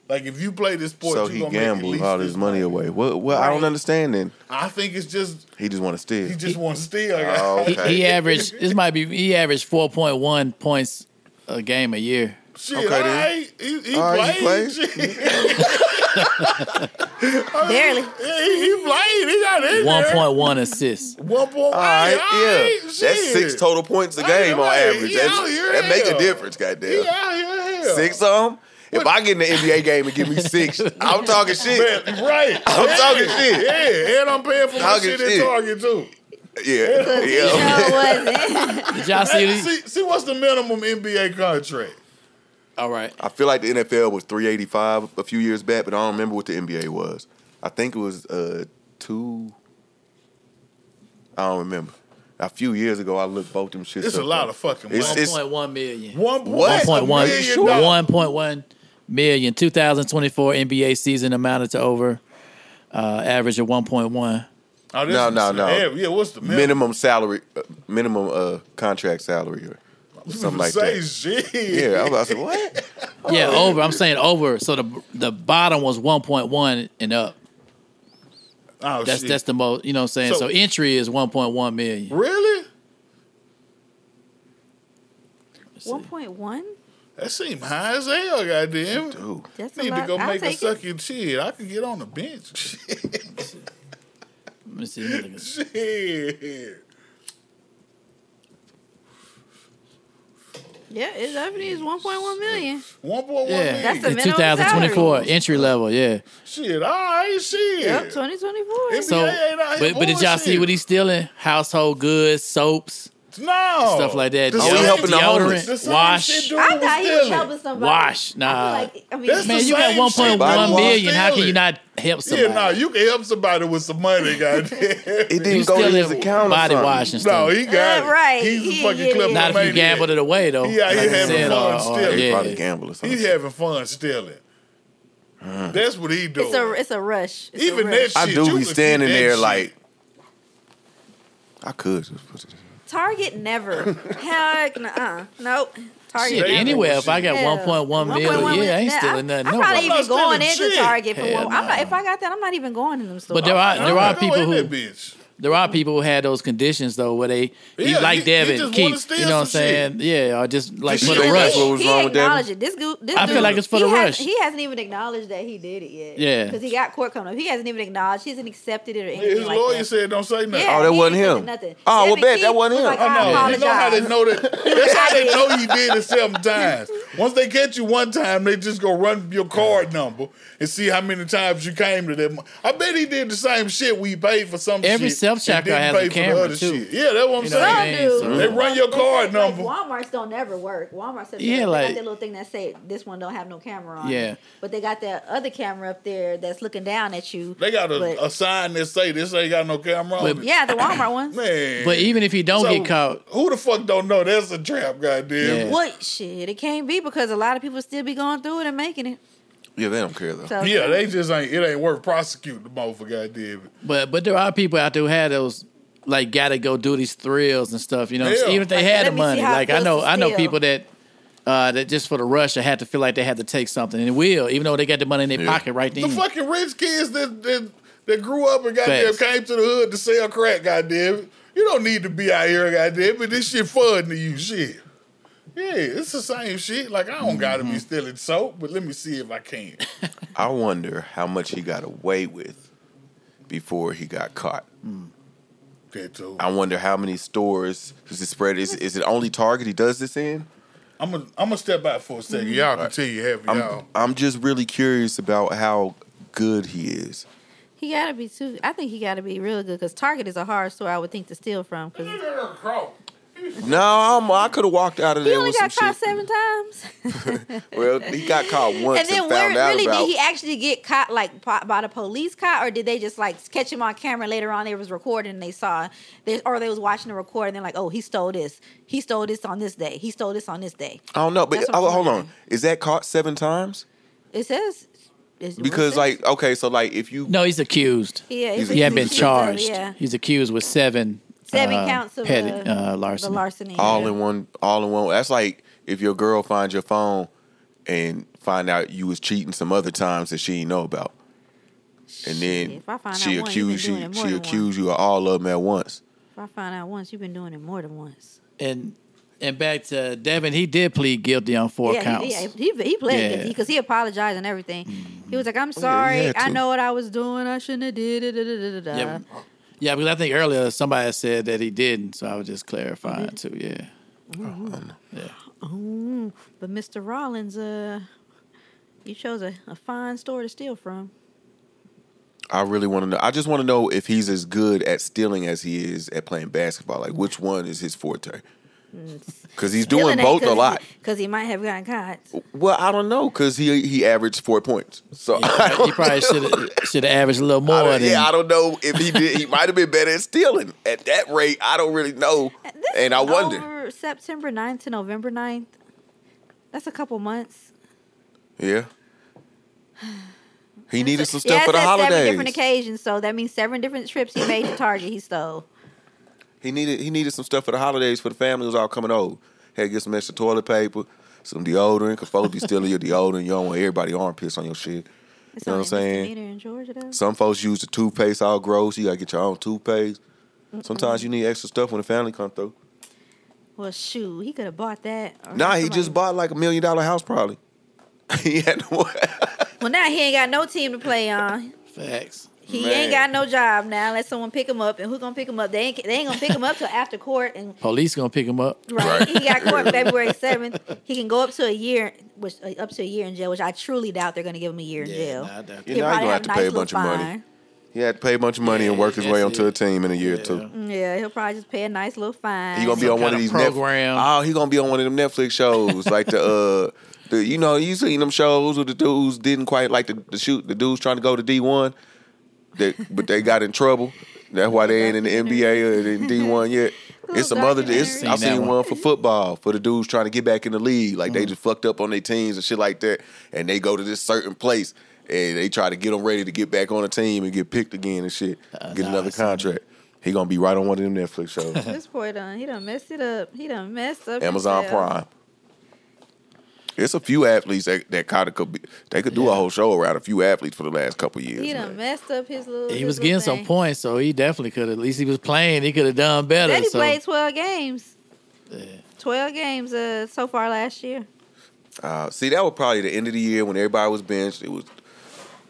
Speaker 1: Like if you play this sport,
Speaker 2: So
Speaker 1: you
Speaker 2: he
Speaker 1: gonna make
Speaker 2: gambled
Speaker 1: at
Speaker 2: all
Speaker 1: least
Speaker 2: his
Speaker 1: this
Speaker 2: money
Speaker 1: much.
Speaker 2: away. What? What? I
Speaker 3: Right.
Speaker 2: don't understand. Then
Speaker 1: I think it's just
Speaker 2: he just want to steal.
Speaker 1: he just wants to steal.
Speaker 2: Oh,
Speaker 4: He,
Speaker 2: Okay.
Speaker 4: he averaged. This might be. He averaged four point one points a game a year.
Speaker 1: Shit,
Speaker 2: Okay, then.
Speaker 1: all right. He, he
Speaker 2: All right, he
Speaker 1: played.
Speaker 2: played.
Speaker 1: Shit.
Speaker 3: Barely.
Speaker 1: Yeah, he, he played. He got in
Speaker 4: One
Speaker 1: there.
Speaker 4: point one assists.
Speaker 1: One point.
Speaker 2: all right, yeah, that's six total points a game on
Speaker 1: right.
Speaker 2: average.
Speaker 1: He
Speaker 2: That's,
Speaker 1: out here,
Speaker 2: that make
Speaker 1: hell.
Speaker 2: a difference,
Speaker 1: He
Speaker 2: goddamn.
Speaker 1: out here, hell.
Speaker 2: Six of them. If I get in the NBA game and give me six, I'm talking shit.
Speaker 1: Man, right.
Speaker 2: I'm
Speaker 1: yeah.
Speaker 2: talking shit.
Speaker 1: Yeah, and I'm paying for my
Speaker 2: Talking
Speaker 1: shit, at
Speaker 2: shit.
Speaker 1: Target too.
Speaker 2: Yeah,
Speaker 3: But
Speaker 2: yeah.
Speaker 3: He sure wasn't.
Speaker 4: Did y'all see
Speaker 1: Hey,
Speaker 4: these?
Speaker 1: see, see, what's the minimum NBA contract?
Speaker 4: All right.
Speaker 2: I feel like the NFL was 385 a few years back, but I don't remember what the NBA was. I think it was uh two. I don't remember. A few years ago, I looked both them shits.
Speaker 1: It's a
Speaker 2: up,
Speaker 1: lot
Speaker 2: though.
Speaker 1: of fucking money.
Speaker 2: It's-
Speaker 4: One
Speaker 2: it's-
Speaker 4: point one million.
Speaker 1: One
Speaker 4: One
Speaker 2: What?
Speaker 4: point one.
Speaker 1: million
Speaker 2: Sure.
Speaker 1: dollars.
Speaker 4: One point one million. Two thousand twenty four NBA season amounted to over uh, average of one point one.
Speaker 1: Oh, this
Speaker 2: No,
Speaker 1: is-
Speaker 2: no, no.
Speaker 1: Yeah, yeah, what's the minimum?
Speaker 2: minimum salary, uh, minimum uh contract salary or something like
Speaker 1: Say
Speaker 2: that.
Speaker 1: shit.
Speaker 2: Yeah, I was about to say what?
Speaker 4: Yeah, over. I'm saying over. So the the bottom was one point one and up.
Speaker 1: Oh,
Speaker 4: That's
Speaker 1: shit.
Speaker 4: that's the most. You know what I'm saying? So,
Speaker 1: So-
Speaker 4: entry is one point one million.
Speaker 1: really?
Speaker 3: One point one.
Speaker 1: That seems high as hell, goddamn.
Speaker 2: Dude,
Speaker 3: That's a
Speaker 1: Need
Speaker 3: lot.
Speaker 1: to go
Speaker 3: I'll
Speaker 1: make a
Speaker 3: take it.
Speaker 1: sucking shit. I could get on the bench.
Speaker 4: Let me see. Let me look at-
Speaker 1: shit.
Speaker 3: Yeah, it definitely is one point one million.
Speaker 1: One point one
Speaker 4: Yeah,
Speaker 1: million.
Speaker 3: That's the
Speaker 4: the
Speaker 3: minimum
Speaker 4: 2024
Speaker 3: salary.
Speaker 4: entry level. Yeah.
Speaker 1: shit. All right, shit.
Speaker 3: Yep, twenty twenty four.
Speaker 1: It's-
Speaker 4: So,
Speaker 1: Yeah, ain't out here
Speaker 4: but, but did y'all see
Speaker 1: bullshitting.
Speaker 4: what he's stealing? Household goods, soapes,
Speaker 1: No
Speaker 4: stuff like that.
Speaker 1: The
Speaker 2: Oh, he
Speaker 1: same-
Speaker 4: Deodorant,
Speaker 2: helping the homeless.
Speaker 1: the same
Speaker 4: Wash.
Speaker 1: shit dude
Speaker 3: I
Speaker 1: was
Speaker 3: thought he was
Speaker 1: stealing.
Speaker 3: helping somebody.
Speaker 4: Wash, nah.
Speaker 3: I, feel like, I mean,
Speaker 1: That's the
Speaker 4: Man, you
Speaker 1: same
Speaker 4: got
Speaker 1: shit,
Speaker 4: 1.1
Speaker 2: bro.
Speaker 4: million. How can you
Speaker 1: Stealing.
Speaker 4: not help
Speaker 1: Yeah,
Speaker 4: somebody?
Speaker 1: no, you can help somebody with some money, goddamn.
Speaker 2: it
Speaker 4: You
Speaker 2: didn't go to
Speaker 4: stealing
Speaker 2: his account. or
Speaker 4: body
Speaker 2: something.
Speaker 4: wash and
Speaker 1: No,
Speaker 4: stuff.
Speaker 1: he got
Speaker 3: Uh,
Speaker 1: it.
Speaker 3: right.
Speaker 1: He's
Speaker 3: He-
Speaker 1: a fucking
Speaker 3: yeah, yeah.
Speaker 1: clip.
Speaker 4: not if you gambled it away though.
Speaker 1: Yeah, he
Speaker 4: Like I
Speaker 1: having
Speaker 4: said,
Speaker 1: fun
Speaker 4: or- or-
Speaker 1: stealing.
Speaker 2: uh, They
Speaker 4: yeah.
Speaker 2: probably gamble or something.
Speaker 1: He's having fun stealing.
Speaker 4: Uh-huh.
Speaker 1: That's what he doing.
Speaker 3: It's a it's a rush. It's a
Speaker 1: Even
Speaker 3: rush.
Speaker 1: that shit.
Speaker 2: I do
Speaker 1: you
Speaker 2: be
Speaker 1: would see
Speaker 2: standing
Speaker 1: that
Speaker 2: there
Speaker 1: shit.
Speaker 2: like I could just put it.
Speaker 3: Target never. Heck, uh, nope. Target
Speaker 4: Shit,
Speaker 1: They
Speaker 3: never.
Speaker 4: anywhere,
Speaker 1: don't
Speaker 4: if I got
Speaker 3: Hell.
Speaker 4: 1.1 million,
Speaker 3: 1.1
Speaker 4: yeah, I ain't
Speaker 3: Now,
Speaker 4: stealing nothing.
Speaker 3: I'm
Speaker 4: no
Speaker 3: not
Speaker 4: way.
Speaker 1: I'm
Speaker 3: even going
Speaker 1: stealing
Speaker 3: into
Speaker 1: shit.
Speaker 3: Target for
Speaker 4: Hell
Speaker 3: one. I'm not, if I got that, I'm not even going into them stores.
Speaker 4: But there are
Speaker 1: I
Speaker 4: there
Speaker 1: don't
Speaker 4: are
Speaker 1: go
Speaker 4: people
Speaker 1: in
Speaker 4: who
Speaker 1: that bitch.
Speaker 4: there are people who had those conditions though, where they he
Speaker 1: Yeah,
Speaker 4: like
Speaker 1: he- he
Speaker 4: Devin
Speaker 1: just wanna
Speaker 4: Keith,
Speaker 1: steal
Speaker 4: you know what I'm
Speaker 1: some shit.
Speaker 4: saying? Yeah, or just like
Speaker 1: Just
Speaker 4: for the
Speaker 1: shit.
Speaker 4: rush.
Speaker 2: What was
Speaker 3: he
Speaker 2: wrong with
Speaker 3: acknowledged it. This, goo- this
Speaker 4: I feel
Speaker 3: dude-
Speaker 4: like it's for the
Speaker 3: he
Speaker 4: rush.
Speaker 3: Hasn't, he hasn't even acknowledged that he did it yet.
Speaker 4: Yeah.
Speaker 3: because he got court coming up. He hasn't even acknowledged. He hasn't accepted it or anything
Speaker 1: His
Speaker 3: like
Speaker 1: lawyer
Speaker 3: that.
Speaker 1: said don't say nothing.
Speaker 3: Yeah,
Speaker 2: Oh, that
Speaker 3: he
Speaker 2: wasn't
Speaker 3: ain't said
Speaker 2: him.
Speaker 3: Nothing.
Speaker 2: Oh, well,
Speaker 3: Devin
Speaker 2: bet that
Speaker 3: Keith
Speaker 2: wasn't
Speaker 3: was
Speaker 2: him.
Speaker 3: Like,
Speaker 2: Oh,
Speaker 1: I know.
Speaker 3: I
Speaker 1: You know how they
Speaker 3: apologize.
Speaker 1: know that. That's how they know you did it seven times. Once they catch you one time, they just go run your card number and see how many times you came to them. I bet he did the same shit. We paid for some
Speaker 4: Every
Speaker 1: shit
Speaker 4: self-checker
Speaker 1: and didn't
Speaker 4: has a
Speaker 1: pay for the
Speaker 4: camera,
Speaker 1: other
Speaker 4: too.
Speaker 1: shit. Yeah, that's what I'm
Speaker 4: You know what I
Speaker 1: saying.
Speaker 4: mean?
Speaker 3: Some dudes,
Speaker 4: So-
Speaker 1: They run your card
Speaker 3: like,
Speaker 1: number.
Speaker 3: Walmart's don't ever work. Walmart's have
Speaker 4: Yeah,
Speaker 3: they
Speaker 4: like-
Speaker 3: got that little thing that say this one don't have no camera on. it."
Speaker 4: Yeah.
Speaker 3: but they got that other camera up there that's looking down at you.
Speaker 1: They got
Speaker 3: But-
Speaker 1: a, a sign that say this ain't got no camera on
Speaker 4: But-
Speaker 1: it.
Speaker 3: yeah, the Walmart ones.
Speaker 1: Man.
Speaker 4: But even if you don't
Speaker 1: So,
Speaker 4: get caught,
Speaker 1: Who the fuck don't know that's a trap, goddamn.
Speaker 4: Yeah.
Speaker 3: What shit? It can't be because a lot of people still be going through it and making it.
Speaker 2: Yeah, they don't care though.
Speaker 3: So
Speaker 1: Yeah, they just ain't it ain't worth prosecuting the motherfucker, goddamn.
Speaker 4: but but there are people out there who had those like gotta go do these thrills and stuff, you know.
Speaker 1: Yeah.
Speaker 4: Even if they
Speaker 3: Like, let
Speaker 4: had the
Speaker 3: me see
Speaker 4: money.
Speaker 3: how it
Speaker 4: Like I
Speaker 3: feels
Speaker 4: know
Speaker 3: to
Speaker 4: I know
Speaker 3: steal.
Speaker 4: people that uh, that just for the rush, they had to feel like they had to take something, and it will, even though they got the money in their
Speaker 2: Yeah.
Speaker 4: pocket right then.
Speaker 1: The fucking rich kids that that, that grew up and goddamn
Speaker 4: Facts.
Speaker 1: came to the hood to sell crack, goddamn. it. You don't need to be out here, goddamn, but this shit fun to you, shit. Yeah, it's the same shit. Like I don't gotta
Speaker 4: Mm-hmm.
Speaker 1: be stealing soap, but let me see if I can.
Speaker 2: I wonder how much he got away with before he got caught.
Speaker 1: Okay, too.
Speaker 2: I wonder how many stores is it spread? Is, is it only Target he does this in?
Speaker 1: I'm gonna I'm gonna step out for a second.
Speaker 4: Mm-hmm.
Speaker 1: Y'all continue having
Speaker 2: I'm
Speaker 1: y'all.
Speaker 2: I'm just really curious about how good he is.
Speaker 3: he gotta be too. I think he gotta be really good because Target is a hard store. I would think to steal from because
Speaker 2: No, I'm, I could have walked out of
Speaker 3: he
Speaker 2: there
Speaker 3: only
Speaker 2: with some
Speaker 3: got caught
Speaker 2: shit.
Speaker 3: seven times.
Speaker 2: Well, he got caught once and,
Speaker 3: and then where
Speaker 2: found out
Speaker 3: really
Speaker 2: about.
Speaker 3: did he actually get caught like po- by the police caught or did they just like catch him on camera later on they was recording and they saw they or they was watching the record and they're like oh he stole this he stole this on this day he stole this on this day
Speaker 2: I don't know, but
Speaker 3: That's what
Speaker 2: oh,
Speaker 3: I'm
Speaker 2: hold on.
Speaker 3: wondering.
Speaker 2: Is that caught seven times?
Speaker 3: it says it's- what it
Speaker 2: Because
Speaker 3: says.
Speaker 2: like, okay, so like if you
Speaker 4: no, he's accused.
Speaker 3: yeah it
Speaker 2: he's-
Speaker 3: says
Speaker 4: He had
Speaker 3: he
Speaker 4: been
Speaker 3: was-
Speaker 4: charged.
Speaker 3: yeah
Speaker 4: He's accused with seven
Speaker 3: seven
Speaker 4: uh,
Speaker 3: counts of
Speaker 4: petty,
Speaker 3: the,
Speaker 4: uh,
Speaker 3: the
Speaker 4: larceny.
Speaker 3: larceny
Speaker 2: all
Speaker 3: yeah.
Speaker 2: in one, all in one. That's like if your girl finds your phone and find out you was cheating some other times that she didn't know about, and
Speaker 3: Shit,
Speaker 2: then
Speaker 3: if I find
Speaker 2: she
Speaker 3: out one, you been
Speaker 2: accused she
Speaker 3: doing it more
Speaker 2: she
Speaker 3: than
Speaker 2: accused you of all of them at once.
Speaker 3: one. if I find out once you've been doing it more than once
Speaker 4: And and back to Devin, he did plead guilty on four
Speaker 3: yeah,
Speaker 4: counts.
Speaker 3: He, yeah, he, he played
Speaker 4: Yeah.
Speaker 3: because he apologized and everything. He was like, "I'm
Speaker 2: Oh, yeah, he
Speaker 3: sorry.
Speaker 2: had
Speaker 3: I
Speaker 2: to.
Speaker 3: know what I was doing. I shouldn't have did it." Da, da, da, da, da.
Speaker 4: Yeah, yeah, because I think earlier somebody said that he didn't, so I was just clarifying
Speaker 3: Mm-hmm.
Speaker 4: too. Yeah,
Speaker 3: Ooh, but Mr. Rollins, uh, you chose a, a fine store to steal from.
Speaker 2: I really want to know. I just want to know if he's as good at stealing as he is at playing basketball. Like, which one is his forte?
Speaker 3: Mm.
Speaker 2: Because he's doing both a lot.
Speaker 3: because he might have gotten caught.
Speaker 2: Well, I don't know because he he averaged four points. So I don't
Speaker 4: he probably should have should have averaged a little
Speaker 2: I
Speaker 4: more.
Speaker 2: don't-
Speaker 4: than,
Speaker 2: yeah, I don't know if he did. He might have been better at stealing. At that rate, I don't really know,
Speaker 3: This
Speaker 2: and I
Speaker 3: is
Speaker 2: wonder.
Speaker 3: over September 9th to November 9th. That's a couple months.
Speaker 2: Yeah, he needed some stuff
Speaker 3: yeah, it
Speaker 2: for the
Speaker 3: says seven
Speaker 2: holidays.
Speaker 3: different occasions, so that means seven different trips he made to Target he stole.
Speaker 2: He needed he needed some stuff for the holidays for the family. It was all coming over. Had to get some extra toilet paper, some deodorant. Cause folks be stealing your deodorant. You don't want everybody armpits on your shit.
Speaker 3: It's
Speaker 2: You know what
Speaker 3: only
Speaker 2: I'm saying?
Speaker 3: misdemeanor in Georgia, though.
Speaker 2: Some folks use the toothpaste all gross. You gotta get your own toothpaste. Sometimes you need extra stuff when the family come through.
Speaker 3: Well, shoot, he could have bought that. or
Speaker 2: Nah, he
Speaker 3: somebody-
Speaker 2: just bought like a million dollar house probably. he had no.
Speaker 3: Well, now he ain't got no team to play on.
Speaker 4: Facts.
Speaker 3: He
Speaker 2: Man.
Speaker 3: ain't got no job now. Let someone pick him up, and who gonna pick him up? They ain't they ain't gonna pick him up till after court. And
Speaker 4: Police gonna pick him up.
Speaker 3: right, he got court February seventh. He can go up to a year, which uh, up to a year in jail, which I truly doubt they're gonna give him a year in jail.
Speaker 4: nah, I doubt
Speaker 2: You
Speaker 3: He'll
Speaker 2: know, he gonna
Speaker 3: probably
Speaker 2: have
Speaker 3: have
Speaker 2: to
Speaker 3: nice
Speaker 2: pay a
Speaker 3: little
Speaker 2: bunch of money.
Speaker 3: fine.
Speaker 2: He had to pay a bunch of money and work his
Speaker 4: Yeah,
Speaker 2: way
Speaker 4: that's
Speaker 2: onto
Speaker 4: it.
Speaker 2: a team in a year or
Speaker 4: Yeah.
Speaker 2: two.
Speaker 3: Yeah, he'll probably just pay a nice little fine.
Speaker 2: He gonna be on
Speaker 4: kind
Speaker 2: one
Speaker 4: of
Speaker 2: of these
Speaker 4: program.
Speaker 2: Netflix. Oh, he gonna be on one of them Netflix shows like the uh, the you know you seen them shows where the dudes didn't quite like the, the shoot the dudes trying to go to D one, that but they got in trouble. That's why they ain't in the NBA or in D one yet. It's some other. It's, I
Speaker 4: Seen that
Speaker 2: seen
Speaker 4: one.
Speaker 2: one for football for the dudes
Speaker 4: Mm-hmm.
Speaker 2: trying to get back in the league. Like they just fucked up on their teams and shit like that, and they go to this certain place. and they try to get him ready to get back on the team and get picked again and shit, get
Speaker 4: no,
Speaker 2: another
Speaker 4: Uh, I seen it.
Speaker 2: contract. He gonna be right on one of them Netflix shows,
Speaker 3: This boy done. He done messed it up. He done messed up. uh,
Speaker 2: Amazon
Speaker 3: himself.
Speaker 2: Prime. It's a few athletes that, that kind of could be, they could do a
Speaker 4: Yeah.
Speaker 2: whole show around a few athletes for the last couple years.
Speaker 3: He
Speaker 2: man.
Speaker 3: done messed up his little.
Speaker 4: He
Speaker 3: his
Speaker 4: was
Speaker 3: little
Speaker 4: getting
Speaker 3: thing.
Speaker 4: some points, so he definitely could. At least he was playing. He could have done better.
Speaker 3: Daddy
Speaker 4: so
Speaker 3: played twelve games.
Speaker 4: Yeah.
Speaker 3: Twelve games uh, so far last year.
Speaker 2: Uh, see, that was probably the end of the year when everybody was benched. It was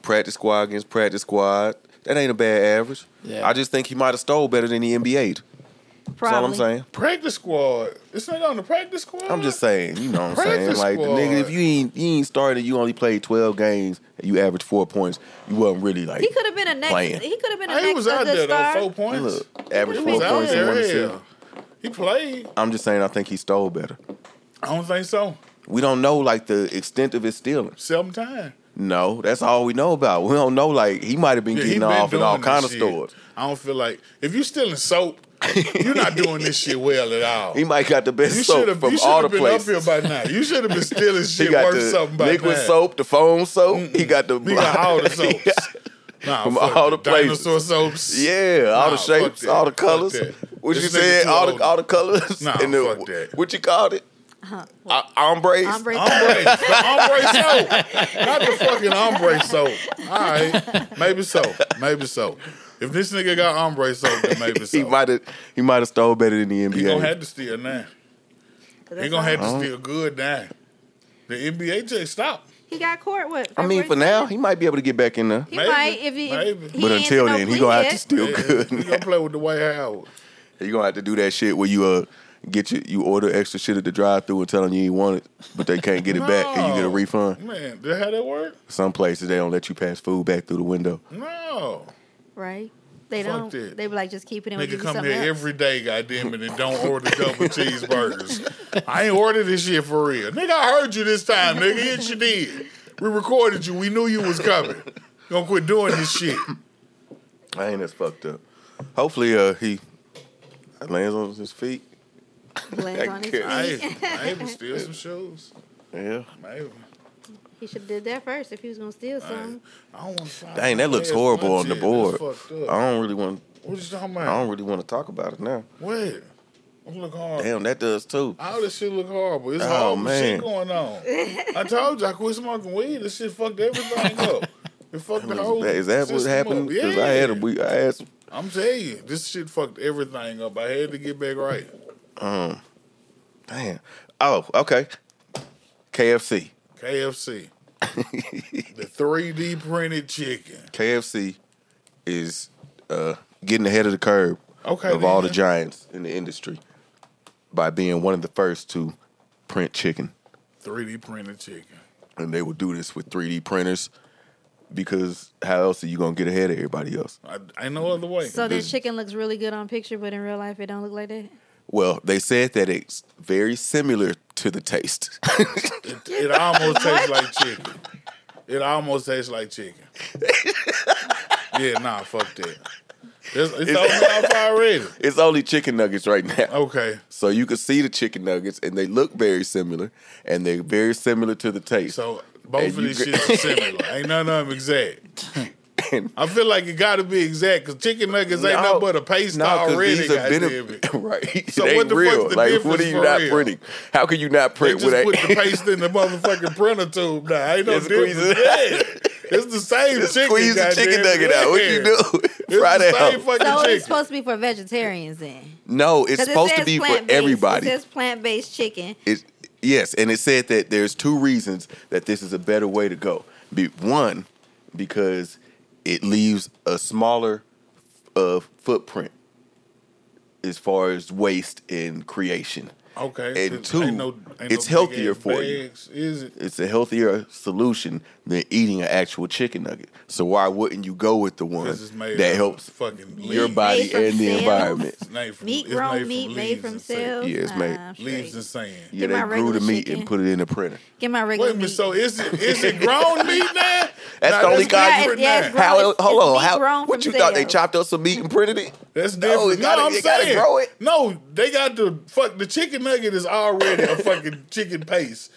Speaker 2: practice squad against practice squad. That ain't a bad average.
Speaker 4: Yeah.
Speaker 2: I just think he might have stole better than the NBA. That's all I'm
Speaker 3: Probably.
Speaker 2: saying.
Speaker 1: Practice squad. This nigga on the practice squad.
Speaker 2: I'm just saying, you know what I'm saying?
Speaker 1: Practice
Speaker 2: Like, the
Speaker 1: squad.
Speaker 2: nigga, if you ain't you ain't started, you only played 12 games and you averaged four points, you wasn't really like.
Speaker 3: He could have been a next.
Speaker 2: Playing.
Speaker 3: He could have been a
Speaker 1: Hey,
Speaker 3: next.
Speaker 1: he was out
Speaker 3: a good
Speaker 1: there
Speaker 3: star.
Speaker 1: though. Four points.
Speaker 2: Look, average
Speaker 3: He
Speaker 1: he
Speaker 2: four
Speaker 1: was
Speaker 3: was
Speaker 1: out
Speaker 2: points in
Speaker 1: there.
Speaker 2: one
Speaker 1: Yeah.
Speaker 2: season.
Speaker 1: He played.
Speaker 2: I'm just saying, I think he stole better.
Speaker 1: I don't think so.
Speaker 2: We don't know like the extent of his stealing.
Speaker 1: Seven times.
Speaker 2: No, that's all we know about. We don't know like he might have been
Speaker 1: Yeah, he
Speaker 2: getting
Speaker 1: been
Speaker 2: off at
Speaker 1: doing
Speaker 2: all
Speaker 1: this
Speaker 2: kind of
Speaker 1: shit.
Speaker 2: stores.
Speaker 1: I don't feel like if you stealing soap, you're not doing this shit well at all.
Speaker 2: He might got the best
Speaker 1: You should
Speaker 2: soap
Speaker 1: have
Speaker 2: from
Speaker 1: you
Speaker 2: all
Speaker 1: should have
Speaker 2: the
Speaker 1: been
Speaker 2: places.
Speaker 1: up here by now. You should have been stealing
Speaker 2: He
Speaker 1: shit
Speaker 2: got
Speaker 1: worth
Speaker 2: the
Speaker 1: something by
Speaker 2: liquid
Speaker 1: now.
Speaker 2: soap, the foam soap. He got the
Speaker 1: He got all the
Speaker 2: He
Speaker 1: soaps.
Speaker 2: got-
Speaker 1: Nah,
Speaker 2: From
Speaker 1: fuck
Speaker 2: all
Speaker 1: that.
Speaker 2: the places.
Speaker 1: Dinosaur soaps.
Speaker 2: yeah, all
Speaker 1: Nah,
Speaker 2: the
Speaker 1: fuck
Speaker 2: shapes,
Speaker 1: that.
Speaker 2: all the
Speaker 1: Fuck
Speaker 2: colors.
Speaker 1: that.
Speaker 2: What you
Speaker 1: This nigga
Speaker 2: said,
Speaker 1: too
Speaker 2: all the
Speaker 1: old.
Speaker 2: all the colors.
Speaker 1: Nah,
Speaker 2: the,
Speaker 1: fuck that.
Speaker 2: What you called it? Uh, ombres.
Speaker 3: Ombre.
Speaker 1: Ombre, the ombre soap, not the fucking ombre soap. All right, maybe so, maybe so. If this nigga got ombre soap, then maybe so.
Speaker 2: He might have he might have stole better than the NBA.
Speaker 1: He gonna have to steal now.
Speaker 3: That's
Speaker 1: He gonna have
Speaker 3: all.
Speaker 1: to steal good now. The NBA just stop.
Speaker 3: He got court. What?
Speaker 2: I mean, for
Speaker 3: February
Speaker 2: now, he might be able to get back in there.
Speaker 3: He
Speaker 1: Maybe,
Speaker 3: might if he. if
Speaker 1: maybe.
Speaker 3: he
Speaker 2: But
Speaker 3: ain't
Speaker 2: until
Speaker 3: no
Speaker 2: then, he
Speaker 3: plea
Speaker 2: gonna have
Speaker 3: yet.
Speaker 2: to steal
Speaker 1: Yeah,
Speaker 2: good.
Speaker 1: He gonna play with the Dwight Howard.
Speaker 2: You gonna have to do that shit where you uh get your you order extra shit at the drive through and tell them you ain't want it, but they can't get it back and you get
Speaker 1: No.
Speaker 2: a refund.
Speaker 1: Man, did how that work?
Speaker 2: Some places they don't let you pass food back through the window.
Speaker 1: No,
Speaker 3: Right. They
Speaker 1: Fuck
Speaker 3: don't.
Speaker 1: that.
Speaker 3: They be like, just keep it in. We'll
Speaker 1: nigga,
Speaker 3: give you
Speaker 1: come
Speaker 3: something
Speaker 1: here
Speaker 3: else.
Speaker 1: every day, goddamn it, and don't order double cheeseburgers. I ain't ordered this shit for real, nigga. I heard you this time, nigga. Yes, you did. We recorded you. We knew you was coming. You gonna quit doing this shit.
Speaker 2: I ain't as fucked up. Hopefully uh he lands on his feet.
Speaker 3: Lands on his
Speaker 2: I can't-
Speaker 3: feet.
Speaker 1: I maybe steal some shoes.
Speaker 2: Yeah.
Speaker 1: Maybe.
Speaker 3: He should have did that first if he was gonna steal
Speaker 1: I
Speaker 3: some.
Speaker 1: I don't want to.
Speaker 2: Dang, that looks horrible on the board. I don't really want
Speaker 1: What you talking
Speaker 2: I
Speaker 1: about?
Speaker 2: don't really want to talk about it now.
Speaker 1: Wait, I'm look horrible.
Speaker 2: Damn, that does too.
Speaker 1: All this shit look horrible. It's
Speaker 2: Oh,
Speaker 1: horrible
Speaker 2: man.
Speaker 1: shit going on. I told you I quit smoking weed. This shit fucked everything up. It fucked the whole.
Speaker 2: Is that what
Speaker 1: system
Speaker 2: happened?
Speaker 1: up.
Speaker 2: Because
Speaker 1: Yeah.
Speaker 2: I had a we I asked
Speaker 1: I'm telling you, this shit fucked everything up. I had to get back right.
Speaker 2: damn. Oh, okay. KFC.
Speaker 1: KFC, the 3D printed chicken.
Speaker 2: KFC is uh, getting ahead of the curve
Speaker 1: Okay,
Speaker 2: of all the
Speaker 1: then.
Speaker 2: giants in the industry by being one of the first to print chicken.
Speaker 1: 3D printed chicken.
Speaker 2: And they will do this with 3D printers because how else are you going to get ahead of everybody else?
Speaker 1: I ain't no other way.
Speaker 3: So their
Speaker 2: This-
Speaker 3: chicken looks really good on picture, but in real life, it don't look like that.
Speaker 2: Well, they said that it's very similar to the taste.
Speaker 1: It almost tastes like chicken. It almost tastes like chicken. yeah, nah, fuck that. It's, it's on me off already.
Speaker 2: it's only chicken nuggets right now.
Speaker 1: Okay.
Speaker 2: So you can see the chicken nuggets and they look very similar and they're very similar to the taste.
Speaker 1: So both
Speaker 2: And
Speaker 1: of
Speaker 2: you
Speaker 1: these
Speaker 2: get-
Speaker 1: shits are similar. Ain't none of them exact. I feel like it got to be exact because chicken nuggets ain't
Speaker 2: No,
Speaker 1: nothing but a paste
Speaker 2: no, 'cause
Speaker 1: already.
Speaker 2: these are
Speaker 1: goddamn
Speaker 2: benef-
Speaker 1: it.
Speaker 2: right.
Speaker 1: So
Speaker 2: it ain't
Speaker 1: what the fuck's
Speaker 2: real.
Speaker 1: the
Speaker 2: like, what are
Speaker 1: difference
Speaker 2: you
Speaker 1: for
Speaker 2: not
Speaker 1: real?
Speaker 2: printing? How can you not
Speaker 1: They
Speaker 2: print
Speaker 1: just
Speaker 2: with
Speaker 1: put the
Speaker 2: that?
Speaker 1: paste in the motherfucking printer tube. Nah, ain't no
Speaker 2: And squeeze
Speaker 1: difference. Yeah. It's the same chicken.
Speaker 2: Squeeze the
Speaker 1: goddamn
Speaker 2: chicken
Speaker 1: it.
Speaker 2: nugget out. What you
Speaker 1: Yeah.
Speaker 2: do?
Speaker 1: It's
Speaker 2: Fry
Speaker 1: the
Speaker 2: that
Speaker 1: same
Speaker 2: out.
Speaker 1: fucking
Speaker 3: So
Speaker 1: chicken.
Speaker 3: it's supposed to be for vegetarians then.
Speaker 2: No, it's
Speaker 3: 'Cause it
Speaker 2: supposed to
Speaker 3: says
Speaker 2: be for
Speaker 3: plant-based.
Speaker 2: everybody.
Speaker 3: It says plant-based chicken.
Speaker 2: It, yes, and it said that there's two reasons that this is a better way to go. Be, one, because it leaves a smaller uh, footprint as far as waste and creation.
Speaker 1: Okay.
Speaker 2: And
Speaker 1: Ain't
Speaker 2: two,
Speaker 1: no- ain't big-ass
Speaker 2: it's healthier for you.
Speaker 1: bags, Is it?
Speaker 2: It's a healthier solution than eating an actual chicken nugget. So why wouldn't you go with the one
Speaker 1: Because it's made
Speaker 2: that
Speaker 1: of
Speaker 2: helps
Speaker 1: fucking
Speaker 2: your
Speaker 1: leaves.
Speaker 2: body
Speaker 3: Made from
Speaker 2: and the
Speaker 3: cells.
Speaker 2: environment?
Speaker 1: It's made from-
Speaker 3: Meat
Speaker 1: it's
Speaker 3: grown
Speaker 1: made from
Speaker 3: meat made
Speaker 1: leaves
Speaker 3: from
Speaker 1: and stuff.
Speaker 3: cells.
Speaker 2: Yeah, it's made-
Speaker 3: Nah, I'm
Speaker 1: Leaves
Speaker 3: straight.
Speaker 1: and sand.
Speaker 2: Yeah,
Speaker 3: Get
Speaker 2: they
Speaker 3: my
Speaker 2: grew the
Speaker 3: regular
Speaker 2: meat
Speaker 3: chicken.
Speaker 2: and put it in the printer.
Speaker 3: Get my
Speaker 1: Wait
Speaker 3: regular
Speaker 1: a minute.
Speaker 3: meat.
Speaker 1: So is it is it grown meat now?
Speaker 2: That's
Speaker 1: Nah,
Speaker 2: the only
Speaker 1: different.
Speaker 2: kind you
Speaker 3: Yeah, it's- yeah, it's grown.
Speaker 2: How?
Speaker 3: It's-
Speaker 2: hold
Speaker 3: it's
Speaker 2: on.
Speaker 3: meat
Speaker 2: How?
Speaker 3: grown
Speaker 2: What you
Speaker 3: from
Speaker 2: thought they
Speaker 3: cells.
Speaker 2: chopped up some meat and printed it?
Speaker 1: That's
Speaker 2: No,
Speaker 1: different.
Speaker 2: you gotta-
Speaker 1: no, I'm
Speaker 2: you gotta
Speaker 1: saying.
Speaker 2: grow it.
Speaker 1: No, they got the fuck. The chicken nugget is already a fucking chicken paste.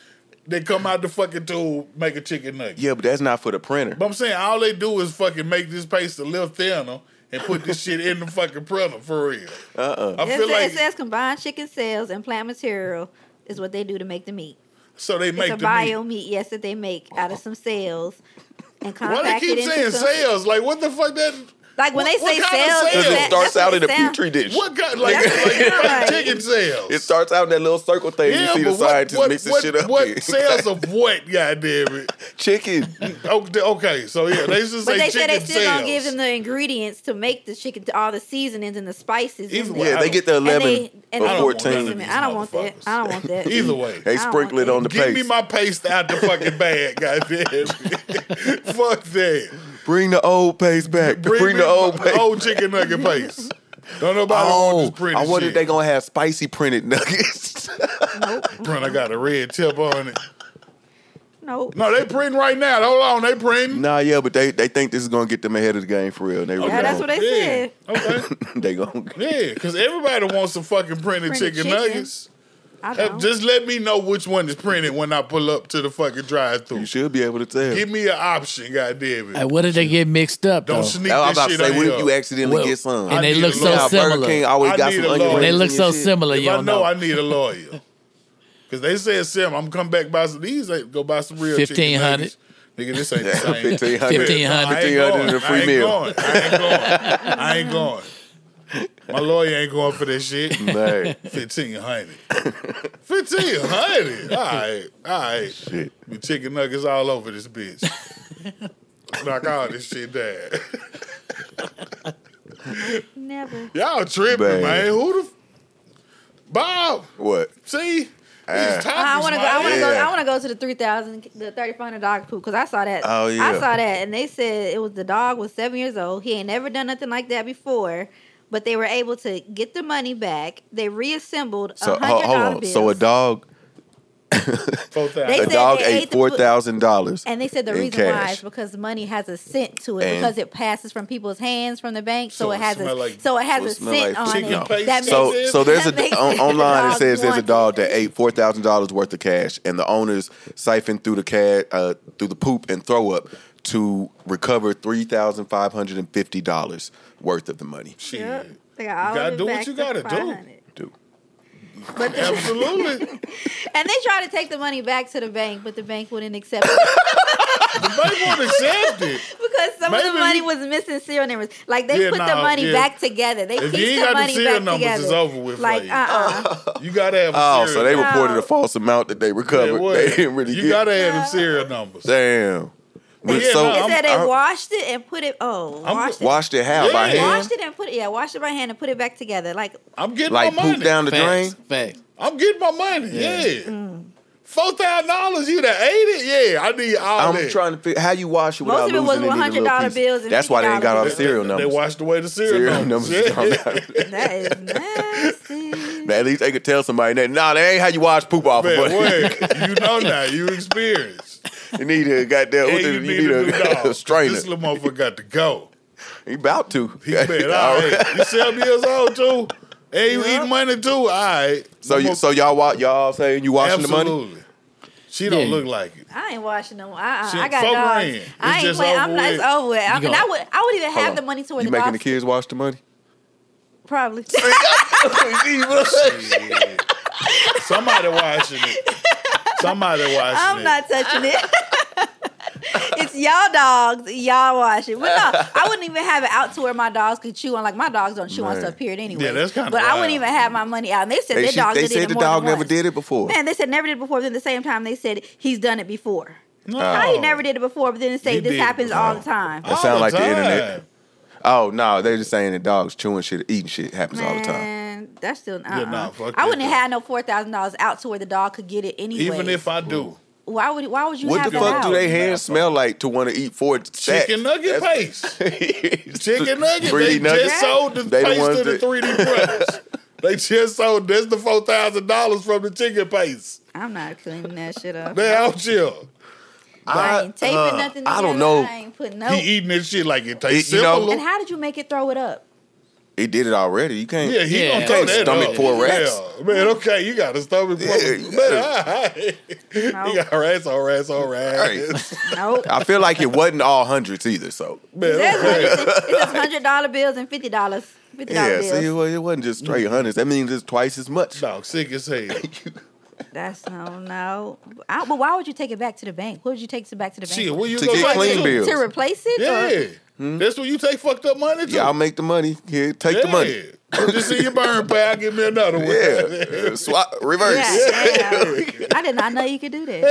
Speaker 1: They come out the fucking tube, make a chicken nugget.
Speaker 2: Yeah, but that's not for the printer.
Speaker 1: But I'm saying all they do is fucking make this paste a little thinner and put this shit in the fucking printer for real. Uh-uh. I
Speaker 3: It
Speaker 1: feel
Speaker 3: says,
Speaker 1: like
Speaker 3: it says combined chicken cells and plant material is what they do to make the meat.
Speaker 1: so they make
Speaker 3: it's a
Speaker 1: the meat.
Speaker 3: bio meat, yes, that they make out of some cells and
Speaker 1: Why
Speaker 3: compact
Speaker 1: they
Speaker 3: it
Speaker 1: keep
Speaker 3: into
Speaker 1: saying
Speaker 3: some-
Speaker 1: sales? Like what the fuck that?
Speaker 3: Like when
Speaker 1: What-
Speaker 3: they
Speaker 1: what
Speaker 3: say
Speaker 1: kind of
Speaker 3: cells,
Speaker 1: cells?
Speaker 2: Because it
Speaker 1: That-
Speaker 2: starts out in a petri
Speaker 3: petri
Speaker 2: dish.
Speaker 1: What kind like,
Speaker 3: That's what it
Speaker 1: like,
Speaker 3: sounds like.
Speaker 1: chicken sales?
Speaker 2: It starts out in that little circle thing. you see
Speaker 1: but
Speaker 2: the
Speaker 1: what-
Speaker 2: scientists
Speaker 1: what-
Speaker 2: mix this
Speaker 1: what-
Speaker 2: shit up.
Speaker 1: What
Speaker 2: in.
Speaker 1: sales of what? Goddamn it!
Speaker 2: chicken?
Speaker 1: Okay, okay, so yeah, they just
Speaker 3: But
Speaker 1: say
Speaker 3: they said they
Speaker 1: chicken
Speaker 3: still gonna give them
Speaker 1: sales.
Speaker 3: the ingredients to make the chicken, all the seasonings and the spices. in
Speaker 1: Either
Speaker 3: there.
Speaker 1: way,
Speaker 2: Yeah, they get the
Speaker 3: And they-
Speaker 2: eleven
Speaker 3: and
Speaker 2: or
Speaker 3: they-
Speaker 1: fourteen.
Speaker 2: fourteen.
Speaker 1: none of
Speaker 3: I don't want that.
Speaker 1: these
Speaker 3: I don't want that.
Speaker 1: Either way,
Speaker 2: They
Speaker 3: I don't
Speaker 2: sprinkle
Speaker 3: want
Speaker 2: it on the
Speaker 1: give me
Speaker 2: paste.
Speaker 1: my paste out the fucking bag. Goddamn it! Fuck that.
Speaker 2: Bring the old paste back. Bring,
Speaker 1: me
Speaker 2: the old
Speaker 1: my-
Speaker 2: paste.
Speaker 1: old chicken nugget paste. Don't nobody want
Speaker 2: Oh,
Speaker 1: this pretty
Speaker 2: I wonder
Speaker 1: shit.
Speaker 2: if they gonna have spicy printed nuggets.
Speaker 1: Print, I got a red tip on it.
Speaker 3: No,
Speaker 1: No, they printing right now. Hold on, they printing.
Speaker 2: nah, yeah, but they, they think this is gonna get them ahead of the game for real. and They really
Speaker 3: yeah, that's what
Speaker 2: gonna,
Speaker 3: they
Speaker 1: Yeah.
Speaker 3: said.
Speaker 1: Okay.
Speaker 2: they gonna
Speaker 1: Yeah, because everybody wants some fucking printed,
Speaker 3: Printed
Speaker 1: chicken,
Speaker 3: chicken.
Speaker 1: nuggets.
Speaker 3: I
Speaker 1: Uh,
Speaker 3: don't.
Speaker 1: Just let me know which one is printed when I pull up to the fucking drive through.
Speaker 2: You should be able to tell.
Speaker 1: Give me an option, goddamn
Speaker 4: Hey,
Speaker 1: it.
Speaker 4: what did they get mixed up
Speaker 1: Don't
Speaker 4: though?
Speaker 1: sneak
Speaker 2: I was
Speaker 1: this
Speaker 2: about to
Speaker 1: shit
Speaker 2: say,
Speaker 1: on
Speaker 2: what if
Speaker 1: here.
Speaker 2: you accidentally
Speaker 4: Well,
Speaker 2: get some?
Speaker 4: and
Speaker 1: I
Speaker 4: they
Speaker 1: need
Speaker 4: look
Speaker 1: to
Speaker 4: so
Speaker 1: know
Speaker 2: Now,
Speaker 1: how
Speaker 4: similar.
Speaker 2: Burger King always
Speaker 1: I
Speaker 2: got
Speaker 1: need
Speaker 2: some
Speaker 1: a
Speaker 2: onion
Speaker 1: lawyer.
Speaker 2: rings
Speaker 4: They
Speaker 2: in
Speaker 4: look
Speaker 2: it
Speaker 4: so
Speaker 2: shit.
Speaker 4: similar,
Speaker 1: If I
Speaker 4: you
Speaker 1: know,
Speaker 4: know.
Speaker 1: I need a lawyer. Cause they said Sim, I'm come back buy some these. They go buy some real chicken
Speaker 4: 1500.
Speaker 1: nuggets. Nigga, this ain't the same.
Speaker 2: 1500.
Speaker 4: 1500.
Speaker 1: I ain't
Speaker 2: 1500
Speaker 1: going.
Speaker 2: and a free
Speaker 1: I ain't
Speaker 2: meal.
Speaker 1: going. I ain't going. I ain't going. My lawyer ain't going for this shit.
Speaker 2: Man,
Speaker 1: Fifteen hundred. Fifteen hundred. All right. All right.
Speaker 2: shit.
Speaker 1: Be chicken nuggets all over this bitch. Knock all this shit down.
Speaker 3: Never.
Speaker 1: Y'all tripping,
Speaker 2: Man.
Speaker 1: man. Who the f- Bob?
Speaker 2: What?
Speaker 1: See,
Speaker 2: Ah.
Speaker 1: these topics,
Speaker 3: I want to go. I want to
Speaker 1: man.
Speaker 3: go.
Speaker 2: Yeah.
Speaker 3: I want to go to the three thousand, the thirty five hundred dog poop because I saw that.
Speaker 2: Oh, yeah.
Speaker 3: I saw that, and they said it was the dog was seven years old. He ain't never done nothing like that before, but they were able to get the money back. They reassembled a
Speaker 2: So ho-
Speaker 3: hundred
Speaker 2: hold
Speaker 3: dollar
Speaker 2: on.
Speaker 3: bills.
Speaker 2: So a dog,
Speaker 1: Four thousand.
Speaker 3: They
Speaker 2: a
Speaker 3: said
Speaker 2: dog
Speaker 3: they
Speaker 2: ate
Speaker 3: ate the pl-
Speaker 2: four thousand dollars.
Speaker 3: And they said the
Speaker 2: in
Speaker 3: reason why
Speaker 2: cash.
Speaker 3: is because money has a scent to it
Speaker 2: And-
Speaker 3: because it passes from people's hands from the bank, so,
Speaker 1: So
Speaker 3: it
Speaker 1: it
Speaker 3: has a
Speaker 1: smell like-
Speaker 3: so it has
Speaker 2: so it
Speaker 3: a
Speaker 2: smell
Speaker 3: scent
Speaker 2: like
Speaker 3: on
Speaker 1: chicken
Speaker 3: it.
Speaker 1: paste.
Speaker 3: That
Speaker 2: So
Speaker 1: Makes
Speaker 3: makes,
Speaker 2: so there's
Speaker 3: that
Speaker 2: a
Speaker 3: makes
Speaker 2: on,
Speaker 3: the
Speaker 2: online it
Speaker 3: dog
Speaker 2: says there's a
Speaker 3: want
Speaker 2: dog
Speaker 3: it.
Speaker 2: that ate four thousand dollars worth of cash, and the owners siphoned through the cash uh, through the poop and throw up to recover three thousand five hundred and fifty dollars worth of the money.
Speaker 1: Shit.
Speaker 3: Yep. They got all
Speaker 1: You gotta
Speaker 3: of it
Speaker 1: do what
Speaker 3: back
Speaker 1: you
Speaker 3: to
Speaker 1: gotta do.
Speaker 3: 500.
Speaker 2: Dude,
Speaker 1: Absolutely. the
Speaker 3: And they tried to take the money back to the bank, but the bank wouldn't accept it.
Speaker 1: bank won't accept it.
Speaker 3: Because some of
Speaker 1: Maybe
Speaker 3: the money
Speaker 1: you-
Speaker 3: was missing serial numbers. Like they
Speaker 1: Yeah,
Speaker 3: put
Speaker 1: nah,
Speaker 3: the money
Speaker 1: yeah.
Speaker 3: back together. They
Speaker 1: If you
Speaker 3: pieced
Speaker 1: ain't
Speaker 3: the
Speaker 1: got the
Speaker 3: money
Speaker 1: serial
Speaker 3: back
Speaker 1: numbers,
Speaker 3: together.
Speaker 1: it's over with
Speaker 3: Like
Speaker 1: for
Speaker 3: uh
Speaker 1: you.
Speaker 3: uh
Speaker 1: You gotta have.
Speaker 2: oh,
Speaker 1: a
Speaker 2: so they
Speaker 1: serial
Speaker 2: reported
Speaker 3: No.
Speaker 2: a false amount that they recovered.
Speaker 1: number.
Speaker 2: they didn't really
Speaker 1: You
Speaker 2: get.
Speaker 1: gotta have them serial numbers.
Speaker 2: Damn. But
Speaker 1: yeah,
Speaker 2: so
Speaker 1: no,
Speaker 3: It
Speaker 1: I'm-
Speaker 3: said they
Speaker 2: I-
Speaker 3: washed it and put it. Oh,
Speaker 1: I'm-
Speaker 3: washed it.
Speaker 2: washed it how by
Speaker 1: Yeah.
Speaker 2: hand,
Speaker 3: Washed it and put it. Yeah, washed it by hand and put it back together. Like
Speaker 1: I'm getting
Speaker 2: like
Speaker 1: my money.
Speaker 2: poop down the drain.
Speaker 4: Facts, facts.
Speaker 1: I'm getting my money. Yeah. Four thousand dollars, you that ate it? Yeah, I need all
Speaker 2: I'm
Speaker 1: that.
Speaker 2: trying to figure how you wash it
Speaker 3: Most
Speaker 2: without
Speaker 3: of it was
Speaker 2: losing any of the little
Speaker 3: $100
Speaker 2: pieces.
Speaker 3: bills and
Speaker 2: That's why they ain't got all the
Speaker 3: $50
Speaker 2: serial
Speaker 1: they,
Speaker 2: numbers.
Speaker 1: They washed away the serial,
Speaker 2: serial
Speaker 1: numbers.
Speaker 2: numbers.
Speaker 1: Yeah.
Speaker 3: that is nasty.
Speaker 2: At least they could tell somebody that. Nah, that ain't how you wash poop off of
Speaker 1: Man,
Speaker 2: money.
Speaker 1: wait, you know now, you experienced.
Speaker 2: You need a goddamn.
Speaker 1: And
Speaker 2: what the-
Speaker 1: you,
Speaker 2: you
Speaker 1: need, a new
Speaker 2: a,
Speaker 1: dog.
Speaker 2: strainer.
Speaker 1: This little motherfucker got to go.
Speaker 2: He about to.
Speaker 1: He been, all
Speaker 2: All right.
Speaker 1: right. You seven years old too. Hey, you
Speaker 3: Yeah.
Speaker 1: eating money too? All right.
Speaker 2: So you, so y'all wa- y'all saying you washing the money?
Speaker 1: absolutely. She don't
Speaker 4: Yeah.
Speaker 1: look like it.
Speaker 3: I ain't washing no. I,
Speaker 1: Shit,
Speaker 3: I got
Speaker 1: fuck
Speaker 3: dogs.
Speaker 1: Rand. It's
Speaker 3: I ain't
Speaker 1: just
Speaker 3: playing.
Speaker 1: over
Speaker 3: I'm not. It's
Speaker 1: with.
Speaker 3: over with. I,
Speaker 4: You
Speaker 3: mean, I
Speaker 4: gonna-
Speaker 3: would. I would even
Speaker 2: Hold
Speaker 3: have
Speaker 2: on.
Speaker 3: the money to where
Speaker 2: You
Speaker 3: the
Speaker 2: making the
Speaker 3: dogs
Speaker 2: kids wash the money?
Speaker 3: probably.
Speaker 1: Shit. Somebody watching it. Somebody watching it.
Speaker 3: I'm not touching it. it's y'all dogs, y'all wash it. But no, I wouldn't even have it out to where my dogs could chew on. Like my dogs don't chew on
Speaker 2: Man.
Speaker 3: stuff, period. Anyway,
Speaker 1: Yeah, that's kinda
Speaker 3: But I wouldn't
Speaker 1: wild.
Speaker 3: even have my money out. And they said
Speaker 2: They,
Speaker 3: their
Speaker 2: should-
Speaker 3: dogs
Speaker 2: they
Speaker 3: did it
Speaker 2: said the
Speaker 3: more than
Speaker 2: dog never
Speaker 3: once.
Speaker 2: did it before.
Speaker 3: Man, they said never did it before. But then at the same time, they said he's done it before.
Speaker 1: No.
Speaker 3: How
Speaker 2: Oh.
Speaker 3: he never did it before, but then they say
Speaker 1: He
Speaker 3: this
Speaker 1: did
Speaker 3: happens
Speaker 1: before.
Speaker 3: all the time.
Speaker 2: That sound like the internet. Oh no, they're just saying that dogs chewing shit, eating shit happens all the time.
Speaker 3: Man, that's still uh-uh.
Speaker 1: nah, fuck
Speaker 3: I
Speaker 1: that,
Speaker 3: wouldn't have
Speaker 1: though.
Speaker 3: had no four thousand dollars out to where the dog could get it anyway.
Speaker 1: Even if I do.
Speaker 3: why would why would you
Speaker 2: What
Speaker 3: have
Speaker 2: the
Speaker 3: that
Speaker 2: fuck
Speaker 3: out?
Speaker 2: do they hands smell like to want to eat four stacks?
Speaker 1: Chicken nugget paste.
Speaker 2: nugget.
Speaker 1: Chicken nugget. They just sold the
Speaker 2: They the
Speaker 1: paste
Speaker 2: ones
Speaker 1: to the
Speaker 2: that-
Speaker 1: 3D printers. they just sold that's the four thousand dollars from the chicken paste.
Speaker 3: I'm not cleaning that shit up.
Speaker 1: They out chill.
Speaker 3: I, ain't taping
Speaker 2: uh,
Speaker 3: nothing. Together.
Speaker 2: I don't know.
Speaker 3: I ain't putting no.
Speaker 1: He eating this shit like it tastes
Speaker 2: It- you know-
Speaker 1: similar.
Speaker 3: and how did you make it throw it up?
Speaker 2: He did it already. You can't.
Speaker 1: Yeah, he
Speaker 4: Yeah.
Speaker 1: gonna take that
Speaker 2: Stomach
Speaker 1: up.
Speaker 2: for rats.
Speaker 1: Yeah, man. Okay, you got a stomach for
Speaker 2: Yeah,
Speaker 1: rats.
Speaker 2: you
Speaker 1: Man, alright.
Speaker 3: No.
Speaker 1: You got rats on rats on rats.
Speaker 2: Right.
Speaker 3: Nope.
Speaker 2: I feel like it wasn't all hundreds either. So
Speaker 1: Man,
Speaker 3: That's what
Speaker 1: okay.
Speaker 3: it said. It says hundred dollar bills and fifty dollars. Fifty dollar
Speaker 2: yeah, see, it
Speaker 3: bills.
Speaker 2: wa- it wasn't just straight
Speaker 3: Mm-hmm.
Speaker 2: hundreds. That means it's twice as much.
Speaker 1: Dog sick as hell.
Speaker 3: That's no, no. I, but why would you take it back to the bank? Why would you take it back to the bank?
Speaker 1: Shit, where you
Speaker 2: To
Speaker 1: gonna
Speaker 2: get
Speaker 1: take
Speaker 2: clean
Speaker 1: it to?
Speaker 2: bill.
Speaker 3: to replace it? or-
Speaker 1: Yeah, that's where you take fucked up money to.
Speaker 2: Y'all make the money. Here, take the money.
Speaker 1: Yeah. Just see your burn pal. Give me another one.
Speaker 2: Yeah, swap reverse.
Speaker 3: Yeah, yeah. I did not know you could do that.
Speaker 1: Hell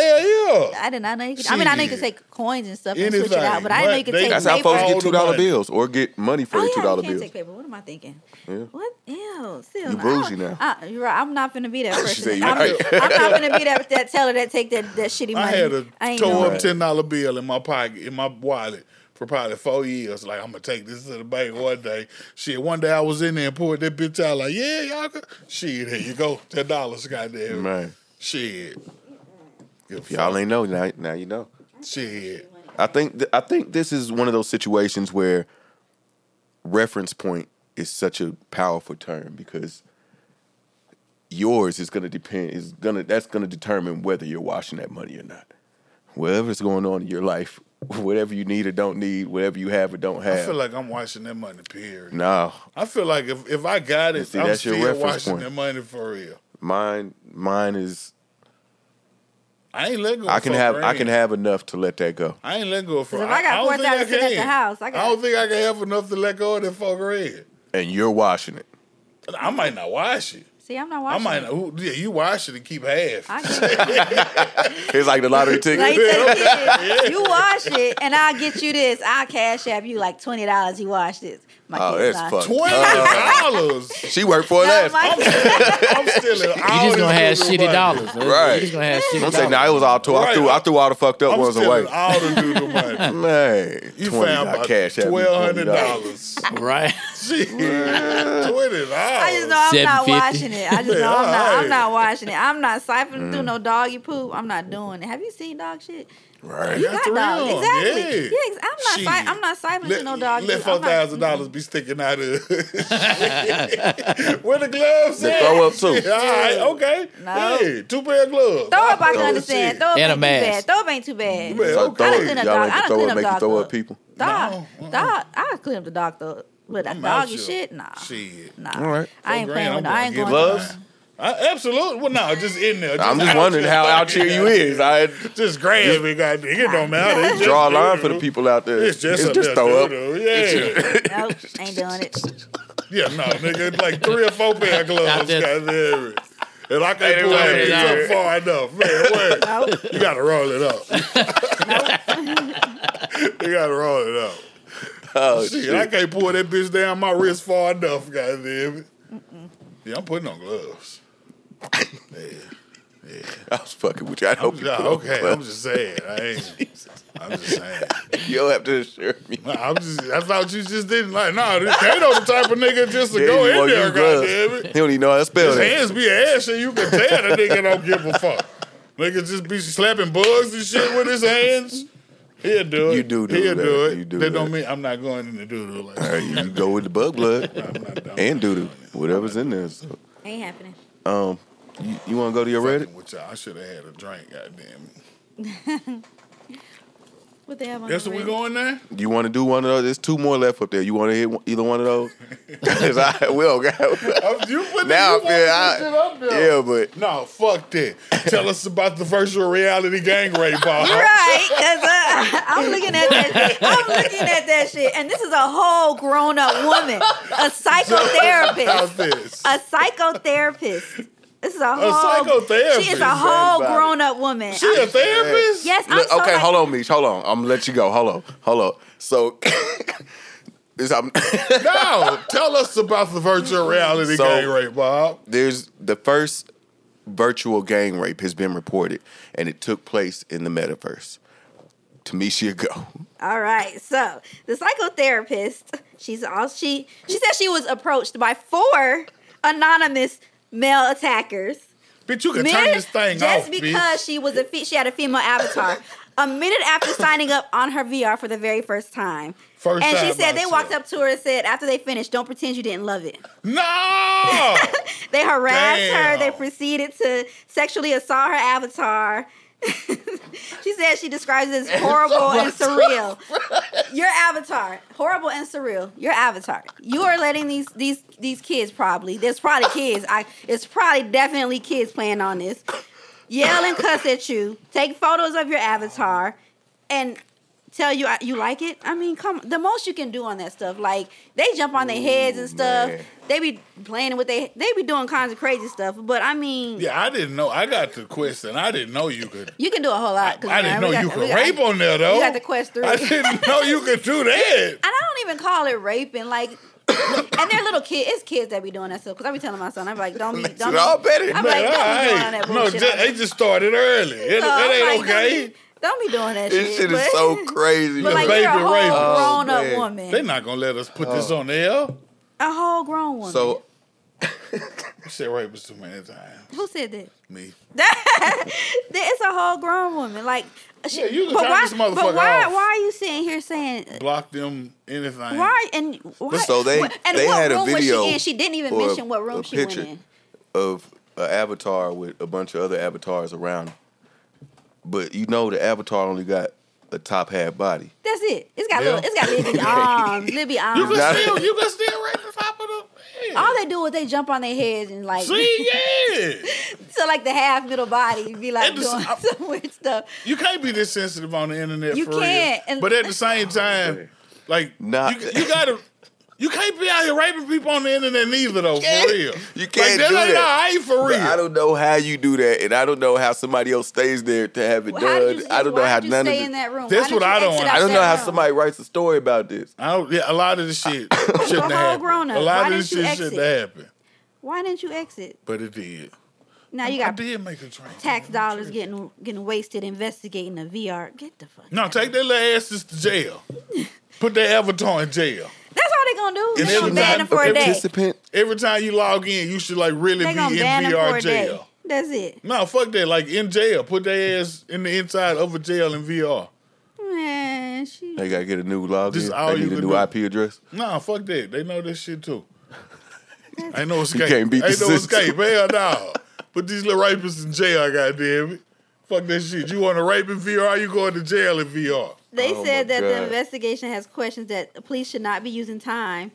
Speaker 1: yeah.
Speaker 3: I did not know you could. I mean, I know you could
Speaker 1: Shit.
Speaker 3: take coins and stuff and switch it
Speaker 1: Anything,
Speaker 3: out, but I didn't know you could
Speaker 1: but
Speaker 3: take
Speaker 1: they-
Speaker 2: That's how
Speaker 3: paper.
Speaker 2: folks
Speaker 1: All
Speaker 2: get
Speaker 1: the
Speaker 2: two dollar
Speaker 1: money.
Speaker 2: bills or get money for
Speaker 3: Oh,
Speaker 2: the
Speaker 3: yeah,
Speaker 2: two dollar
Speaker 3: you can't
Speaker 2: bills.
Speaker 3: take paper. What am I thinking?
Speaker 2: Yeah.
Speaker 3: What? Ew. Still,
Speaker 2: You
Speaker 3: no.
Speaker 2: bougie
Speaker 3: I don't-
Speaker 2: now.
Speaker 3: I, you're right. I'm not gonna be that person.
Speaker 2: said you
Speaker 3: I'm,
Speaker 2: right.
Speaker 3: I'm not gonna be that that teller that take that, that shitty money.
Speaker 1: I had a
Speaker 3: I ain't
Speaker 1: tore
Speaker 3: doing
Speaker 1: up
Speaker 3: it.
Speaker 1: ten dollar bill in my pocket in my wallet for probably four years. Like I'm gonna take this to the bank one day. Shit, one day I was in there and poured that bitch out. Like yeah, y'all. Could. Shit, here you go, ten dollars, goddamn.
Speaker 2: Man,
Speaker 1: Shit. Good
Speaker 2: y'all ain't know now. Now you know.
Speaker 1: Shit.
Speaker 2: I think th- I think this is one of those situations where reference point is such a powerful term because yours is going to depend is going to that's going to determine whether you're washing that money or not. Whatever's going on in your life, whatever you need or don't need, whatever you have or don't
Speaker 1: I
Speaker 2: have.
Speaker 1: feel like I'm watching that money. Period.
Speaker 2: no,
Speaker 1: I feel like if, if I got it,
Speaker 2: See,
Speaker 1: I'm
Speaker 2: that's your
Speaker 1: still
Speaker 2: reference
Speaker 1: watching
Speaker 2: point.
Speaker 1: that money for real.
Speaker 2: mine mine is
Speaker 1: I ain't letting go.
Speaker 2: I
Speaker 1: of
Speaker 2: can
Speaker 1: four
Speaker 2: have I
Speaker 1: grand.
Speaker 2: can have enough to let that go.
Speaker 1: I ain't let go of four.
Speaker 3: 'Cause if I got
Speaker 1: don't think I
Speaker 3: 4,000 sitting at the
Speaker 1: can.
Speaker 3: house, I got-
Speaker 1: don't think I can have enough to let go of that four grand.
Speaker 2: And you're washing it.
Speaker 1: I might not wash it.
Speaker 3: See, I'm not
Speaker 1: I
Speaker 3: watching.
Speaker 1: might
Speaker 3: it.
Speaker 1: not. who- Yeah, you wash it and keep half.
Speaker 3: I get it.
Speaker 2: It's like the lottery ticket.
Speaker 3: Like, take it. You wash it, and I'll get you this. I'll cash app you like twenty dollars. You wash this. My
Speaker 2: Oh, that's
Speaker 3: kids lying.
Speaker 2: fucked.
Speaker 1: Twenty dollars.
Speaker 2: she worked for it
Speaker 3: No,
Speaker 2: last.
Speaker 3: my-
Speaker 1: I'm still. You
Speaker 4: You just gonna have shitty dollars.
Speaker 2: Right.
Speaker 4: You just gonna have shitty
Speaker 2: I'm
Speaker 4: dollars.
Speaker 2: saying, nah, it was all two. I
Speaker 1: Right.
Speaker 2: threw, I threw all the fucked up
Speaker 1: I'm
Speaker 2: ones
Speaker 1: still
Speaker 2: away.
Speaker 1: all the doodle money.
Speaker 2: Man,
Speaker 1: You
Speaker 2: $20
Speaker 1: found about
Speaker 2: cash app me,
Speaker 1: twelve hundred
Speaker 2: $20.
Speaker 1: dollars.
Speaker 4: right.
Speaker 1: Shit, twenty
Speaker 3: I
Speaker 1: dollars.
Speaker 3: just know I'm not
Speaker 4: 750.
Speaker 3: washing it. I just know I'm not.
Speaker 1: Alright.
Speaker 3: I'm not washing it. I'm not siphoning
Speaker 2: Mm.
Speaker 3: through no doggy poop. I'm not doing it. Have you seen dog shit?
Speaker 2: Right.
Speaker 3: You
Speaker 1: That's
Speaker 3: got dogs,
Speaker 1: real.
Speaker 3: exactly.
Speaker 1: Yeah.
Speaker 3: Yeah, ex- I'm
Speaker 1: Shit.
Speaker 3: not. Si- I'm not siphoning through
Speaker 1: Let,
Speaker 3: no dog
Speaker 1: let
Speaker 3: poop.
Speaker 1: four
Speaker 3: I'm not-
Speaker 1: thousand dollars be sticking out of where the gloves
Speaker 2: They
Speaker 1: at?
Speaker 2: throw up too.
Speaker 1: Yeah, all right, okay.
Speaker 3: No.
Speaker 1: Yeah, two pair of gloves.
Speaker 3: Throw up, I can
Speaker 1: Oh,
Speaker 3: understand.
Speaker 1: shit.
Speaker 3: Throw up
Speaker 4: And a
Speaker 3: ain't too bad.
Speaker 4: mask.
Speaker 3: Throw up ain't too bad.
Speaker 1: Man,
Speaker 2: So
Speaker 1: okay.
Speaker 2: throw
Speaker 3: I
Speaker 2: it.
Speaker 3: done cleaned up
Speaker 2: Y'all
Speaker 3: dog.
Speaker 2: like
Speaker 3: I
Speaker 2: to
Speaker 3: done
Speaker 2: throw up,
Speaker 3: cleaned up
Speaker 2: make you
Speaker 3: dog.
Speaker 2: throw up
Speaker 3: up.
Speaker 2: people.
Speaker 3: Dog,
Speaker 1: No, uh-uh.
Speaker 3: dog. I clean up the dog though. With that
Speaker 1: I'm out
Speaker 3: doggy
Speaker 1: you.
Speaker 3: shit, nah,
Speaker 1: Shit.
Speaker 3: nah.
Speaker 2: All right.
Speaker 3: I ain't
Speaker 1: Four
Speaker 3: playing
Speaker 1: grand,
Speaker 3: with.
Speaker 1: I'm
Speaker 3: no- I ain't
Speaker 1: gonna get
Speaker 3: going.
Speaker 2: Gloves?
Speaker 3: to-
Speaker 1: I, absolutely. Well, no, just in there.
Speaker 2: I'm just
Speaker 1: out
Speaker 2: wondering
Speaker 1: your
Speaker 2: how
Speaker 1: fucking
Speaker 2: out here you
Speaker 1: goddamn-
Speaker 2: is. I
Speaker 1: Just grab it, goddamn. It don't matter. It's just
Speaker 2: draw a line for the
Speaker 1: doodle.
Speaker 2: people out there.
Speaker 1: It's just, a
Speaker 2: throw up.
Speaker 1: doodle. Yeah,
Speaker 3: Nope, ain't doing it.
Speaker 1: yeah, no, nigga, like three or four pair of gloves,
Speaker 4: Not this.
Speaker 1: goddamn it. And I
Speaker 2: Ain't
Speaker 1: can't pull
Speaker 2: nobody
Speaker 1: it
Speaker 4: doing
Speaker 1: up
Speaker 2: it.
Speaker 1: far enough, man. Wait,
Speaker 3: Nope.
Speaker 1: you gotta roll it up. you gotta roll it up.
Speaker 2: Oh,
Speaker 1: Shit,
Speaker 2: shit.
Speaker 1: I can't pull that bitch down my wrist far enough, goddamn it. Yeah, I'm putting on gloves.
Speaker 2: I was fucking with you. I hope you
Speaker 1: Yeah,
Speaker 2: put
Speaker 1: okay,
Speaker 2: on
Speaker 1: I'm just saying. I ain't. I'm just saying.
Speaker 2: You'll have to assure me.
Speaker 1: I'm just. I thought you just didn't like. No, nah, Kato the type of nigga just to
Speaker 2: Yeah,
Speaker 1: go
Speaker 2: you
Speaker 1: in
Speaker 2: want
Speaker 1: there.
Speaker 2: your gloves.
Speaker 1: Goddamn
Speaker 2: He
Speaker 1: it.
Speaker 2: don't even know how to spell
Speaker 1: His
Speaker 2: that.
Speaker 1: hands be ass, and you can tell the nigga don't give a fuck. Nigga just be slapping bugs and shit with his hands. He'll do it.
Speaker 2: You do do
Speaker 1: He'll
Speaker 2: that.
Speaker 1: do it.
Speaker 2: You do
Speaker 1: that,
Speaker 2: that.
Speaker 1: don't mean I'm not going in the doodle like.
Speaker 2: All right, you go with the bug blood
Speaker 1: I'm not, I'm
Speaker 2: and
Speaker 1: not
Speaker 2: doodle, whatever's in there. So,
Speaker 3: Ain't happening.
Speaker 2: um, you, you want to go to your Reddit?
Speaker 1: fucking with y'all. I should have had a drink. Goddamn. it.
Speaker 3: What they have on
Speaker 1: That's
Speaker 3: the
Speaker 1: what we
Speaker 3: ring?
Speaker 1: going there.
Speaker 2: You want to do one of those? There's two more left up there. You want to hit one- either one of those? 'Cause I will. God.
Speaker 1: I'm- Oh, You put
Speaker 2: now I
Speaker 1: you wanted
Speaker 2: feel.
Speaker 1: that shit
Speaker 2: I,
Speaker 1: up there.
Speaker 2: yeah, but
Speaker 1: No, fuck that. Tell us about the virtual reality gang rape. Paul.
Speaker 3: Right, because I'm looking at that. I'm looking at that shit, and this is a whole grown-up woman, a
Speaker 1: How's
Speaker 3: psychotherapist,
Speaker 1: this?
Speaker 3: a psychotherapist. This is a whole She is
Speaker 1: psychotherapist.
Speaker 3: a whole
Speaker 2: Everybody.
Speaker 3: grown-up woman.
Speaker 1: She a therapist?
Speaker 3: yes, I'm
Speaker 2: Look,
Speaker 3: so
Speaker 2: okay,
Speaker 3: like-
Speaker 2: hold on, Meech. Hold on. I'm gonna let you go. Hold on. Hold on. So, is I'm,
Speaker 1: No, tell us about the virtual reality
Speaker 2: So-
Speaker 1: gang rape, Bob.
Speaker 2: there's the first virtual gang rape has been reported, and it took place in the metaverse. Tamisha, go.
Speaker 3: All right. So the psychotherapist, she's all she she said she was approached by four anonymous male attackers.
Speaker 1: Bitch, you can turn this thing
Speaker 3: just
Speaker 1: off,
Speaker 3: because
Speaker 1: bitch.
Speaker 3: she was a fe- she had a female avatar. a minute after signing up on her VR for the very first time.
Speaker 1: First
Speaker 3: and she
Speaker 1: time
Speaker 3: said they
Speaker 1: myself.
Speaker 3: walked up to her and said, after they finished, don't pretend you didn't love it.
Speaker 1: No.
Speaker 3: They harassed her. They
Speaker 1: Damn.
Speaker 3: proceeded to sexually assault her avatar. she said she describes it as horrible and surreal. Your avatar, horrible and surreal. Your avatar. You are letting these these these kids probably. There's probably kids. I. It's probably definitely kids playing on this. Yell and cuss at you. Take photos of your avatar, and tell you I- you like it. I mean, come. The most you can do on that stuff, like they jump on their heads and stuff.
Speaker 2: man.
Speaker 3: They be playing with they. They be doing kinds of crazy stuff. But I mean,
Speaker 1: yeah, I didn't know. I got the question. I didn't know you could.
Speaker 3: you can do a whole lot. Uh, 'cause,
Speaker 1: I didn't
Speaker 3: man, we
Speaker 1: know
Speaker 3: got
Speaker 1: you
Speaker 3: the-
Speaker 1: could
Speaker 3: we got-
Speaker 1: rape on there though.
Speaker 3: We got the quest three.
Speaker 1: I didn't know you could do that.
Speaker 3: and I don't even call it raping. Like, and they're little kids. It's kids that be doing that stuff. Cause I be telling my son, I'm like, don't be,
Speaker 2: Makes
Speaker 3: don't.
Speaker 2: it all better.
Speaker 3: I'm
Speaker 1: Man,
Speaker 3: like, don't be doing all
Speaker 1: alright.
Speaker 3: that
Speaker 1: no,
Speaker 3: bullshit. Oh
Speaker 1: just, they just started early. It,
Speaker 3: So
Speaker 1: that
Speaker 3: I'm
Speaker 1: ain't
Speaker 3: like, don't
Speaker 1: okay.
Speaker 3: be- Don't be doing that
Speaker 2: This shit is
Speaker 3: but-
Speaker 2: so crazy.
Speaker 3: But like,
Speaker 2: bro.
Speaker 1: baby
Speaker 3: you're a whole
Speaker 1: rapist.
Speaker 2: Oh,
Speaker 3: grown up
Speaker 2: man.
Speaker 3: woman.
Speaker 1: They're not gonna let us put this on the air.
Speaker 3: a whole grown woman.
Speaker 2: so
Speaker 1: I said rapist too many times.
Speaker 3: who said that?
Speaker 1: Me.
Speaker 3: It's a whole grown woman. Like, she,
Speaker 1: Yeah, you can
Speaker 3: but
Speaker 1: turn
Speaker 3: why,
Speaker 1: this motherfucker
Speaker 3: But why,
Speaker 1: off.
Speaker 3: why are you sitting here saying?
Speaker 1: Block them anything.
Speaker 3: Why and why?
Speaker 2: so they-
Speaker 3: what- and
Speaker 2: they
Speaker 3: what
Speaker 2: had a
Speaker 3: room was
Speaker 2: video
Speaker 3: she in? She didn't even
Speaker 2: or a-
Speaker 3: mention what room
Speaker 2: a
Speaker 3: she
Speaker 2: picture.
Speaker 3: went in.
Speaker 2: of an avatar with a bunch of other avatars around, him. but you know the avatar only got a top half body.
Speaker 3: That's it. It's got
Speaker 1: Yeah.
Speaker 3: little. It's got little bitty arms. Little bitty
Speaker 1: You
Speaker 3: arms.
Speaker 1: can
Speaker 2: Not-
Speaker 1: still you can still rape the top of the head.
Speaker 3: All they do is they jump on their heads and like
Speaker 1: See, yeah.
Speaker 3: so like the half middle body be like
Speaker 1: And the-
Speaker 3: doing some weird stuff.
Speaker 1: You can't be this sensitive on the internet
Speaker 3: You
Speaker 1: for
Speaker 3: can't,
Speaker 1: real.
Speaker 3: and-
Speaker 1: But at the same time, like
Speaker 2: Nah.
Speaker 1: you, you gotta you can't be out here raping people on the internet neither though, for real.
Speaker 2: You can't
Speaker 1: like, that
Speaker 2: do
Speaker 1: ain't
Speaker 2: that.
Speaker 1: all right for
Speaker 2: But
Speaker 1: real.
Speaker 2: I don't know how you do that, and I don't know how somebody else stays there to have it
Speaker 3: Well, How did
Speaker 2: done.
Speaker 3: you,
Speaker 2: I don't know
Speaker 3: why
Speaker 2: how
Speaker 3: did you
Speaker 2: none
Speaker 3: stay
Speaker 2: of
Speaker 3: in
Speaker 2: this.
Speaker 3: that room?
Speaker 1: That's
Speaker 3: Why did
Speaker 1: what
Speaker 3: you
Speaker 1: I don't
Speaker 3: exit
Speaker 1: want.
Speaker 3: out
Speaker 2: I don't
Speaker 3: that
Speaker 2: know how
Speaker 3: room?
Speaker 2: somebody writes a story about this.
Speaker 1: I don't. Yeah, a lot of this shit
Speaker 3: a
Speaker 1: shouldn't
Speaker 3: whole
Speaker 1: happen.
Speaker 3: grown-up.
Speaker 1: A lot
Speaker 3: Why
Speaker 1: of this
Speaker 3: didn't
Speaker 1: shit
Speaker 3: you
Speaker 1: shouldn't
Speaker 3: exit?
Speaker 1: happen,
Speaker 3: Why didn't you exit?
Speaker 1: but it did.
Speaker 3: Now you
Speaker 1: I
Speaker 3: got
Speaker 1: did make a drink.
Speaker 3: tax dollars getting getting wasted investigating a VR. Get the fuck.
Speaker 1: No, take their little asses to jail. Put their avatar in jail.
Speaker 3: That's all they gonna do.
Speaker 1: And
Speaker 3: They
Speaker 1: every
Speaker 3: gonna ban
Speaker 1: time
Speaker 3: them for a day.
Speaker 2: participant,
Speaker 1: Every time you log in, you should like really
Speaker 3: They
Speaker 1: be
Speaker 3: gonna
Speaker 1: in
Speaker 3: ban them for
Speaker 1: VR
Speaker 3: a day.
Speaker 1: jail.
Speaker 3: That's it.
Speaker 1: No, fuck that. Like in jail, put their ass in the inside of a jail in VR.
Speaker 3: Man, she.
Speaker 2: they gotta get a new login.
Speaker 1: This is all
Speaker 2: they
Speaker 1: you
Speaker 2: need a
Speaker 1: can
Speaker 2: new
Speaker 1: do.
Speaker 2: IP address.
Speaker 1: Nah, fuck that. They know this shit too. Ain't no escape.
Speaker 2: can't beat the
Speaker 1: Ain't no
Speaker 2: system.
Speaker 1: escape. Hell no. Put these little rapists in jail, goddamn it. Fuck that shit. You want to rape in VR? You going to jail in VR?
Speaker 3: They
Speaker 2: Oh
Speaker 3: said
Speaker 2: my
Speaker 3: that the
Speaker 2: God.
Speaker 3: investigation has questions that the police should not be using time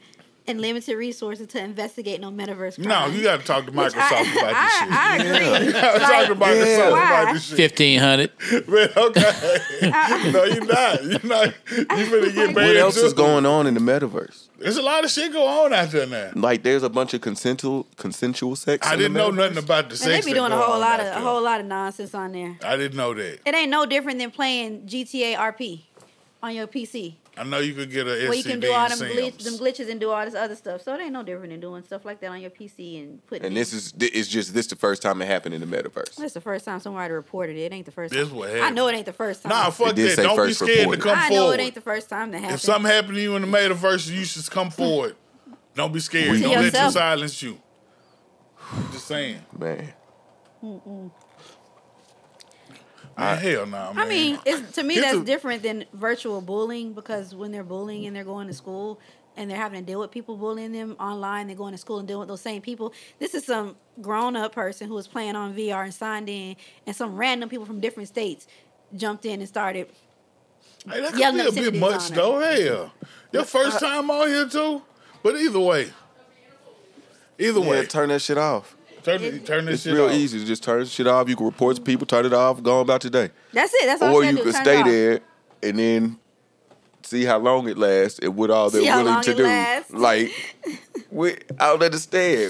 Speaker 3: and limited resources to investigate no metaverse.
Speaker 1: No,
Speaker 3: crimes.
Speaker 1: you got to talk to Microsoft about this shit.
Speaker 3: I, I agree.
Speaker 1: I was talking about this
Speaker 2: Yeah.
Speaker 1: song
Speaker 3: Why?
Speaker 1: about this shit.
Speaker 4: 1500.
Speaker 1: Man, okay. no, you're not. You're not. You finna get banned.
Speaker 2: What else
Speaker 1: too.
Speaker 2: is going on in the metaverse?
Speaker 1: There's a lot of shit going on out there now.
Speaker 2: Like, there's a bunch of consensual consensual sex.
Speaker 1: I
Speaker 2: in the
Speaker 1: didn't know
Speaker 2: metaverse?
Speaker 1: nothing about the
Speaker 3: And they
Speaker 1: sex.
Speaker 3: be
Speaker 1: that
Speaker 3: doing a
Speaker 1: go
Speaker 3: whole
Speaker 1: on
Speaker 3: lot
Speaker 1: out
Speaker 3: of a
Speaker 1: there.
Speaker 3: whole lot of nonsense on there.
Speaker 1: I didn't know that.
Speaker 3: It ain't no different than playing GTA RP on your PC,
Speaker 1: I know you could get a SCD
Speaker 3: where you can do all them,
Speaker 1: in
Speaker 3: glitch,
Speaker 1: Sims.
Speaker 3: them glitches and do all this other stuff. So it ain't no different than doing stuff like that on your PC and putting.
Speaker 2: And this is it's just this the first time it happened in the metaverse.
Speaker 3: That's the first time somebody reported it. It ain't the first.
Speaker 1: This
Speaker 3: time.
Speaker 1: what
Speaker 3: I
Speaker 1: happened.
Speaker 3: know it ain't the first time.
Speaker 1: Nah, fuck
Speaker 2: It did
Speaker 1: that.
Speaker 2: say
Speaker 1: Don't be
Speaker 2: first
Speaker 1: scared
Speaker 2: reported.
Speaker 1: to come
Speaker 3: I know
Speaker 1: forward.
Speaker 3: it ain't the first time that happened.
Speaker 1: if something happened to you in the metaverse, you should come forward. Don't be scared.
Speaker 2: To
Speaker 1: Don't let your
Speaker 3: yourself.
Speaker 1: silence you. I'm just saying.
Speaker 2: Man,
Speaker 1: Man, hell nah, man.
Speaker 3: I mean, it's, to me,
Speaker 1: It's
Speaker 3: that's
Speaker 1: a-
Speaker 3: different than virtual bullying because when they're bullying and they're going to school and they're having to deal with people bullying them online, they're going to school and dealing with those same people. This is some grown up person who was playing on VR and signed in, and some random people from different states jumped in and started.
Speaker 1: Hey, that
Speaker 3: Young
Speaker 1: could be a bit much
Speaker 3: obscenities on it. uh,
Speaker 1: though. Hell, your first time on here too. But either way, either
Speaker 2: yeah,
Speaker 1: way,
Speaker 2: turn that shit off.
Speaker 1: turn, turn this
Speaker 2: It's
Speaker 1: shit
Speaker 2: real
Speaker 1: off.
Speaker 2: easy. Just turn shit off. You can report to people, turn it off, go on about your day.
Speaker 3: That's it. That's all
Speaker 2: or you
Speaker 3: I'm saying,
Speaker 2: can
Speaker 3: dude. Turn it
Speaker 2: stay
Speaker 3: off.
Speaker 2: there and then see how long it lasts and what all they're
Speaker 3: See how
Speaker 2: willing
Speaker 3: long
Speaker 2: to
Speaker 3: it
Speaker 2: do.
Speaker 3: lasts.
Speaker 2: Like, we, I don't understand.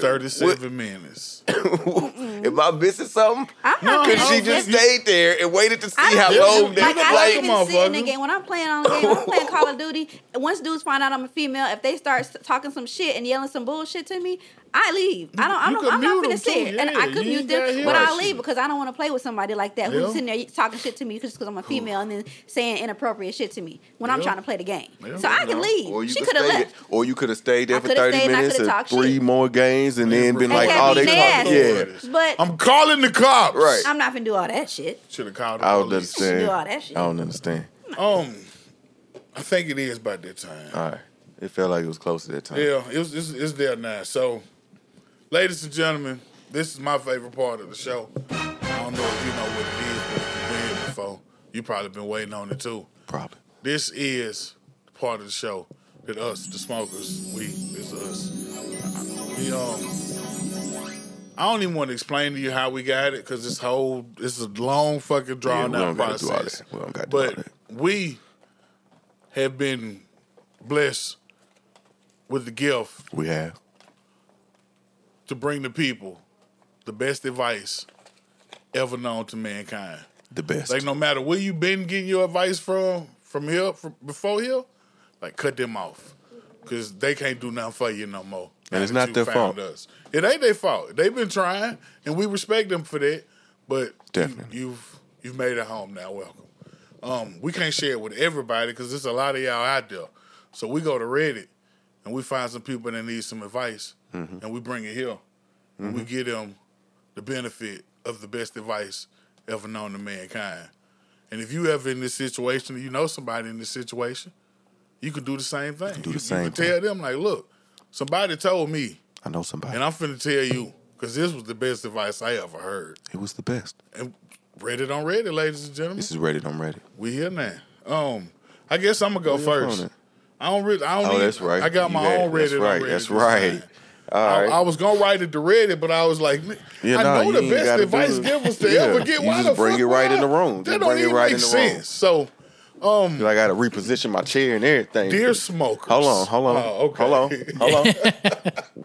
Speaker 1: Thirty-seven minutes.
Speaker 2: What- Am I missing something?
Speaker 3: I'm not
Speaker 1: No,
Speaker 2: Could
Speaker 3: gonna
Speaker 2: she
Speaker 1: I-
Speaker 3: do
Speaker 2: just
Speaker 1: you-
Speaker 2: stayed there and waited to see
Speaker 3: I don't
Speaker 2: how
Speaker 3: even-
Speaker 2: long they
Speaker 3: like, I
Speaker 1: like,
Speaker 2: would
Speaker 3: don't
Speaker 1: come
Speaker 3: even
Speaker 1: on,
Speaker 2: like?
Speaker 3: see it in the
Speaker 1: motherfucker.
Speaker 3: game. When I'm playing on the game, when I'm playing Call of Duty. Once dudes find out I'm a female, if they start s- talking some shit and yelling some bullshit to me, I leave. I don't. I
Speaker 1: you
Speaker 3: don't
Speaker 1: could
Speaker 3: I'm
Speaker 1: mute
Speaker 3: not
Speaker 1: 'em
Speaker 3: finna sit,
Speaker 1: too,
Speaker 3: and
Speaker 1: yeah,
Speaker 3: I could
Speaker 1: you
Speaker 3: mute
Speaker 1: ain't gotta
Speaker 3: them,
Speaker 1: hear
Speaker 3: but
Speaker 1: that
Speaker 3: I
Speaker 1: shit.
Speaker 3: leave because I don't want to play with somebody like that
Speaker 1: Yeah.
Speaker 3: who's sitting there talking shit to me just because I'm a female and then saying inappropriate shit to me when I'm
Speaker 1: Yeah.
Speaker 3: trying to play the game.
Speaker 1: Yeah.
Speaker 3: So I could leave.
Speaker 2: Or you
Speaker 3: she
Speaker 2: could
Speaker 3: could have
Speaker 2: stay
Speaker 3: left.
Speaker 2: there- Or you could have stayed there
Speaker 3: I
Speaker 2: for
Speaker 3: coulda
Speaker 2: thirty
Speaker 3: stayed and I
Speaker 2: minutes
Speaker 3: coulda
Speaker 2: and
Speaker 3: talked
Speaker 2: three
Speaker 3: shit.
Speaker 2: more games, and then been
Speaker 1: And
Speaker 2: like,
Speaker 3: had
Speaker 2: all
Speaker 3: me
Speaker 2: they
Speaker 3: mad.
Speaker 2: talk. Yeah,
Speaker 3: But-
Speaker 1: I'm calling the cops.
Speaker 2: Right.
Speaker 3: I'm not finna do all that shit.
Speaker 1: Should have called the
Speaker 2: I don't
Speaker 1: police.
Speaker 2: understand.
Speaker 3: do all that shit.
Speaker 2: I don't understand.
Speaker 1: Um, I think it is by that time.
Speaker 2: All right, it felt like it was close to that time.
Speaker 1: Yeah, it was, it's, it's there now. So, ladies and gentlemen, this is my favorite part of the show. I don't know if you know what it is, but if you've been here before, you probably been waiting on it too.
Speaker 2: Probably.
Speaker 1: This is the part of the show that us, the smokers, we, it's us. We, um, I don't even want to explain to you how we got it because this whole, it's a long fucking
Speaker 2: Yeah,
Speaker 1: drawn
Speaker 2: we don't
Speaker 1: out
Speaker 2: gotta do all
Speaker 1: process.
Speaker 2: that. We don't gotta do all
Speaker 1: But
Speaker 2: that.
Speaker 1: we have been blessed with the gift
Speaker 2: We have.
Speaker 1: to bring the people the best advice ever known to mankind.
Speaker 2: The best.
Speaker 1: Like no matter where you been getting your advice from, from here, from before here, like cut them off, cause they can't do nothing for you no more.
Speaker 2: And it's
Speaker 1: Now that
Speaker 2: not
Speaker 1: you
Speaker 2: their
Speaker 1: found
Speaker 2: fault.
Speaker 1: Us. It ain't their fault. They've been trying, and we respect them for that. But
Speaker 2: Definitely.
Speaker 1: You, have you've made it home now. Welcome. Um, we can't share it with everybody because there's a lot of y'all out there. So we go to Reddit and we find some people that need some advice,
Speaker 2: Mm-hmm.
Speaker 1: and we bring it here. And we give them the benefit of the best advice ever known to mankind. And if you ever in this situation, you know somebody in this situation, you can do the same thing. You can
Speaker 2: do the same
Speaker 1: can tell them like, look, somebody told me,
Speaker 2: I know somebody.
Speaker 1: and I'm finna tell you because this was the best advice I ever heard.
Speaker 2: it was the best.
Speaker 1: And read it on Reddit, ladies and gentlemen.
Speaker 2: This is Reddit on Reddit.
Speaker 1: We here now. Um, I guess I'm gonna go
Speaker 2: Where your phone
Speaker 1: first.
Speaker 2: at?
Speaker 1: I don't really. I don't.
Speaker 2: Oh,
Speaker 1: need,
Speaker 2: that's right.
Speaker 1: I got
Speaker 2: You
Speaker 1: my
Speaker 2: had it.
Speaker 1: own Reddit.
Speaker 2: That's
Speaker 1: on
Speaker 2: right.
Speaker 1: Reddit
Speaker 2: That's
Speaker 1: this
Speaker 2: right.
Speaker 1: time.
Speaker 2: All
Speaker 1: I,
Speaker 2: right.
Speaker 1: I was gonna write it to Reddit, but I was like, man,
Speaker 2: Yeah,
Speaker 1: I
Speaker 2: nah,
Speaker 1: know
Speaker 2: you
Speaker 1: the
Speaker 2: ain't
Speaker 1: best
Speaker 2: gotta
Speaker 1: advice
Speaker 2: do it.
Speaker 1: givers to
Speaker 2: Yeah,
Speaker 1: ever get.
Speaker 2: you
Speaker 1: Why
Speaker 2: just
Speaker 1: the
Speaker 2: bring
Speaker 1: fuck
Speaker 2: it right
Speaker 1: would
Speaker 2: in the
Speaker 1: I-
Speaker 2: room.
Speaker 1: That
Speaker 2: Just
Speaker 1: don't
Speaker 2: bring it
Speaker 1: even
Speaker 2: right
Speaker 1: make
Speaker 2: in the room.
Speaker 1: sense. So, um,
Speaker 2: I gotta reposition my chair and everything.
Speaker 1: dear smokers,
Speaker 2: Hold on, hold on.
Speaker 1: Oh, okay.
Speaker 2: Hold on. Hold on.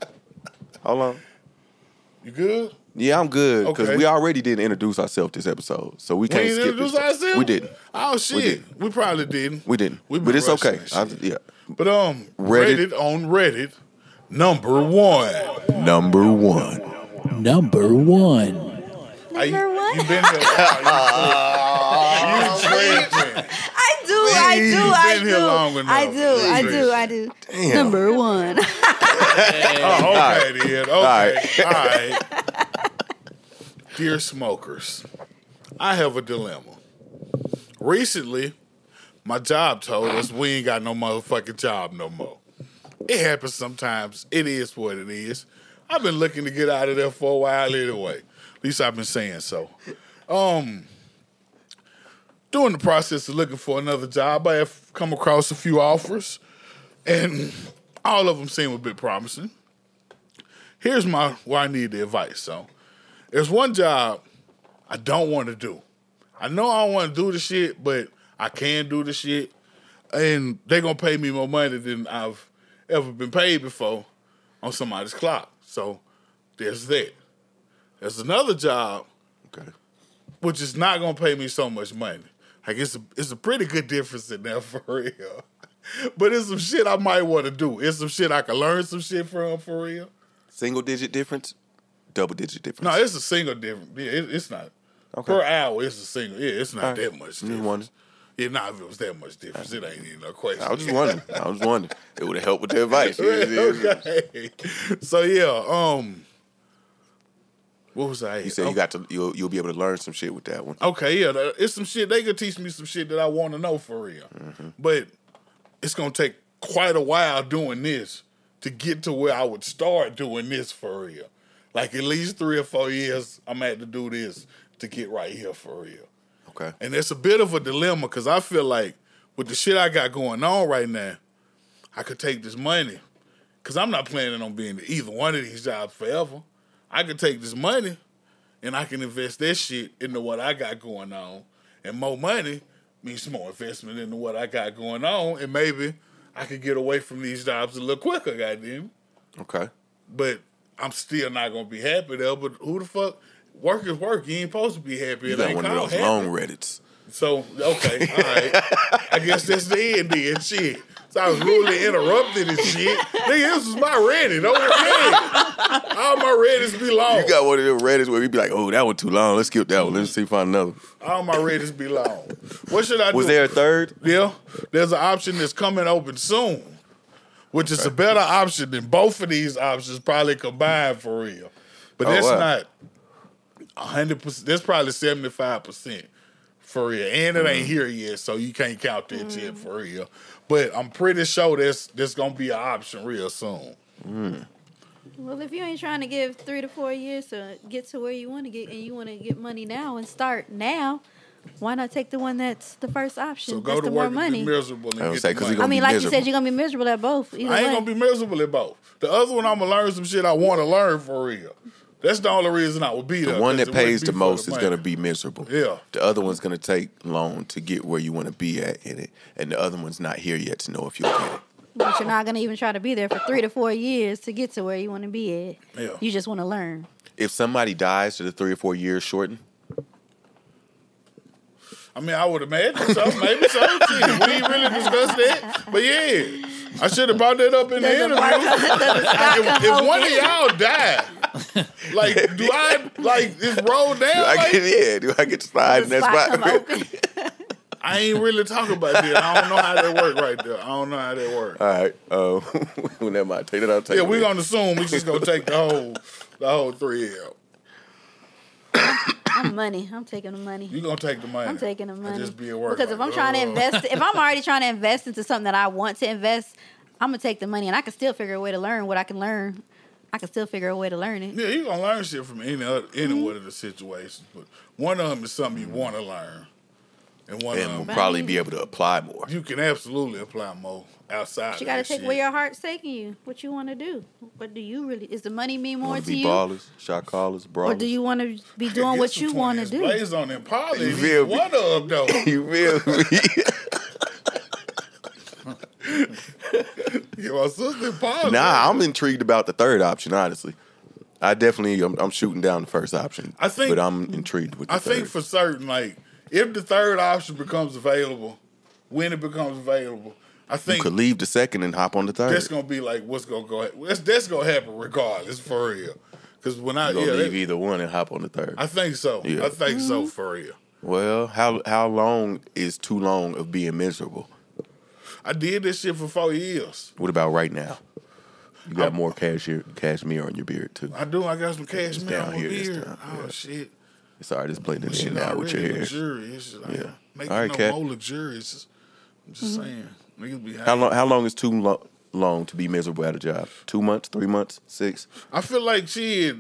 Speaker 2: hold on.
Speaker 1: you good?
Speaker 2: Yeah, I'm good. Because
Speaker 1: Okay.
Speaker 2: we already didn't introduce ourselves this episode. So we
Speaker 1: We
Speaker 2: can't
Speaker 1: didn't
Speaker 2: skip
Speaker 1: introduce
Speaker 2: this.
Speaker 1: ourselves.
Speaker 2: We didn't.
Speaker 1: Oh shit, we,
Speaker 2: didn't.
Speaker 1: probably didn't.
Speaker 2: We didn't.
Speaker 1: We've
Speaker 2: but
Speaker 1: been
Speaker 2: it's
Speaker 1: rushing
Speaker 2: okay.
Speaker 1: this
Speaker 2: I,
Speaker 1: shit.
Speaker 2: yeah.
Speaker 1: But um,
Speaker 2: Reddit-
Speaker 1: Reddit on Reddit, number one.
Speaker 2: Number one.
Speaker 4: Number one.
Speaker 1: Are
Speaker 3: Number one.
Speaker 1: You been here. you trash.
Speaker 3: I do, I
Speaker 1: You've
Speaker 3: do, I
Speaker 1: been here long
Speaker 3: do,
Speaker 1: enough.
Speaker 3: I do, I do, I do. Number one.
Speaker 1: Oh, okay, then. Okay. All right.
Speaker 2: right.
Speaker 1: Dear smokers, I have a dilemma. Recently, my job told us we ain't got no motherfucking job no more. It happens sometimes. It is what it is. I've been looking to get out of there for a while anyway. At least I've been saying so. Um, during the process of looking for another job, I have come across a few offers, and all of them seem a bit promising. Here's my where I need the advice. So, there's one job I don't want to do. I know I don't want to do the shit, but I can do the shit, and they gonna pay me more money than I've ever been paid before on somebody's clock. So, there's that. There's another job
Speaker 2: Okay.
Speaker 1: which is not gonna pay me so much money. Like it's a, it's a pretty good difference in there for real. But it's some shit I might want to do. It's some shit I can learn some shit from for real.
Speaker 2: Single digit difference? Double digit difference.
Speaker 1: No, it's a single difference. Yeah, it, it's not
Speaker 2: Okay.
Speaker 1: per hour. It's a single. Yeah, it's not that much.
Speaker 2: Just
Speaker 1: Difference.
Speaker 2: wondering.
Speaker 1: Yeah, not if it was that much difference. It ain't even no question.
Speaker 2: I was just wondering. I was wondering. It would have helped with the advice. Yeah, yeah, yeah.
Speaker 1: okay. So yeah, um, what was I?
Speaker 2: You said you got to you'll, you'll be able to learn some shit with that one.
Speaker 1: Okay, yeah, that- it's some shit they could teach me some shit that I want to know for real.
Speaker 2: Mm-hmm.
Speaker 1: But it's gonna take quite a while doing this to get to where I would start doing this for real. Like at least three or four years, I'm gonna have to do this to get right here for real.
Speaker 2: Okay.
Speaker 1: And it's a bit of a dilemma because I feel like with the shit I got going on right now, I could take this money because I'm not planning on being at either one of these jobs forever. I could take this money and I can invest that shit into what I got going on. And more money means more investment into what I got going on. And maybe I could get away from these jobs a little quicker, goddamn.
Speaker 2: Okay.
Speaker 1: But I'm still not going to be happy there. But who the fuck? Work is work. You ain't supposed to be happy.
Speaker 2: You
Speaker 1: It
Speaker 2: got
Speaker 1: ain't
Speaker 2: one of
Speaker 1: called
Speaker 2: those
Speaker 1: happy.
Speaker 2: long Reddits.
Speaker 1: So okay, all right. I guess that's the end then. Shit. So I was rudely interrupted and shit. Nigga, this was my Reddit. Don't worry. All my Reddits be long.
Speaker 2: You got one of them Reddits where you be like, "Oh, that one too long. Let's skip that one. Let's see if I another."
Speaker 1: All my Reddits be long. What should I
Speaker 2: Was
Speaker 1: do?
Speaker 2: there a third?
Speaker 1: Yeah, there's an option that's coming open soon, which is a better option than both of these options probably combined for real. But
Speaker 2: Oh,
Speaker 1: that's
Speaker 2: wow.
Speaker 1: not a hundred percent. That's probably seventy five percent for real, and it
Speaker 2: Mm.
Speaker 1: ain't here yet, so you can't count that
Speaker 3: Mm.
Speaker 1: yet for real. But I'm pretty sure that's that's gonna be an option real soon.
Speaker 3: Well, if you ain't trying to give three to four years to get to where you want to get, and you want to get money now and start now, why not take the one that's the first option?
Speaker 1: So go
Speaker 3: that's
Speaker 1: to
Speaker 3: the more
Speaker 1: work and be
Speaker 3: money.
Speaker 1: miserable. And
Speaker 2: I was
Speaker 1: get
Speaker 2: say,
Speaker 1: the
Speaker 2: 'cause
Speaker 1: money.
Speaker 2: he
Speaker 3: I
Speaker 2: gonna
Speaker 3: mean,
Speaker 2: be
Speaker 3: like you said,
Speaker 2: miserable.
Speaker 3: you're gonna be miserable at both. Either
Speaker 1: I ain't
Speaker 3: way.
Speaker 1: gonna be miserable at both. The other one, I'm gonna learn some shit I want to learn for real. That's the only reason I would be there.
Speaker 2: The one
Speaker 1: 'cause
Speaker 2: that
Speaker 1: it wouldn't
Speaker 2: pays
Speaker 1: be
Speaker 2: the
Speaker 1: for
Speaker 2: most is
Speaker 1: money.
Speaker 2: going to be miserable.
Speaker 1: Yeah.
Speaker 2: The other one's going to take long to get where you want to be at in it, and the other one's not here yet to know if you'll get it.
Speaker 3: but you're not gonna even try to be there for three to four years to get to where you want to be at.
Speaker 1: Yeah.
Speaker 3: You just want to learn.
Speaker 2: If somebody dies, do the three or four years shorten?
Speaker 1: I mean, I would imagine so. Maybe so. Shit, we ain't really discussed that, but yeah, I should have brought that up in the interview. if, if one of y'all died, like, do I like this roll down?
Speaker 2: Do I
Speaker 1: like,
Speaker 2: get yeah? Do I get to slide in
Speaker 3: The
Speaker 2: that
Speaker 3: spot
Speaker 2: spot?
Speaker 3: come open.
Speaker 1: I ain't really talking about that. I don't know how that work right there. I don't know how that work.
Speaker 2: All right. Um, whenever I take it, I'll take
Speaker 1: Yeah,
Speaker 2: it.
Speaker 1: we're gonna assume we just gonna take the whole, the whole three L.
Speaker 3: I'm money. I'm taking the money.
Speaker 1: You gonna take the money?
Speaker 3: I'm taking the money.
Speaker 1: And just be at work.
Speaker 3: Because if
Speaker 1: like,
Speaker 3: I'm trying to
Speaker 1: "Ugh."
Speaker 3: invest, if I'm already trying to invest into something that I want to invest, I'm gonna take the money, and I can still figure a way to learn what I can learn. I can still figure a way to learn it.
Speaker 1: Yeah, you gonna learn shit from any other, any
Speaker 3: Mm-hmm.
Speaker 1: one of the situations, but one of them is something you want to learn, and one
Speaker 2: and
Speaker 1: of
Speaker 2: we'll
Speaker 1: them
Speaker 2: probably be able to apply more.
Speaker 1: you can absolutely apply more outside.
Speaker 3: But you
Speaker 1: of
Speaker 3: gotta
Speaker 1: that
Speaker 3: take
Speaker 1: shit.
Speaker 3: where your heart's taking you. What you want to do? What do you really? Is the money mean more
Speaker 2: Want to
Speaker 3: to
Speaker 2: be
Speaker 3: you,
Speaker 2: ballers, shot callers, brawlers?
Speaker 3: or do you want to be
Speaker 1: You
Speaker 3: doing
Speaker 1: get
Speaker 3: what
Speaker 1: some
Speaker 3: you want to
Speaker 1: 20s
Speaker 3: do?
Speaker 1: Blaze on them probably
Speaker 2: You feel me?
Speaker 1: one of them though.
Speaker 2: You feel me?
Speaker 1: yeah, my sister probably.
Speaker 2: nah, I'm intrigued about the third option. Honestly, I definitely I'm, I'm shooting down the first option.
Speaker 1: I think-
Speaker 2: but I'm intrigued with. The
Speaker 1: I think
Speaker 2: third.
Speaker 1: for certain, like if the third option becomes available, when it becomes available, I
Speaker 2: you
Speaker 1: think
Speaker 2: could leave the second and hop on the third.
Speaker 1: that's gonna be like what's gonna go. That's, that's gonna happen regardless, for real. Because when I
Speaker 2: You're
Speaker 1: yeah,
Speaker 2: gonna
Speaker 1: that-
Speaker 2: leave either one and hop on the third.
Speaker 1: I think so.
Speaker 2: Yeah.
Speaker 1: I think
Speaker 3: Mm-hmm.
Speaker 1: so for real.
Speaker 2: well, how how long is too long of being miserable?
Speaker 1: I did this shit for four years.
Speaker 2: What about right now? You got more cashmere cashmere on your beard too.
Speaker 1: I do. I got some cashmere
Speaker 2: down
Speaker 1: on my
Speaker 2: here, it's
Speaker 1: beard.
Speaker 2: down,
Speaker 1: oh
Speaker 2: yeah.
Speaker 1: shit!
Speaker 2: It's already just blending
Speaker 1: Shit,
Speaker 2: in now
Speaker 1: already
Speaker 2: with your hair.
Speaker 1: luxurious. It's like,
Speaker 2: Yeah.
Speaker 1: Making
Speaker 2: All right,
Speaker 1: no
Speaker 2: Kat.
Speaker 1: more luxurious. I'm
Speaker 4: Mm-hmm.
Speaker 1: just saying, niggas be
Speaker 2: How
Speaker 1: happy.
Speaker 2: long? How long is too long, long to be miserable at a job? Two months? Three months? Six?
Speaker 1: I feel like shit,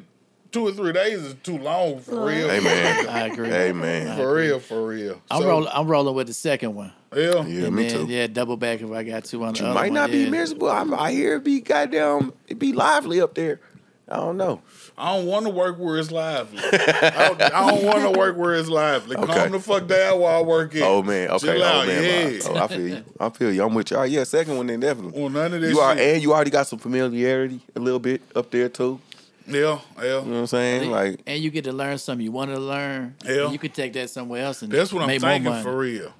Speaker 1: two or three days is too long for
Speaker 3: Lord.
Speaker 1: real.
Speaker 2: Hey man,
Speaker 4: I agree.
Speaker 2: hey man.
Speaker 1: For real, for real.
Speaker 4: I'm
Speaker 1: So,
Speaker 4: rolling. I'm rolling with the second one.
Speaker 1: Yeah.
Speaker 2: Yeah,
Speaker 4: And
Speaker 2: me
Speaker 4: then,
Speaker 2: too.
Speaker 4: Yeah, double back if I got two on the
Speaker 2: You
Speaker 4: other
Speaker 2: might
Speaker 4: one,
Speaker 2: not be
Speaker 4: yeah.
Speaker 2: miserable. I'm, I hear it be goddamn. It be lively up there. I don't know.
Speaker 1: I don't want to work where it's lively. I don't, I don't want to work where it's lively.
Speaker 2: Okay.
Speaker 1: Calm the fuck down while I work it.
Speaker 2: Oh man, okay,
Speaker 1: Chill out,
Speaker 2: oh man,
Speaker 1: yeah.
Speaker 2: wow. Oh, I feel you. I feel you. I'm with you. All right, yeah, second one then definitely.
Speaker 1: Well, none of this
Speaker 2: You are,
Speaker 1: shit.
Speaker 2: and you already got some familiarity a little bit up there too.
Speaker 1: Yeah, yeah.
Speaker 2: You know what I'm saying? Like,
Speaker 4: and you get to learn something you want to learn.
Speaker 1: Yeah.
Speaker 4: And You could take that somewhere else and
Speaker 1: That's what I'm
Speaker 4: make more
Speaker 1: thinking
Speaker 4: money.
Speaker 1: for real.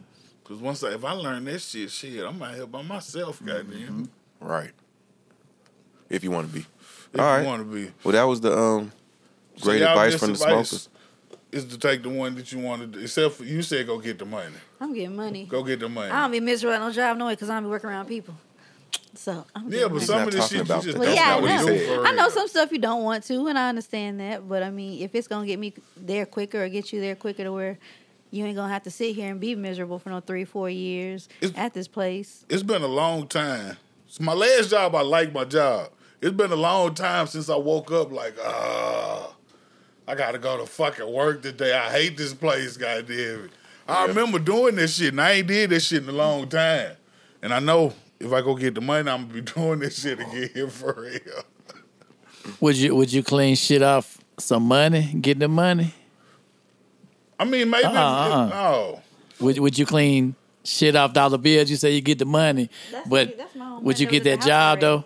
Speaker 1: Cause once I, if I learn this shit, shit, I'm out here by myself,
Speaker 2: Mm-hmm.
Speaker 1: goddamn.
Speaker 2: right. If you want to be.
Speaker 1: If
Speaker 2: All
Speaker 1: you
Speaker 2: right.
Speaker 1: want to be.
Speaker 2: Well, that was the um
Speaker 1: So
Speaker 2: great
Speaker 1: y'all
Speaker 2: advice
Speaker 1: best
Speaker 2: from the
Speaker 1: advice
Speaker 2: smokers.
Speaker 1: Is to take the one that you want to do. Except for, you said go get the money.
Speaker 3: I'm getting money.
Speaker 1: Go get the money.
Speaker 3: I don't be miserable at no job no way because I don't be working around people. So I'm
Speaker 1: yeah,
Speaker 3: getting
Speaker 1: but
Speaker 3: money.
Speaker 1: some
Speaker 2: not
Speaker 1: of this
Speaker 2: talking
Speaker 1: shit you
Speaker 2: about
Speaker 1: just
Speaker 2: that.
Speaker 1: don't
Speaker 3: Well, yeah,
Speaker 1: know
Speaker 3: I
Speaker 1: what to
Speaker 3: know.
Speaker 1: do for
Speaker 3: I know
Speaker 1: real.
Speaker 3: some stuff you don't want to, and I understand that. But I mean, if it's gonna get me there quicker or get you there quicker to where you ain't gonna have to sit here and be miserable for no three, four years
Speaker 1: It's-
Speaker 3: at this place.
Speaker 1: It's been a long time. It's my last job. I like my job. It's been a long time since I woke up like, ah, I gotta go to fucking work today. I hate this place, goddamn it. I remember doing this shit, and I ain't did this shit in a long time. And I know if I go get the money, I'm gonna be doing this shit again for real.
Speaker 4: Would you Would you clean shit off some money? Get the money.
Speaker 1: I mean, maybe
Speaker 2: Uh-huh,
Speaker 4: Uh-uh,
Speaker 1: no.
Speaker 4: Would Would you clean shit off dollar bills? You say you get the money, but
Speaker 3: that's my own
Speaker 4: would
Speaker 3: money
Speaker 4: you
Speaker 3: that
Speaker 4: get
Speaker 3: was in
Speaker 4: that
Speaker 3: the house
Speaker 4: job
Speaker 3: already.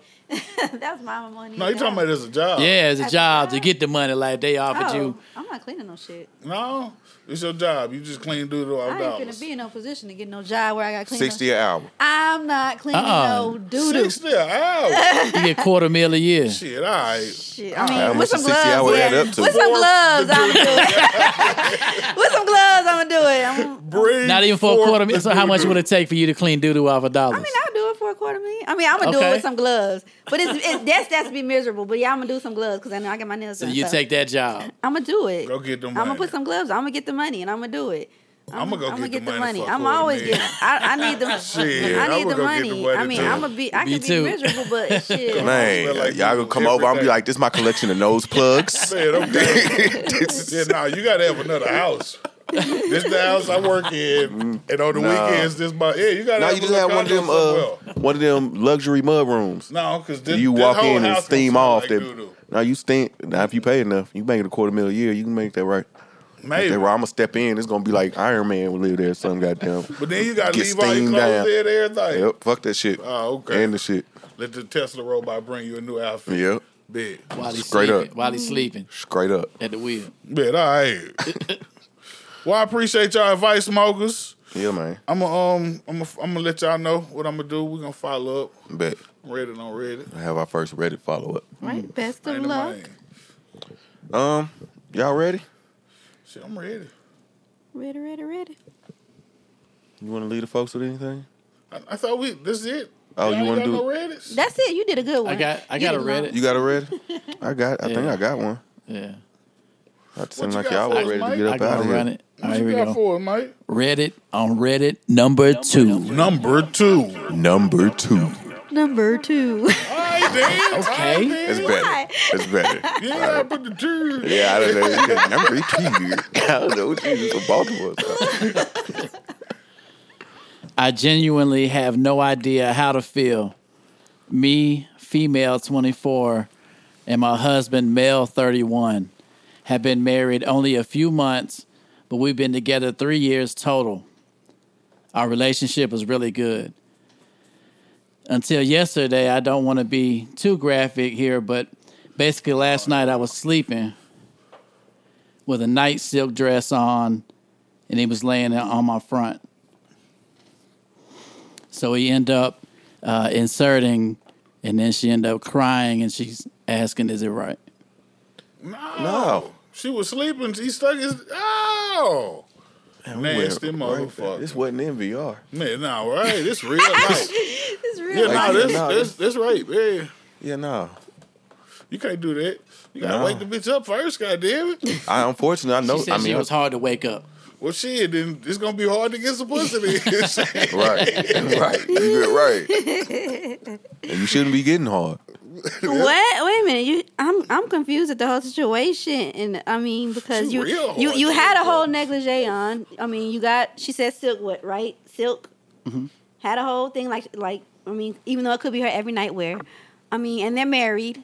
Speaker 4: though?
Speaker 3: that was mama money.
Speaker 1: No, you talking about as a job?
Speaker 4: Yeah, it's a
Speaker 3: That's
Speaker 4: job to
Speaker 3: right.
Speaker 4: get the money like they offered
Speaker 3: Oh,
Speaker 4: you.
Speaker 3: I'm not cleaning no shit.
Speaker 1: No, it's your job. You just clean doodle out
Speaker 3: I ain't gonna
Speaker 1: dollars.
Speaker 3: be in no position to get no job where I got clean.
Speaker 2: Sixty an hour.
Speaker 3: I'm not cleaning
Speaker 4: Uh-uh.
Speaker 3: no doo doo
Speaker 1: Six there,
Speaker 3: Oh.
Speaker 1: out.
Speaker 4: You get quarter meal a year.
Speaker 1: Shit, all right.
Speaker 3: shit. I
Speaker 2: How
Speaker 3: mean,
Speaker 2: much
Speaker 3: with some
Speaker 2: a 60 hour
Speaker 3: gloves, yeah.
Speaker 2: add up to?
Speaker 3: With some
Speaker 1: Four
Speaker 3: gloves,
Speaker 1: to
Speaker 3: I'm gonna do it. With some gloves, I'm gonna do it. I'm,
Speaker 1: Bring
Speaker 4: Not even for a
Speaker 1: forth
Speaker 4: quarter
Speaker 1: the
Speaker 4: meal. So how much
Speaker 1: doo-doo.
Speaker 4: would it take for you to clean doo doo off a dollar?
Speaker 3: I mean, I'll do it for a quarter million. I mean, I'm gonna do
Speaker 4: Okay.
Speaker 3: it with some gloves, but it's, it's that's that's be miserable. But yeah, I'm gonna do some gloves because I know I got my nails.
Speaker 4: so you take that job.
Speaker 3: I'm gonna do it.
Speaker 1: Go get them
Speaker 3: I'm gonna
Speaker 1: money.
Speaker 3: put some gloves. I'm gonna get the money and I'm gonna do it.
Speaker 1: I'ma go
Speaker 3: I'ma
Speaker 1: get the money for a
Speaker 3: I'm
Speaker 1: quarter
Speaker 3: always
Speaker 1: million.
Speaker 3: getting. I, I need the.
Speaker 1: Shit,
Speaker 3: I
Speaker 1: I'ma
Speaker 3: need
Speaker 1: go
Speaker 3: the
Speaker 1: get the
Speaker 3: money.
Speaker 1: money
Speaker 3: I mean,
Speaker 1: too.
Speaker 3: I'm gonna be. I
Speaker 4: Me
Speaker 3: can
Speaker 4: too.
Speaker 3: be miserable, but shit.
Speaker 2: Man,
Speaker 1: Like
Speaker 2: y'all gonna
Speaker 1: people
Speaker 2: come over? I'm gonna
Speaker 1: every
Speaker 2: be
Speaker 1: day.
Speaker 2: like, this my collection of nose plugs.
Speaker 1: Man, I'm dead. yeah, nah, you gotta have another house. This the house I work in,
Speaker 2: Mm-hmm.
Speaker 1: and on the weekends, this my yeah, you gotta.
Speaker 2: now
Speaker 1: have
Speaker 2: you just
Speaker 1: a
Speaker 2: have
Speaker 1: little
Speaker 2: one of them,
Speaker 1: condo
Speaker 2: uh, one of them luxury mud rooms.
Speaker 1: somewhere. no, because this
Speaker 2: you
Speaker 1: this
Speaker 2: walk
Speaker 1: whole
Speaker 2: in and
Speaker 1: house gonna
Speaker 2: steam
Speaker 1: smell
Speaker 2: off
Speaker 1: like
Speaker 2: that.
Speaker 1: doo-doo.
Speaker 2: Now you stink. Now if you pay enough, you make it a quarter mil a year. You can make that right.
Speaker 1: Maybe,
Speaker 2: I'm gonna step in. It's gonna be like Iron Man will live there. or Something goddamn.
Speaker 1: but then you gotta
Speaker 2: Get
Speaker 1: leave all your
Speaker 2: steamed
Speaker 1: clothes
Speaker 2: down.
Speaker 1: there and everything.
Speaker 2: Yep. Fuck that shit.
Speaker 1: Oh, okay.
Speaker 2: And the shit.
Speaker 1: Let the Tesla robot bring you a new outfit.
Speaker 2: Yep.
Speaker 1: bet,
Speaker 4: While he's
Speaker 2: Straight
Speaker 4: sleeping,
Speaker 2: up.
Speaker 4: while he's sleeping
Speaker 2: Straight up.
Speaker 4: at the wheel.
Speaker 1: bet. All right. well, I appreciate y'all advice, smokers.
Speaker 2: Yeah, man.
Speaker 1: I'm gonna um, I'm gonna I'm gonna let y'all know what I'm gonna do. We're gonna follow up.
Speaker 2: Bet.
Speaker 1: Reddit on Reddit.
Speaker 2: I have our first Reddit follow up.
Speaker 3: Right. Best of
Speaker 1: Ain't
Speaker 3: luck.
Speaker 1: nobody-
Speaker 2: Um, y'all ready?
Speaker 1: Shit, I'm ready.
Speaker 3: Ready, ready, ready.
Speaker 2: You want to lead the folks with anything?
Speaker 1: I, I thought we. This is it.
Speaker 2: Oh,
Speaker 1: Y'all
Speaker 2: you
Speaker 1: ain't
Speaker 2: wanna
Speaker 1: got
Speaker 2: do-
Speaker 1: no Reddits?
Speaker 3: That's it. You did a good one.
Speaker 4: I got I
Speaker 3: You
Speaker 4: got a
Speaker 3: did good.
Speaker 4: Reddit.
Speaker 2: You got a Reddit? I got. I think I got one.
Speaker 4: Yeah.
Speaker 2: That seemed
Speaker 1: you
Speaker 2: like
Speaker 1: got
Speaker 2: y'all
Speaker 1: for
Speaker 2: were
Speaker 1: us,
Speaker 2: ready to
Speaker 1: Mike?
Speaker 2: get
Speaker 4: I
Speaker 2: up out
Speaker 4: gotta
Speaker 2: of
Speaker 4: run
Speaker 2: here.
Speaker 4: it. All right, here
Speaker 1: you
Speaker 4: we
Speaker 1: got
Speaker 4: go.
Speaker 1: for it, Mike?
Speaker 4: Reddit on Reddit number two.
Speaker 1: Number two.
Speaker 2: Number two.
Speaker 3: Number two.
Speaker 4: Okay.
Speaker 2: It's
Speaker 1: Okay.
Speaker 3: Why?
Speaker 2: better. It's better.
Speaker 1: Yeah, I put the two.
Speaker 2: Yeah, I don't know. You got Number two. I don't know what you do for Baltimore. stuff.
Speaker 4: I genuinely have no idea how to feel. Me, female 24, and my husband, male 31, have been married only a few months, but we've been together three years total. Our relationship is really good. Until yesterday, I don't want to be too graphic here, but basically last night I was sleeping with a night silk dress on, and he was laying on my front. So he end up uh, inserting, and then she end up crying, and she's asking, "Is it right?"
Speaker 1: No.
Speaker 2: No.
Speaker 1: She was sleeping. He stuck his. Oh.
Speaker 2: We went
Speaker 1: Nasty
Speaker 2: right back.
Speaker 1: motherfucker.
Speaker 2: This wasn't in VR.
Speaker 1: Man, nah, right? It's real life.
Speaker 3: It's
Speaker 1: Yeah,
Speaker 3: real.
Speaker 1: nah,
Speaker 2: Like,
Speaker 1: this,
Speaker 2: nah,
Speaker 1: this, this rape. Yeah.
Speaker 2: Yeah, no.
Speaker 1: You can't do that. You gotta
Speaker 2: Nah.
Speaker 1: wake the bitch up first, goddamn it.
Speaker 2: I unfortunately I
Speaker 4: She
Speaker 2: know.
Speaker 4: said
Speaker 2: I mean,
Speaker 4: she was hard to wake up.
Speaker 1: Well, shit, then it's gonna be hard to get some pussy then. Shit.
Speaker 2: right, right. You good, right. And you shouldn't be getting hard.
Speaker 3: What? Wait a minute. You, I'm, I'm confused at the whole situation, and I mean because
Speaker 1: She
Speaker 3: you,
Speaker 1: real
Speaker 3: you,
Speaker 1: hard
Speaker 3: you
Speaker 1: to
Speaker 3: had a
Speaker 1: wake
Speaker 3: whole
Speaker 1: up.
Speaker 3: negligee on. I mean, you got. She said silk. What? Right? Silk.
Speaker 1: Mm-hmm.
Speaker 3: Had a whole thing like, like. I mean, even though it could be her every night wear. I mean, and they're married,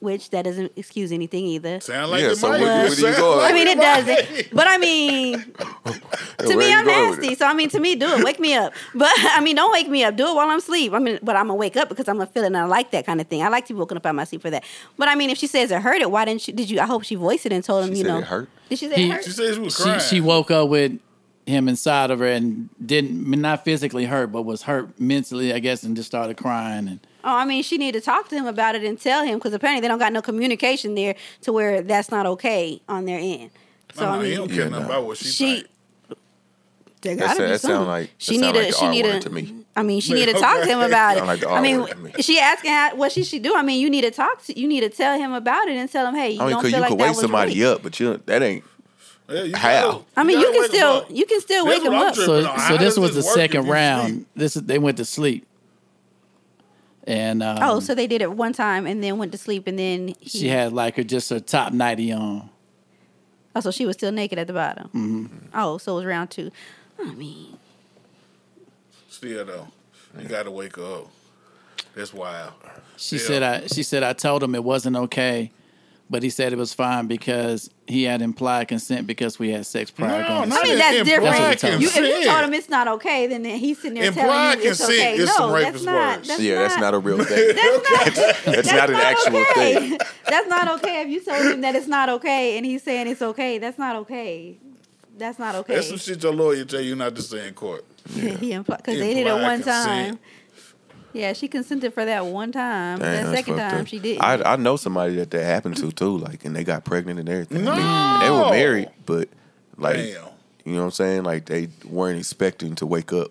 Speaker 3: which that doesn't excuse anything either.
Speaker 1: Sound like
Speaker 2: Yeah,
Speaker 1: the
Speaker 2: so
Speaker 1: mic.
Speaker 2: where- where do you
Speaker 1: Sound
Speaker 2: go?
Speaker 1: like
Speaker 3: I mean,
Speaker 1: the
Speaker 3: it
Speaker 1: mic.
Speaker 3: doesn't. But I mean, to
Speaker 2: Where
Speaker 3: me,
Speaker 2: you
Speaker 3: I'm
Speaker 2: going with
Speaker 3: nasty.
Speaker 2: it?
Speaker 3: So I mean, to me, do it. Wake me up. But I mean, don't wake me up. Do it while I'm asleep. I mean, but I'm gonna wake up because I'm gonna feel it, and I like that kind of thing. I like to be woken up out of my sleep for that. But I mean, if she says it hurt it, why didn't she? Did you? I hope she voiced it and told him.
Speaker 2: She
Speaker 3: you
Speaker 2: said
Speaker 3: know,
Speaker 2: it hurt?
Speaker 3: Did she say
Speaker 4: He-
Speaker 3: it hurt?
Speaker 1: She said she was
Speaker 4: She
Speaker 1: crying.
Speaker 4: she woke up with him inside of her and didn't not physically hurt, but was hurt mentally, I guess, and just started crying. And
Speaker 3: Oh, I mean, she need to talk to him about it and tell him because apparently they don't got no communication there to where that's not okay on their end. So
Speaker 1: Nah,
Speaker 3: I
Speaker 1: he
Speaker 3: mean,
Speaker 1: don't
Speaker 2: Yeah,
Speaker 1: care nothing
Speaker 2: nah.
Speaker 1: about what she,
Speaker 3: she.
Speaker 1: think.
Speaker 3: There
Speaker 2: That
Speaker 3: gotta
Speaker 2: sa-
Speaker 3: be
Speaker 2: that sound
Speaker 3: something.
Speaker 2: like-
Speaker 3: she
Speaker 2: that
Speaker 3: need
Speaker 2: sound
Speaker 3: to.
Speaker 2: like the
Speaker 3: she
Speaker 2: R
Speaker 3: need
Speaker 2: word
Speaker 3: to.
Speaker 2: to me.
Speaker 3: I mean, she
Speaker 1: Man,
Speaker 3: need to talk to him
Speaker 1: okay.
Speaker 3: about it.
Speaker 2: Sound like the
Speaker 3: I
Speaker 2: R
Speaker 3: mean,
Speaker 2: word to me.
Speaker 3: she asking how, what she should do. I mean, you need to talk to. You need to tell him about it and tell him, hey, you
Speaker 2: I mean,
Speaker 3: don't
Speaker 2: cause
Speaker 3: feel
Speaker 2: you
Speaker 3: like
Speaker 2: could
Speaker 3: that
Speaker 2: wake
Speaker 3: was
Speaker 2: somebody
Speaker 3: rape.
Speaker 2: up, but you don't- that ain't.
Speaker 1: Yeah, you
Speaker 2: How?
Speaker 1: gotta-
Speaker 3: I mean, you
Speaker 1: gotta
Speaker 3: can
Speaker 1: wake 'em
Speaker 3: still
Speaker 1: up.
Speaker 3: you can still
Speaker 1: That's
Speaker 3: wake him
Speaker 1: what I'm
Speaker 3: up.
Speaker 1: tripping.
Speaker 4: so
Speaker 1: But no,
Speaker 4: so
Speaker 1: how
Speaker 4: this
Speaker 1: does
Speaker 4: was the
Speaker 1: this work if
Speaker 4: second
Speaker 1: you
Speaker 4: round.
Speaker 1: sleep?
Speaker 4: This is- they went to sleep, and um,
Speaker 3: Oh, so they did it one time and then went to sleep and then he,
Speaker 4: she had like her just her top nighty on.
Speaker 3: Oh, so she was still naked at the bottom.
Speaker 1: Mm-hmm.
Speaker 3: Oh, so it was round two. I mean,
Speaker 1: Still though, you gotta wake her up. That's wild.
Speaker 4: She
Speaker 1: Yeah.
Speaker 4: said I she said I told him it wasn't okay, but he said it was fine because he had implied consent because we had sex prior.
Speaker 1: No,
Speaker 4: going to
Speaker 1: not
Speaker 3: I mean
Speaker 1: Yeah,
Speaker 3: that's
Speaker 1: implied
Speaker 3: different. You, if you
Speaker 1: consent.
Speaker 3: told him it's not okay, then he's sitting there
Speaker 1: Implied
Speaker 3: telling you it's
Speaker 1: consent
Speaker 3: okay.
Speaker 1: is
Speaker 3: no,
Speaker 1: some
Speaker 3: that's
Speaker 1: rapist
Speaker 3: not.
Speaker 1: words.
Speaker 3: That's
Speaker 2: yeah,
Speaker 3: not,
Speaker 2: that's not a real thing.
Speaker 3: That's not.
Speaker 2: that's not an actual
Speaker 3: okay.
Speaker 2: thing.
Speaker 3: That's not okay. If you told him that it's not okay and he's saying it's okay, that's not okay. That's not okay.
Speaker 1: That's some shit your lawyer tell you not to say in court.
Speaker 3: he implied because they did it
Speaker 1: Implied
Speaker 3: one
Speaker 1: consent.
Speaker 3: time. Yeah, she consented for that one time.
Speaker 2: Dang,
Speaker 3: that
Speaker 2: that's
Speaker 3: second
Speaker 2: fucked
Speaker 3: time
Speaker 2: up.
Speaker 3: she didn't.
Speaker 2: I I know somebody that that happened to too, like, and they got pregnant and everything. I mean,
Speaker 1: No.
Speaker 2: they were married, but like,
Speaker 1: Damn.
Speaker 2: you know what I'm saying? Like, they weren't expecting to wake up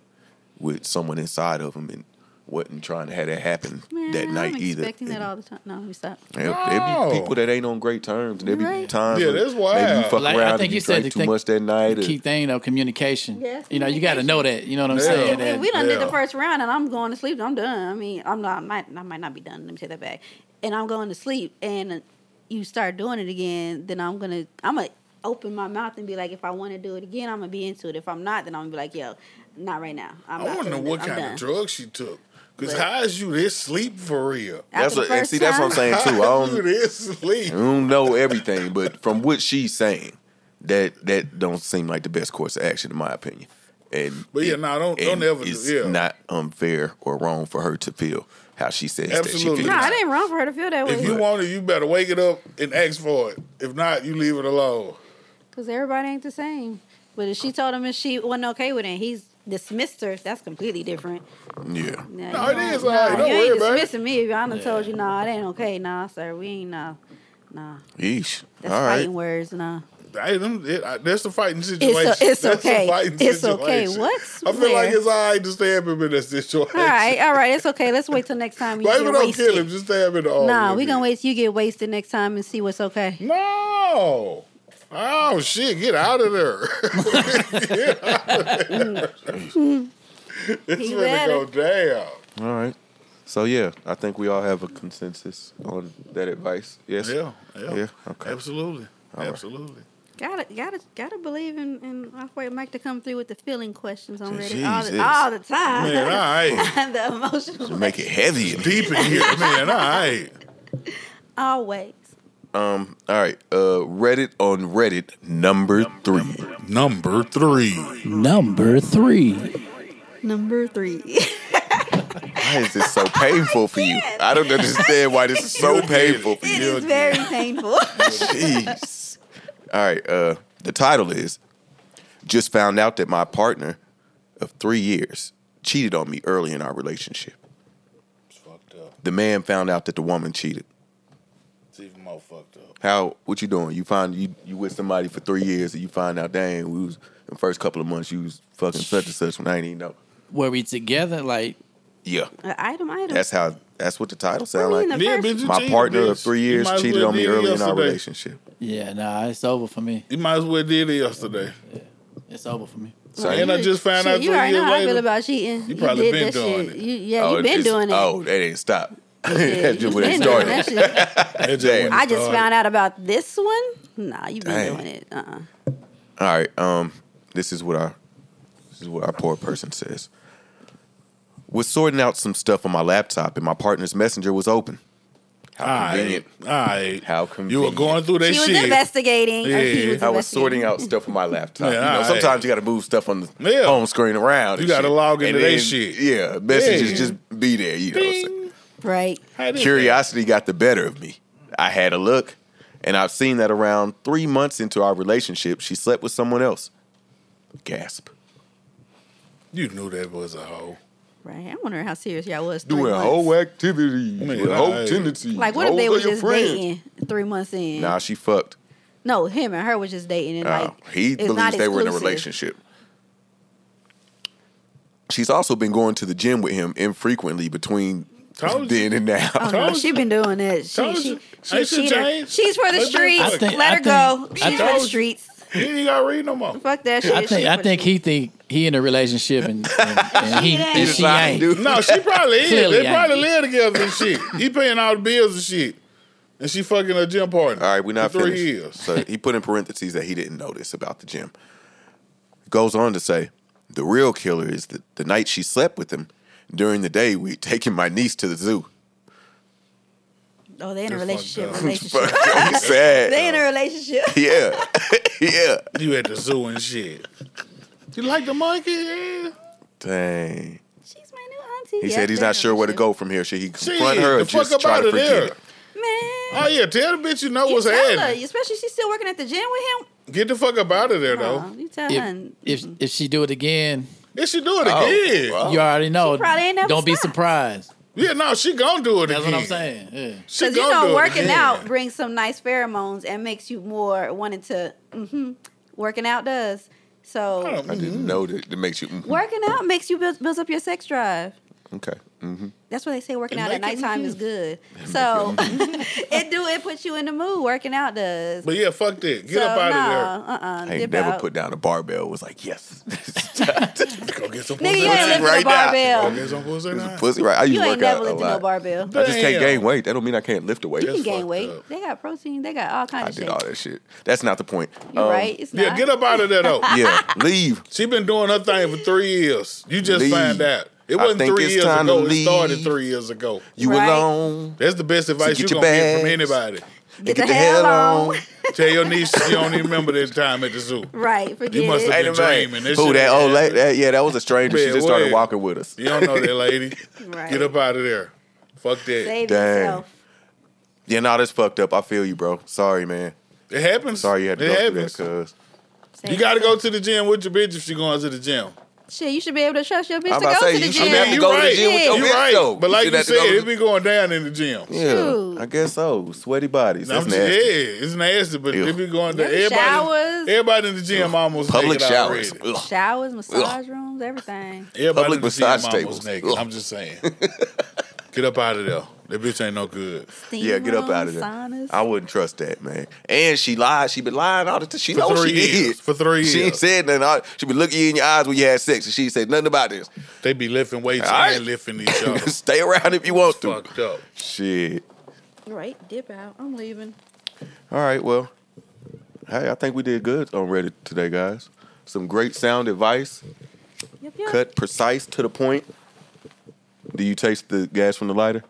Speaker 2: with someone inside of them and wasn't trying to have that happen
Speaker 3: Man,
Speaker 2: that night
Speaker 3: I'm
Speaker 2: either.
Speaker 3: Expecting that
Speaker 2: And
Speaker 3: all the time. No, let me stop.
Speaker 2: There,
Speaker 1: No.
Speaker 2: there be people that ain't on great terms. There be
Speaker 3: Right.
Speaker 2: times
Speaker 1: Yeah,
Speaker 2: when
Speaker 1: that's
Speaker 2: maybe
Speaker 1: wild.
Speaker 2: you fuck
Speaker 4: Like, I
Speaker 2: around
Speaker 4: think
Speaker 2: and you
Speaker 4: you said
Speaker 2: drink
Speaker 4: the
Speaker 2: too
Speaker 4: thing-
Speaker 2: much that night.
Speaker 4: The key
Speaker 2: Or,
Speaker 4: thing though, communication.
Speaker 3: Yes,
Speaker 4: you know, you got to
Speaker 3: communication.
Speaker 4: know that. You know what I'm
Speaker 1: Yeah.
Speaker 4: saying?
Speaker 1: Yeah,
Speaker 4: That-
Speaker 3: we done did the
Speaker 1: Yeah.
Speaker 3: first round, and I'm going to sleep. I'm done. I mean, I'm not. I might, I might not be done. Let me take that back. And I'm going to sleep, and you start doing it again. Then I'm gonna, I'm gonna open my mouth and be like, if I want to do it again, I'm gonna be into it. If I'm not, then I'm gonna be like, yo, not right now. I'm
Speaker 1: I
Speaker 3: not
Speaker 1: wonder
Speaker 3: feeling
Speaker 1: what
Speaker 3: this. I'm
Speaker 1: kind
Speaker 3: done.
Speaker 1: of drug she took. Cause
Speaker 3: But-
Speaker 1: how is you this sleep for real?
Speaker 2: that's
Speaker 3: After
Speaker 2: what,
Speaker 3: the
Speaker 2: and
Speaker 3: first
Speaker 2: see, that's what I'm
Speaker 3: time-
Speaker 2: saying too. I
Speaker 1: How you
Speaker 3: Um,
Speaker 2: don't,
Speaker 1: this sleep?
Speaker 2: I don't know everything, but from what she's saying, that that don't seem like the best course of action, in my opinion. And
Speaker 1: But yeah, nah, don't- don't
Speaker 2: and
Speaker 1: ever-
Speaker 2: It's
Speaker 1: yeah.
Speaker 2: not unfair or wrong for her to feel how she says
Speaker 1: Absolutely
Speaker 2: that
Speaker 3: No,
Speaker 2: she
Speaker 3: it ain't wrong for her to feel that
Speaker 1: If you
Speaker 3: way.
Speaker 1: want it, you better wake it up and ask for it. If not, you leave it alone.
Speaker 3: Because everybody ain't the same. But if she told him and she wasn't okay with it, and he's dismissed her. That's completely different.
Speaker 2: feels. Yeah,
Speaker 3: Nah,
Speaker 1: No,
Speaker 3: you
Speaker 1: it
Speaker 3: don't-
Speaker 1: is all right.
Speaker 3: nah,
Speaker 1: Don't
Speaker 3: Oh, you ain't
Speaker 1: worry about it.
Speaker 3: dismissing me. If I done told you, nah, it ain't okay. Nah, sir, we ain't nah, nah.
Speaker 2: yeesh.
Speaker 3: That's
Speaker 2: All right,
Speaker 3: fighting words, nah.
Speaker 1: Hey, them, it, I, that's the fighting situation.
Speaker 3: It's, a, it's
Speaker 1: That's the
Speaker 3: okay.
Speaker 1: fighting
Speaker 3: It's okay.
Speaker 1: situation.
Speaker 3: What?
Speaker 1: I feel like
Speaker 3: Where?
Speaker 1: it's all right to stab him in that situation.
Speaker 3: all right. All right. It's okay. Let's wait till next time you
Speaker 1: Maybe
Speaker 3: get
Speaker 1: don't kill him.
Speaker 3: wasted.
Speaker 1: Just stab him in the arm.
Speaker 3: Nah, we
Speaker 1: with
Speaker 3: gonna
Speaker 1: it.
Speaker 3: wait till you get wasted next time and see what's okay.
Speaker 1: No. Oh shit! Get out of there. Get out of there. it's
Speaker 3: He
Speaker 1: gonna
Speaker 3: better.
Speaker 1: go down.
Speaker 2: all right. So yeah, I think we all have a consensus on that advice. Yes.
Speaker 1: Yeah, yeah,
Speaker 2: Yeah, okay.
Speaker 1: absolutely,
Speaker 2: right.
Speaker 1: absolutely.
Speaker 3: Gotta, gotta, gotta believe in, in Halfway Mike to come through with the feeling questions on Reddit all
Speaker 2: Jesus.
Speaker 3: the, all the time.
Speaker 1: Man, all right,
Speaker 3: the emotional
Speaker 2: Make it heavy. in here.
Speaker 1: deep in here, man. All right.
Speaker 3: always.
Speaker 2: Um. All right. Uh. Reddit on Reddit number three.
Speaker 1: Number three.
Speaker 4: Number three.
Speaker 3: Number three.
Speaker 2: Why is this so painful for you? I don't understand why this is so painful for
Speaker 3: It
Speaker 2: you.
Speaker 3: is very painful.
Speaker 2: Jeez. All right. Uh, the title is Just Found Out That My Partner of Three Years Cheated on Me Early in Our Relationship.
Speaker 1: It's fucked up.
Speaker 2: The man found out that the woman cheated.
Speaker 1: It's even more fucked up.
Speaker 2: How, what you doing? You find, you, you with somebody for three years and you find out, dang, we was, in the first couple of months, you was fucking such and such when I ain't even know.
Speaker 4: Were we together? Like,
Speaker 2: Yeah.
Speaker 3: Uh, item, item.
Speaker 2: That's how, that's what the title
Speaker 3: I
Speaker 2: sound
Speaker 3: mean,
Speaker 2: like.
Speaker 3: the
Speaker 1: Yeah,
Speaker 3: first-
Speaker 1: bitch, you
Speaker 2: My
Speaker 1: cheated,
Speaker 2: partner
Speaker 1: bitch.
Speaker 2: of three
Speaker 1: You
Speaker 2: years
Speaker 1: might as
Speaker 2: cheated
Speaker 1: well
Speaker 2: on me
Speaker 1: did it
Speaker 2: early in our
Speaker 1: yesterday.
Speaker 2: relationship.
Speaker 4: yeah, nah, it's over for me.
Speaker 1: You might as well did it yesterday.
Speaker 4: It's over for me.
Speaker 2: So
Speaker 1: And I just found
Speaker 3: Shit,
Speaker 1: out
Speaker 3: you
Speaker 1: three
Speaker 3: already know
Speaker 1: years
Speaker 3: how I feel
Speaker 1: later.
Speaker 3: about cheating. You
Speaker 1: probably
Speaker 3: did
Speaker 1: been
Speaker 3: that
Speaker 1: doing
Speaker 3: shit.
Speaker 1: it.
Speaker 3: You, yeah, you been
Speaker 2: it's-
Speaker 3: doing it.
Speaker 2: Oh, that didn't stop. That's
Speaker 3: you
Speaker 2: just where
Speaker 3: been
Speaker 2: it
Speaker 3: doing
Speaker 2: started.
Speaker 3: that shit.
Speaker 1: That
Speaker 2: Damn.
Speaker 1: when it
Speaker 3: I just
Speaker 1: started.
Speaker 3: found out about this one. Nah, you been
Speaker 2: Dang.
Speaker 3: doing it. Uh-uh.
Speaker 2: All right. Um, this is what our this is what our poor person says. Was sorting out some stuff on my laptop, and my partner's messenger was open. How
Speaker 1: Alright,
Speaker 2: convenient.
Speaker 1: alright.
Speaker 2: How
Speaker 1: You were
Speaker 2: convenient.
Speaker 1: going through that
Speaker 3: She was
Speaker 1: shit.
Speaker 3: investigating.
Speaker 1: Yeah.
Speaker 3: or he was
Speaker 2: I was
Speaker 3: investigating.
Speaker 2: sorting out stuff on my
Speaker 1: Yeah,
Speaker 2: laptop. you know,
Speaker 1: alright.
Speaker 2: sometimes you got to move stuff on the
Speaker 1: Yeah.
Speaker 2: home screen around.
Speaker 1: You
Speaker 2: and
Speaker 1: gotta
Speaker 2: shit.
Speaker 1: log into
Speaker 2: And
Speaker 1: they
Speaker 2: then,
Speaker 1: shit.
Speaker 2: Yeah, messages
Speaker 1: Yeah.
Speaker 2: just be there. You know, what I'm saying?
Speaker 1: Ding.
Speaker 3: Right.
Speaker 1: How did
Speaker 2: curiosity got the better of me. I had a look, and I've seen that around three months into our relationship, she slept with someone else. Gasp.
Speaker 1: that- You knew that was a hoe.
Speaker 3: Right. I wonder how serious y'all was. Three
Speaker 2: Doing
Speaker 3: months.
Speaker 2: whole activities,
Speaker 1: Man,
Speaker 2: with whole
Speaker 1: I-
Speaker 2: tendencies.
Speaker 3: Like, what if
Speaker 2: hoes
Speaker 3: they
Speaker 2: are
Speaker 3: were
Speaker 2: your
Speaker 3: just
Speaker 2: friends.
Speaker 3: dating three months in?
Speaker 2: Nah, she fucked.
Speaker 3: No, him and her was just dating. And,
Speaker 2: Nah,
Speaker 3: like,
Speaker 2: Oh, he
Speaker 3: it's not
Speaker 2: believes they were in a
Speaker 3: exclusive.
Speaker 2: relationship. She's also been going to the gym with him infrequently between
Speaker 1: Told you.
Speaker 2: then and now.
Speaker 3: Oh, no,
Speaker 1: Told
Speaker 3: she
Speaker 1: you.
Speaker 3: been doing that. She,
Speaker 1: Told
Speaker 3: she,
Speaker 1: you.
Speaker 3: she,
Speaker 1: Ain't she
Speaker 3: cheater.
Speaker 1: changed?
Speaker 3: She's for the
Speaker 1: Let them
Speaker 3: streets.
Speaker 1: fuck.
Speaker 4: I think-
Speaker 3: Let
Speaker 4: I
Speaker 3: her go.
Speaker 4: think- I
Speaker 3: She's for
Speaker 1: told
Speaker 3: the
Speaker 1: you.
Speaker 3: streets.
Speaker 1: You ain't gotta read no more.
Speaker 3: Fuck that shit.
Speaker 4: I think
Speaker 3: She's
Speaker 4: I
Speaker 3: for the
Speaker 4: think
Speaker 3: streets.
Speaker 4: he think he in a relationship and, and, and he
Speaker 3: She ain't.
Speaker 4: and she ain't.
Speaker 1: No, she probably is.
Speaker 4: Clearly
Speaker 1: They
Speaker 4: ain't.
Speaker 1: probably live together and shit. He paying all the bills and shit. And she fucking a gym partner.
Speaker 2: All right, we're not
Speaker 1: for three
Speaker 2: finished.
Speaker 1: years.
Speaker 2: So he put in parentheses that he didn't notice about the gym. Goes on to say, the real killer is that the night she slept with him, during the day we'd taken my niece to the zoo.
Speaker 3: Oh, they in a
Speaker 1: That's
Speaker 3: relationship.
Speaker 1: fucked up.
Speaker 3: Relationship.
Speaker 2: Fuck, you sad.
Speaker 3: they in a relationship.
Speaker 2: yeah, yeah.
Speaker 1: You at the zoo and shit. You like the monkey? Yeah.
Speaker 2: Dang.
Speaker 3: She's my new auntie.
Speaker 2: He
Speaker 3: Yeah,
Speaker 2: said he's
Speaker 3: they in
Speaker 2: not
Speaker 3: a
Speaker 2: sure where to
Speaker 3: relationship.
Speaker 2: go from here. Should he
Speaker 1: Shit,
Speaker 2: confront her or
Speaker 1: the
Speaker 2: just
Speaker 1: fuck
Speaker 2: try
Speaker 1: about
Speaker 2: to
Speaker 1: it
Speaker 2: forget
Speaker 1: there.
Speaker 2: it?
Speaker 3: Man.
Speaker 1: Oh yeah, tell the bitch you know
Speaker 3: You
Speaker 1: what's
Speaker 3: tell her,
Speaker 1: happening.
Speaker 3: especially she's still working at the gym with him.
Speaker 1: Get the fuck up out of there
Speaker 3: No,
Speaker 1: though.
Speaker 3: you tell her.
Speaker 4: If,
Speaker 3: and-
Speaker 4: if if she do it again,
Speaker 1: If she do it
Speaker 2: Oh,
Speaker 1: again,
Speaker 2: wow.
Speaker 4: you already know.
Speaker 3: probably ain't never
Speaker 4: Don't be
Speaker 3: stopped.
Speaker 4: surprised.
Speaker 1: yeah, no, she gonna do it
Speaker 4: That's
Speaker 1: again.
Speaker 4: what I'm saying. Yeah.
Speaker 1: She
Speaker 3: Because you
Speaker 1: gonna do
Speaker 3: know,
Speaker 1: it
Speaker 3: working
Speaker 1: again.
Speaker 3: out brings some nice pheromones and makes you more wanting to. hmm working out does.
Speaker 1: I
Speaker 3: So
Speaker 1: don't-
Speaker 2: I didn't know that. That makes you mm,
Speaker 3: working out makes you build builds up your sex drive.
Speaker 2: okay. Mm-hmm.
Speaker 3: That's why they say working
Speaker 1: It
Speaker 3: out at
Speaker 1: make it-
Speaker 3: nighttime is good. So it do it puts you in the mood. Working out does.
Speaker 1: But yeah, fuck that. Get
Speaker 3: so,
Speaker 1: up out of
Speaker 3: no, Uh uh
Speaker 2: I ain't never put down a barbell. It Was like yes,
Speaker 1: there. Go get some
Speaker 3: Nigga,
Speaker 1: pussy.
Speaker 3: you ain't
Speaker 1: right
Speaker 3: lifting
Speaker 2: right now.
Speaker 3: a
Speaker 1: now.
Speaker 3: barbell.
Speaker 1: Go get some pussy.
Speaker 2: It's a
Speaker 1: now.
Speaker 2: pussy right. I used
Speaker 3: Uh, You
Speaker 2: to
Speaker 3: ain't
Speaker 2: work out
Speaker 3: never
Speaker 2: a
Speaker 3: lifting no
Speaker 2: lot.
Speaker 3: barbell.
Speaker 2: I just can't
Speaker 1: Damn.
Speaker 2: gain weight. That don't mean I can't lift a weight.
Speaker 3: You
Speaker 1: That's
Speaker 3: can gain
Speaker 1: fucked
Speaker 3: weight.
Speaker 1: up.
Speaker 3: They got protein. They got all
Speaker 2: I
Speaker 3: kinds
Speaker 2: did
Speaker 3: of
Speaker 2: all
Speaker 3: shit.
Speaker 2: that shit. That's not the point.
Speaker 3: You
Speaker 2: Um,
Speaker 3: right? It's
Speaker 1: Yeah,
Speaker 3: not.
Speaker 1: get up out of there though.
Speaker 2: Yeah, leave.
Speaker 1: She been doing her thing for three years. You just
Speaker 2: Leave.
Speaker 1: find out. It
Speaker 2: I
Speaker 1: wasn't
Speaker 2: think
Speaker 1: three
Speaker 2: it's
Speaker 1: years
Speaker 2: time
Speaker 1: ago.
Speaker 2: to
Speaker 1: It started
Speaker 2: leave.
Speaker 1: three years ago.
Speaker 2: You
Speaker 3: Right.
Speaker 2: alone.
Speaker 1: That's the best advice
Speaker 2: get
Speaker 1: you're
Speaker 2: your
Speaker 1: gonna get from
Speaker 2: bags.
Speaker 1: anybody.
Speaker 2: and
Speaker 3: Get the hell on.
Speaker 1: Tell your niece you don't even remember this time at the zoo.
Speaker 3: Right. Forget
Speaker 1: must
Speaker 3: it.
Speaker 1: have
Speaker 2: Hey,
Speaker 1: been
Speaker 2: the man.
Speaker 1: dreaming. This
Speaker 2: Who
Speaker 1: shit
Speaker 2: that
Speaker 1: ain't
Speaker 2: old lady?
Speaker 1: happening.
Speaker 2: That, yeah, that was a stranger.
Speaker 1: Man,
Speaker 2: She just started
Speaker 1: what?
Speaker 2: walking with us.
Speaker 1: You don't know that lady.
Speaker 3: Right.
Speaker 1: Get up out of there. Fuck that.
Speaker 3: Save
Speaker 2: Dang.
Speaker 3: yourself.
Speaker 2: Yeah, nah, that's fucked up. I feel you, bro. Sorry, man.
Speaker 1: It happens.
Speaker 2: Sorry you had to
Speaker 1: it
Speaker 2: go
Speaker 1: happens.
Speaker 2: through that, cuz.
Speaker 3: Save
Speaker 1: You gotta
Speaker 3: yourself.
Speaker 1: go to the gym with your bitch if she going to the gym.
Speaker 3: Shit, you should be able to trust your bitch
Speaker 2: I'm
Speaker 3: to
Speaker 2: about to
Speaker 3: go
Speaker 2: say,
Speaker 3: to the
Speaker 2: you
Speaker 3: gym.
Speaker 2: shouldn't have to
Speaker 1: You
Speaker 2: go
Speaker 1: right.
Speaker 2: to the gym with your
Speaker 1: you
Speaker 2: bitch,
Speaker 1: right,
Speaker 2: though.
Speaker 1: but like
Speaker 2: shouldn't
Speaker 1: you
Speaker 2: have to go
Speaker 1: said,
Speaker 2: to
Speaker 1: it
Speaker 2: the-
Speaker 1: be going down in the gym.
Speaker 2: Yeah,
Speaker 3: Shoot.
Speaker 2: I guess so. Sweaty bodies. That's
Speaker 1: I'm just, yeah,
Speaker 2: nasty.
Speaker 1: it's nasty, but
Speaker 2: Ew.
Speaker 1: it be going down.
Speaker 3: Them
Speaker 1: Everybody,
Speaker 3: showers.
Speaker 1: everybody in the gym almost
Speaker 2: Public
Speaker 1: naked
Speaker 2: showers.
Speaker 1: Already.
Speaker 2: Ugh.
Speaker 3: Showers, massage rooms, everything.
Speaker 1: Everybody
Speaker 2: Public
Speaker 1: in the
Speaker 2: massage
Speaker 1: gym
Speaker 2: tables.
Speaker 1: almost naked.
Speaker 2: Ugh.
Speaker 1: I'm just saying. Get up out of there. That bitch ain't no good.
Speaker 3: Steam
Speaker 2: Yeah, get up
Speaker 3: rooms,
Speaker 2: out of there.
Speaker 3: Saunas.
Speaker 2: I wouldn't trust that, man. And she lied. She been lying all the time. She
Speaker 1: For
Speaker 2: knows
Speaker 1: three
Speaker 2: she
Speaker 1: years.
Speaker 2: did.
Speaker 1: For three
Speaker 2: She ain't
Speaker 1: years.
Speaker 2: said nothing. All- She be looking you in your eyes when you had sex, and she said nothing about this.
Speaker 1: They be lifting weights
Speaker 2: All right.
Speaker 1: and lifting each other.
Speaker 2: Stay around if you want to.
Speaker 1: Fucked up.
Speaker 2: Shit.
Speaker 3: right, dip out. I'm leaving.
Speaker 2: All right, well, hey, I think we did good on Reddit today, guys. Some great sound advice,
Speaker 3: Yep, yep.
Speaker 2: cut precise to the point. Do you taste the gas from the lighter?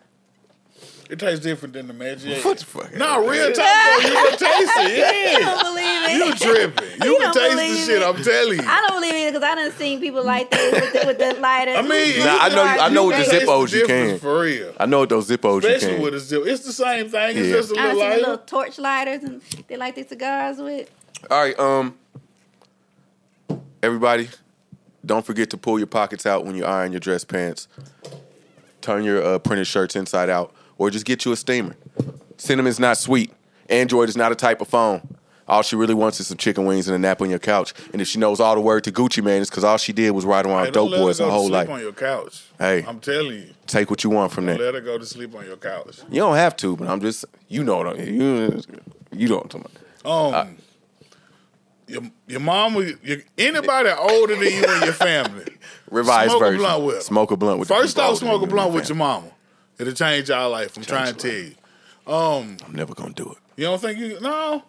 Speaker 1: It tastes different than the magic.
Speaker 2: What the fuck?
Speaker 1: No, real talk though, you can taste it. Yeah.
Speaker 3: I don't believe it.
Speaker 1: You tripping. You,
Speaker 3: You
Speaker 1: can
Speaker 3: don't
Speaker 1: taste
Speaker 3: believe
Speaker 1: the shit,
Speaker 3: it.
Speaker 1: I'm telling you.
Speaker 3: I don't believe it because I done seen people like this with the, with the lighter.
Speaker 1: I mean,
Speaker 2: Nah, I know you- I know
Speaker 1: can
Speaker 2: with the
Speaker 1: taste
Speaker 2: Zippos you
Speaker 1: difference
Speaker 2: can.
Speaker 1: For real.
Speaker 2: I know what those Zippos you
Speaker 1: Especially
Speaker 2: can.
Speaker 1: with a Zippo. It's the same thing. It's
Speaker 2: Yeah.
Speaker 1: just a
Speaker 3: I done
Speaker 1: little
Speaker 3: seen the
Speaker 1: lighter.
Speaker 3: little torch lighters and they light their cigars with.
Speaker 2: All right, um, everybody, don't forget to pull your pockets out when you iron your dress pants. Turn your uh, printed shirts inside out, or just get you a steamer. Cinnamon's not sweet. Android is not a type of phone. All she really wants is some chicken wings and a nap on your couch. And if she knows all the word to Gucci Man, it's because all she did was ride around
Speaker 1: Hey, don't
Speaker 2: dope
Speaker 1: let her
Speaker 2: boys
Speaker 1: go
Speaker 2: her
Speaker 1: to
Speaker 2: whole
Speaker 1: sleep
Speaker 2: life.
Speaker 1: on your couch.
Speaker 2: Hey.
Speaker 1: I'm telling you,
Speaker 2: Take what you want from that.
Speaker 1: let her go to sleep on your couch.
Speaker 2: You don't have to, but I'm just, you know what I'm, you, you know what I'm talking about.
Speaker 1: Um, your your mom, was- your, anybody older than you in your family,
Speaker 2: Revised
Speaker 1: smoke
Speaker 2: version.
Speaker 1: a blunt with. her.
Speaker 2: Smoke a blunt with the
Speaker 1: First
Speaker 2: people
Speaker 1: off,
Speaker 2: older than
Speaker 1: smoke
Speaker 2: you
Speaker 1: a
Speaker 2: in
Speaker 1: blunt
Speaker 2: your
Speaker 1: with your mama. It'll change our life. I'm trying to
Speaker 2: your
Speaker 1: tell you. Um,
Speaker 2: I'm never going to do it.
Speaker 1: You don't think you? No.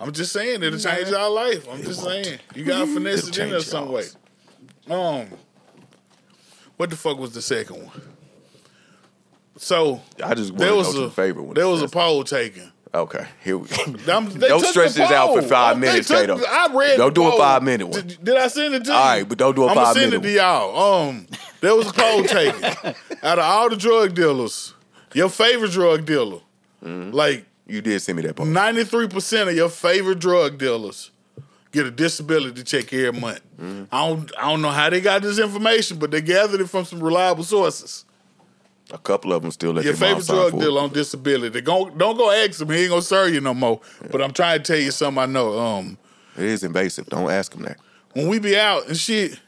Speaker 1: I'm just saying it'll change our life. I'm just
Speaker 2: won't.
Speaker 1: saying you gotta finesse
Speaker 2: It'll
Speaker 1: it in there
Speaker 2: change
Speaker 1: some way.
Speaker 2: yours.
Speaker 1: Um, what the fuck was the second one? So
Speaker 2: I just
Speaker 1: there
Speaker 2: want
Speaker 1: was
Speaker 2: to know
Speaker 1: a
Speaker 2: your favorite one.
Speaker 1: there was a poll taken.
Speaker 2: Okay, here we go.
Speaker 1: I'm- they
Speaker 2: Don't
Speaker 1: took
Speaker 2: stretch
Speaker 1: the
Speaker 2: this out for
Speaker 1: poll.
Speaker 2: five
Speaker 1: They
Speaker 2: minutes,
Speaker 1: took-
Speaker 2: Tatum.
Speaker 1: I read.
Speaker 2: Don't
Speaker 1: the
Speaker 2: do a
Speaker 1: poll.
Speaker 2: five-minute one.
Speaker 1: Did, did I send it to you?
Speaker 2: All right, but don't do a
Speaker 1: I'm gonna send
Speaker 2: five-minute
Speaker 1: it to y'all. Um, there was a poll taken. Out of all the drug dealers, your favorite drug dealer,
Speaker 2: Mm-hmm.
Speaker 1: like
Speaker 2: you did send me that part.
Speaker 1: 93% of your favorite drug dealers get a disability check every month.
Speaker 2: Mm-hmm.
Speaker 1: I don't I don't know how they got this information, but they gathered it from some reliable sources.
Speaker 2: A couple of them still let
Speaker 1: Your
Speaker 2: their mom
Speaker 1: favorite
Speaker 2: sign
Speaker 1: drug
Speaker 2: for it.
Speaker 1: dealer on disability. Go, don't go ask him. He ain't gonna serve you no more. But I'm trying to tell you something I know. Um,
Speaker 2: It is invasive. Don't ask them that.
Speaker 1: when we be out and shit,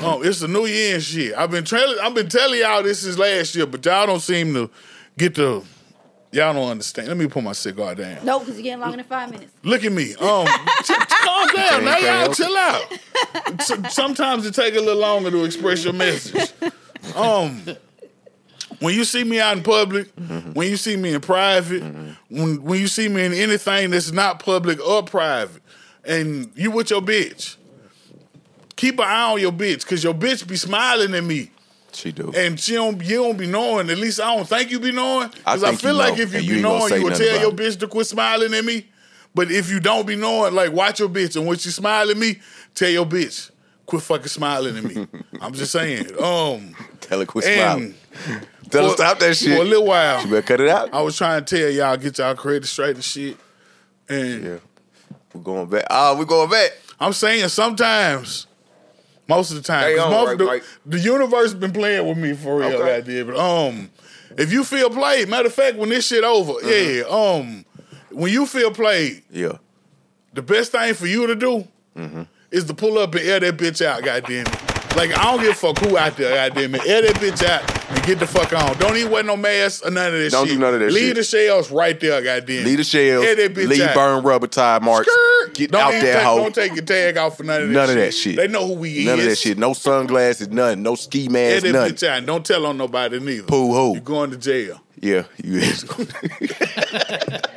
Speaker 1: um, it's the new year and shit. I've been trailing, I've been telling y'all this since last year, but y'all don't seem to get the y'all don't understand. Let me put my cigar down.
Speaker 3: No, because you're getting longer than five minutes.
Speaker 1: Look at me. Um, ch- ch- calm down. Now
Speaker 2: Okay,
Speaker 1: y'all
Speaker 2: okay.
Speaker 1: chill out. S- sometimes it take a little longer to express your message. Um, when you see me out in public, when you see me in private, when when you see me in anything that's not public or private, and you with your bitch, keep an eye on your bitch, cause your bitch be smiling at me.
Speaker 2: She do.
Speaker 1: and she don't you don't be knowing. At least I don't think you be knowing.
Speaker 2: I
Speaker 1: Because I,
Speaker 2: think
Speaker 1: feel
Speaker 2: you
Speaker 1: like
Speaker 2: know,
Speaker 1: if you,
Speaker 2: and
Speaker 1: you,
Speaker 2: you ain't gonna
Speaker 1: knowing,
Speaker 2: say
Speaker 1: you will
Speaker 2: nothing
Speaker 1: tell your
Speaker 2: about
Speaker 1: bitch to quit smiling at me. But if you don't be knowing, like watch your bitch, and when she smile at me, tell your bitch quit fucking smiling at me. I'm just saying. Um,
Speaker 2: Tell her quit
Speaker 1: and
Speaker 2: smiling. Tell her
Speaker 1: for-
Speaker 2: stop that shit.
Speaker 1: for a little while.
Speaker 2: She better cut it out.
Speaker 1: I was trying to tell y'all get y'all credit straight and shit. And
Speaker 2: yeah. We're going back. Ah, we're going back.
Speaker 1: I'm saying sometimes, most of the time,
Speaker 2: They
Speaker 1: 'cause
Speaker 2: on,
Speaker 1: most
Speaker 2: right,
Speaker 1: the,
Speaker 2: right.
Speaker 1: the universe been playing with me for real,
Speaker 2: Okay.
Speaker 1: goddamn it. Um, if you feel played, matter of fact, when this shit over,
Speaker 2: Mm-hmm.
Speaker 1: yeah, um, when you feel played,
Speaker 2: Yeah.
Speaker 1: the best thing for you to do
Speaker 2: Mm-hmm.
Speaker 1: is to pull up and air that bitch out, goddamn it. Like I don't give a fuck who out there, goddamn it. Air that bitch out and get the fuck on. Don't even wear no mask or none of this
Speaker 2: Don't
Speaker 1: shit.
Speaker 2: do none of that
Speaker 1: Leave
Speaker 2: shit.
Speaker 1: the shells right there, goddamn. it.
Speaker 2: Leave the shells.
Speaker 1: Air that bitch
Speaker 2: leave
Speaker 1: out.
Speaker 2: burn rubber tie marks.
Speaker 1: Skirt.
Speaker 2: Get
Speaker 1: don't
Speaker 2: out
Speaker 1: even
Speaker 2: that
Speaker 1: take,
Speaker 2: hole.
Speaker 1: Don't take your tag off for none of that
Speaker 2: None of
Speaker 1: shit.
Speaker 2: that shit.
Speaker 1: They know who we
Speaker 2: None
Speaker 1: is.
Speaker 2: of that shit. No sunglasses, none. No ski mask,
Speaker 1: Edit
Speaker 2: none.
Speaker 1: bitch out. Don't tell on nobody neither.
Speaker 2: Poo hoo.
Speaker 1: You're going to jail.
Speaker 2: Yeah, you is.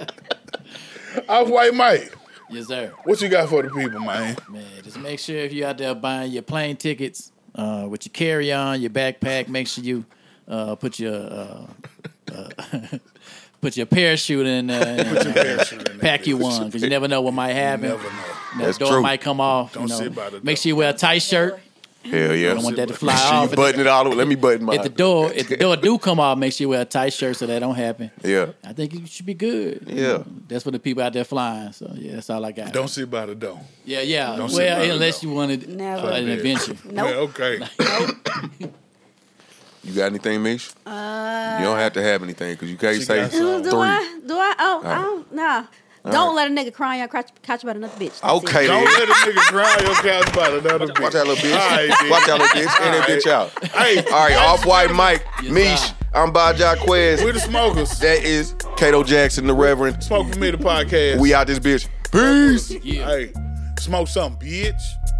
Speaker 1: I was white Mike.
Speaker 4: Yes, sir.
Speaker 1: What you got for the people, man?
Speaker 4: Man, Uh, just make sure if you're out there buying your plane tickets, uh, with your carry on, your backpack, make sure you uh, put your uh, uh, put your parachute in there and uh, pack you one because you never know what might happen.
Speaker 1: Never know.
Speaker 4: The
Speaker 2: That's
Speaker 4: door
Speaker 2: true.
Speaker 4: might come off. you
Speaker 1: Don't
Speaker 4: know.
Speaker 1: sit by the door.
Speaker 4: Make sure you wear a tight shirt.
Speaker 2: Hell yeah.
Speaker 4: don't want that to
Speaker 2: Make
Speaker 4: fly
Speaker 2: sure
Speaker 4: off.
Speaker 2: you button it all the way. Let me button mine.
Speaker 4: If the door, if the door do come off, make sure you wear a tight shirt so that don't happen.
Speaker 2: Yeah.
Speaker 4: I think you should be good.
Speaker 2: Yeah.
Speaker 4: That's for the people out there flying. So yeah, that's all I got.
Speaker 1: Don't sit by the door.
Speaker 4: yeah, yeah.
Speaker 1: don't sit by
Speaker 4: well,
Speaker 1: the
Speaker 4: unless
Speaker 1: door.
Speaker 4: you wanted
Speaker 3: Never.
Speaker 4: an
Speaker 1: Forbid.
Speaker 4: adventure.
Speaker 1: Yeah,
Speaker 3: Nope.
Speaker 1: okay.
Speaker 2: You got anything, Mish? you don't have to have anything because you can't
Speaker 1: She
Speaker 2: say
Speaker 1: got some.
Speaker 3: Do, do
Speaker 2: three.
Speaker 3: I? Do I? Oh,
Speaker 2: right.
Speaker 3: I don't, nah. Don't let a nigga cry on your couch, couch about another bitch. That's it.
Speaker 2: Okay,
Speaker 1: Don't let
Speaker 2: then.
Speaker 1: a nigga drown your couch by another bitch.
Speaker 2: Watch that little bitch.
Speaker 1: All right, then.
Speaker 2: Watch that little bitch. Air that bitch out.
Speaker 1: Hey,
Speaker 2: All right, off white Mike,
Speaker 4: Yes,
Speaker 2: Mish.
Speaker 4: sir.
Speaker 2: I'm Bob Jaquez.
Speaker 1: we're the smokers.
Speaker 2: That is Cato Jackson, the Reverend.
Speaker 1: Smoke for me the podcast.
Speaker 2: We out this bitch. Peace.
Speaker 4: Yeah.
Speaker 1: Hey, smoke something, bitch.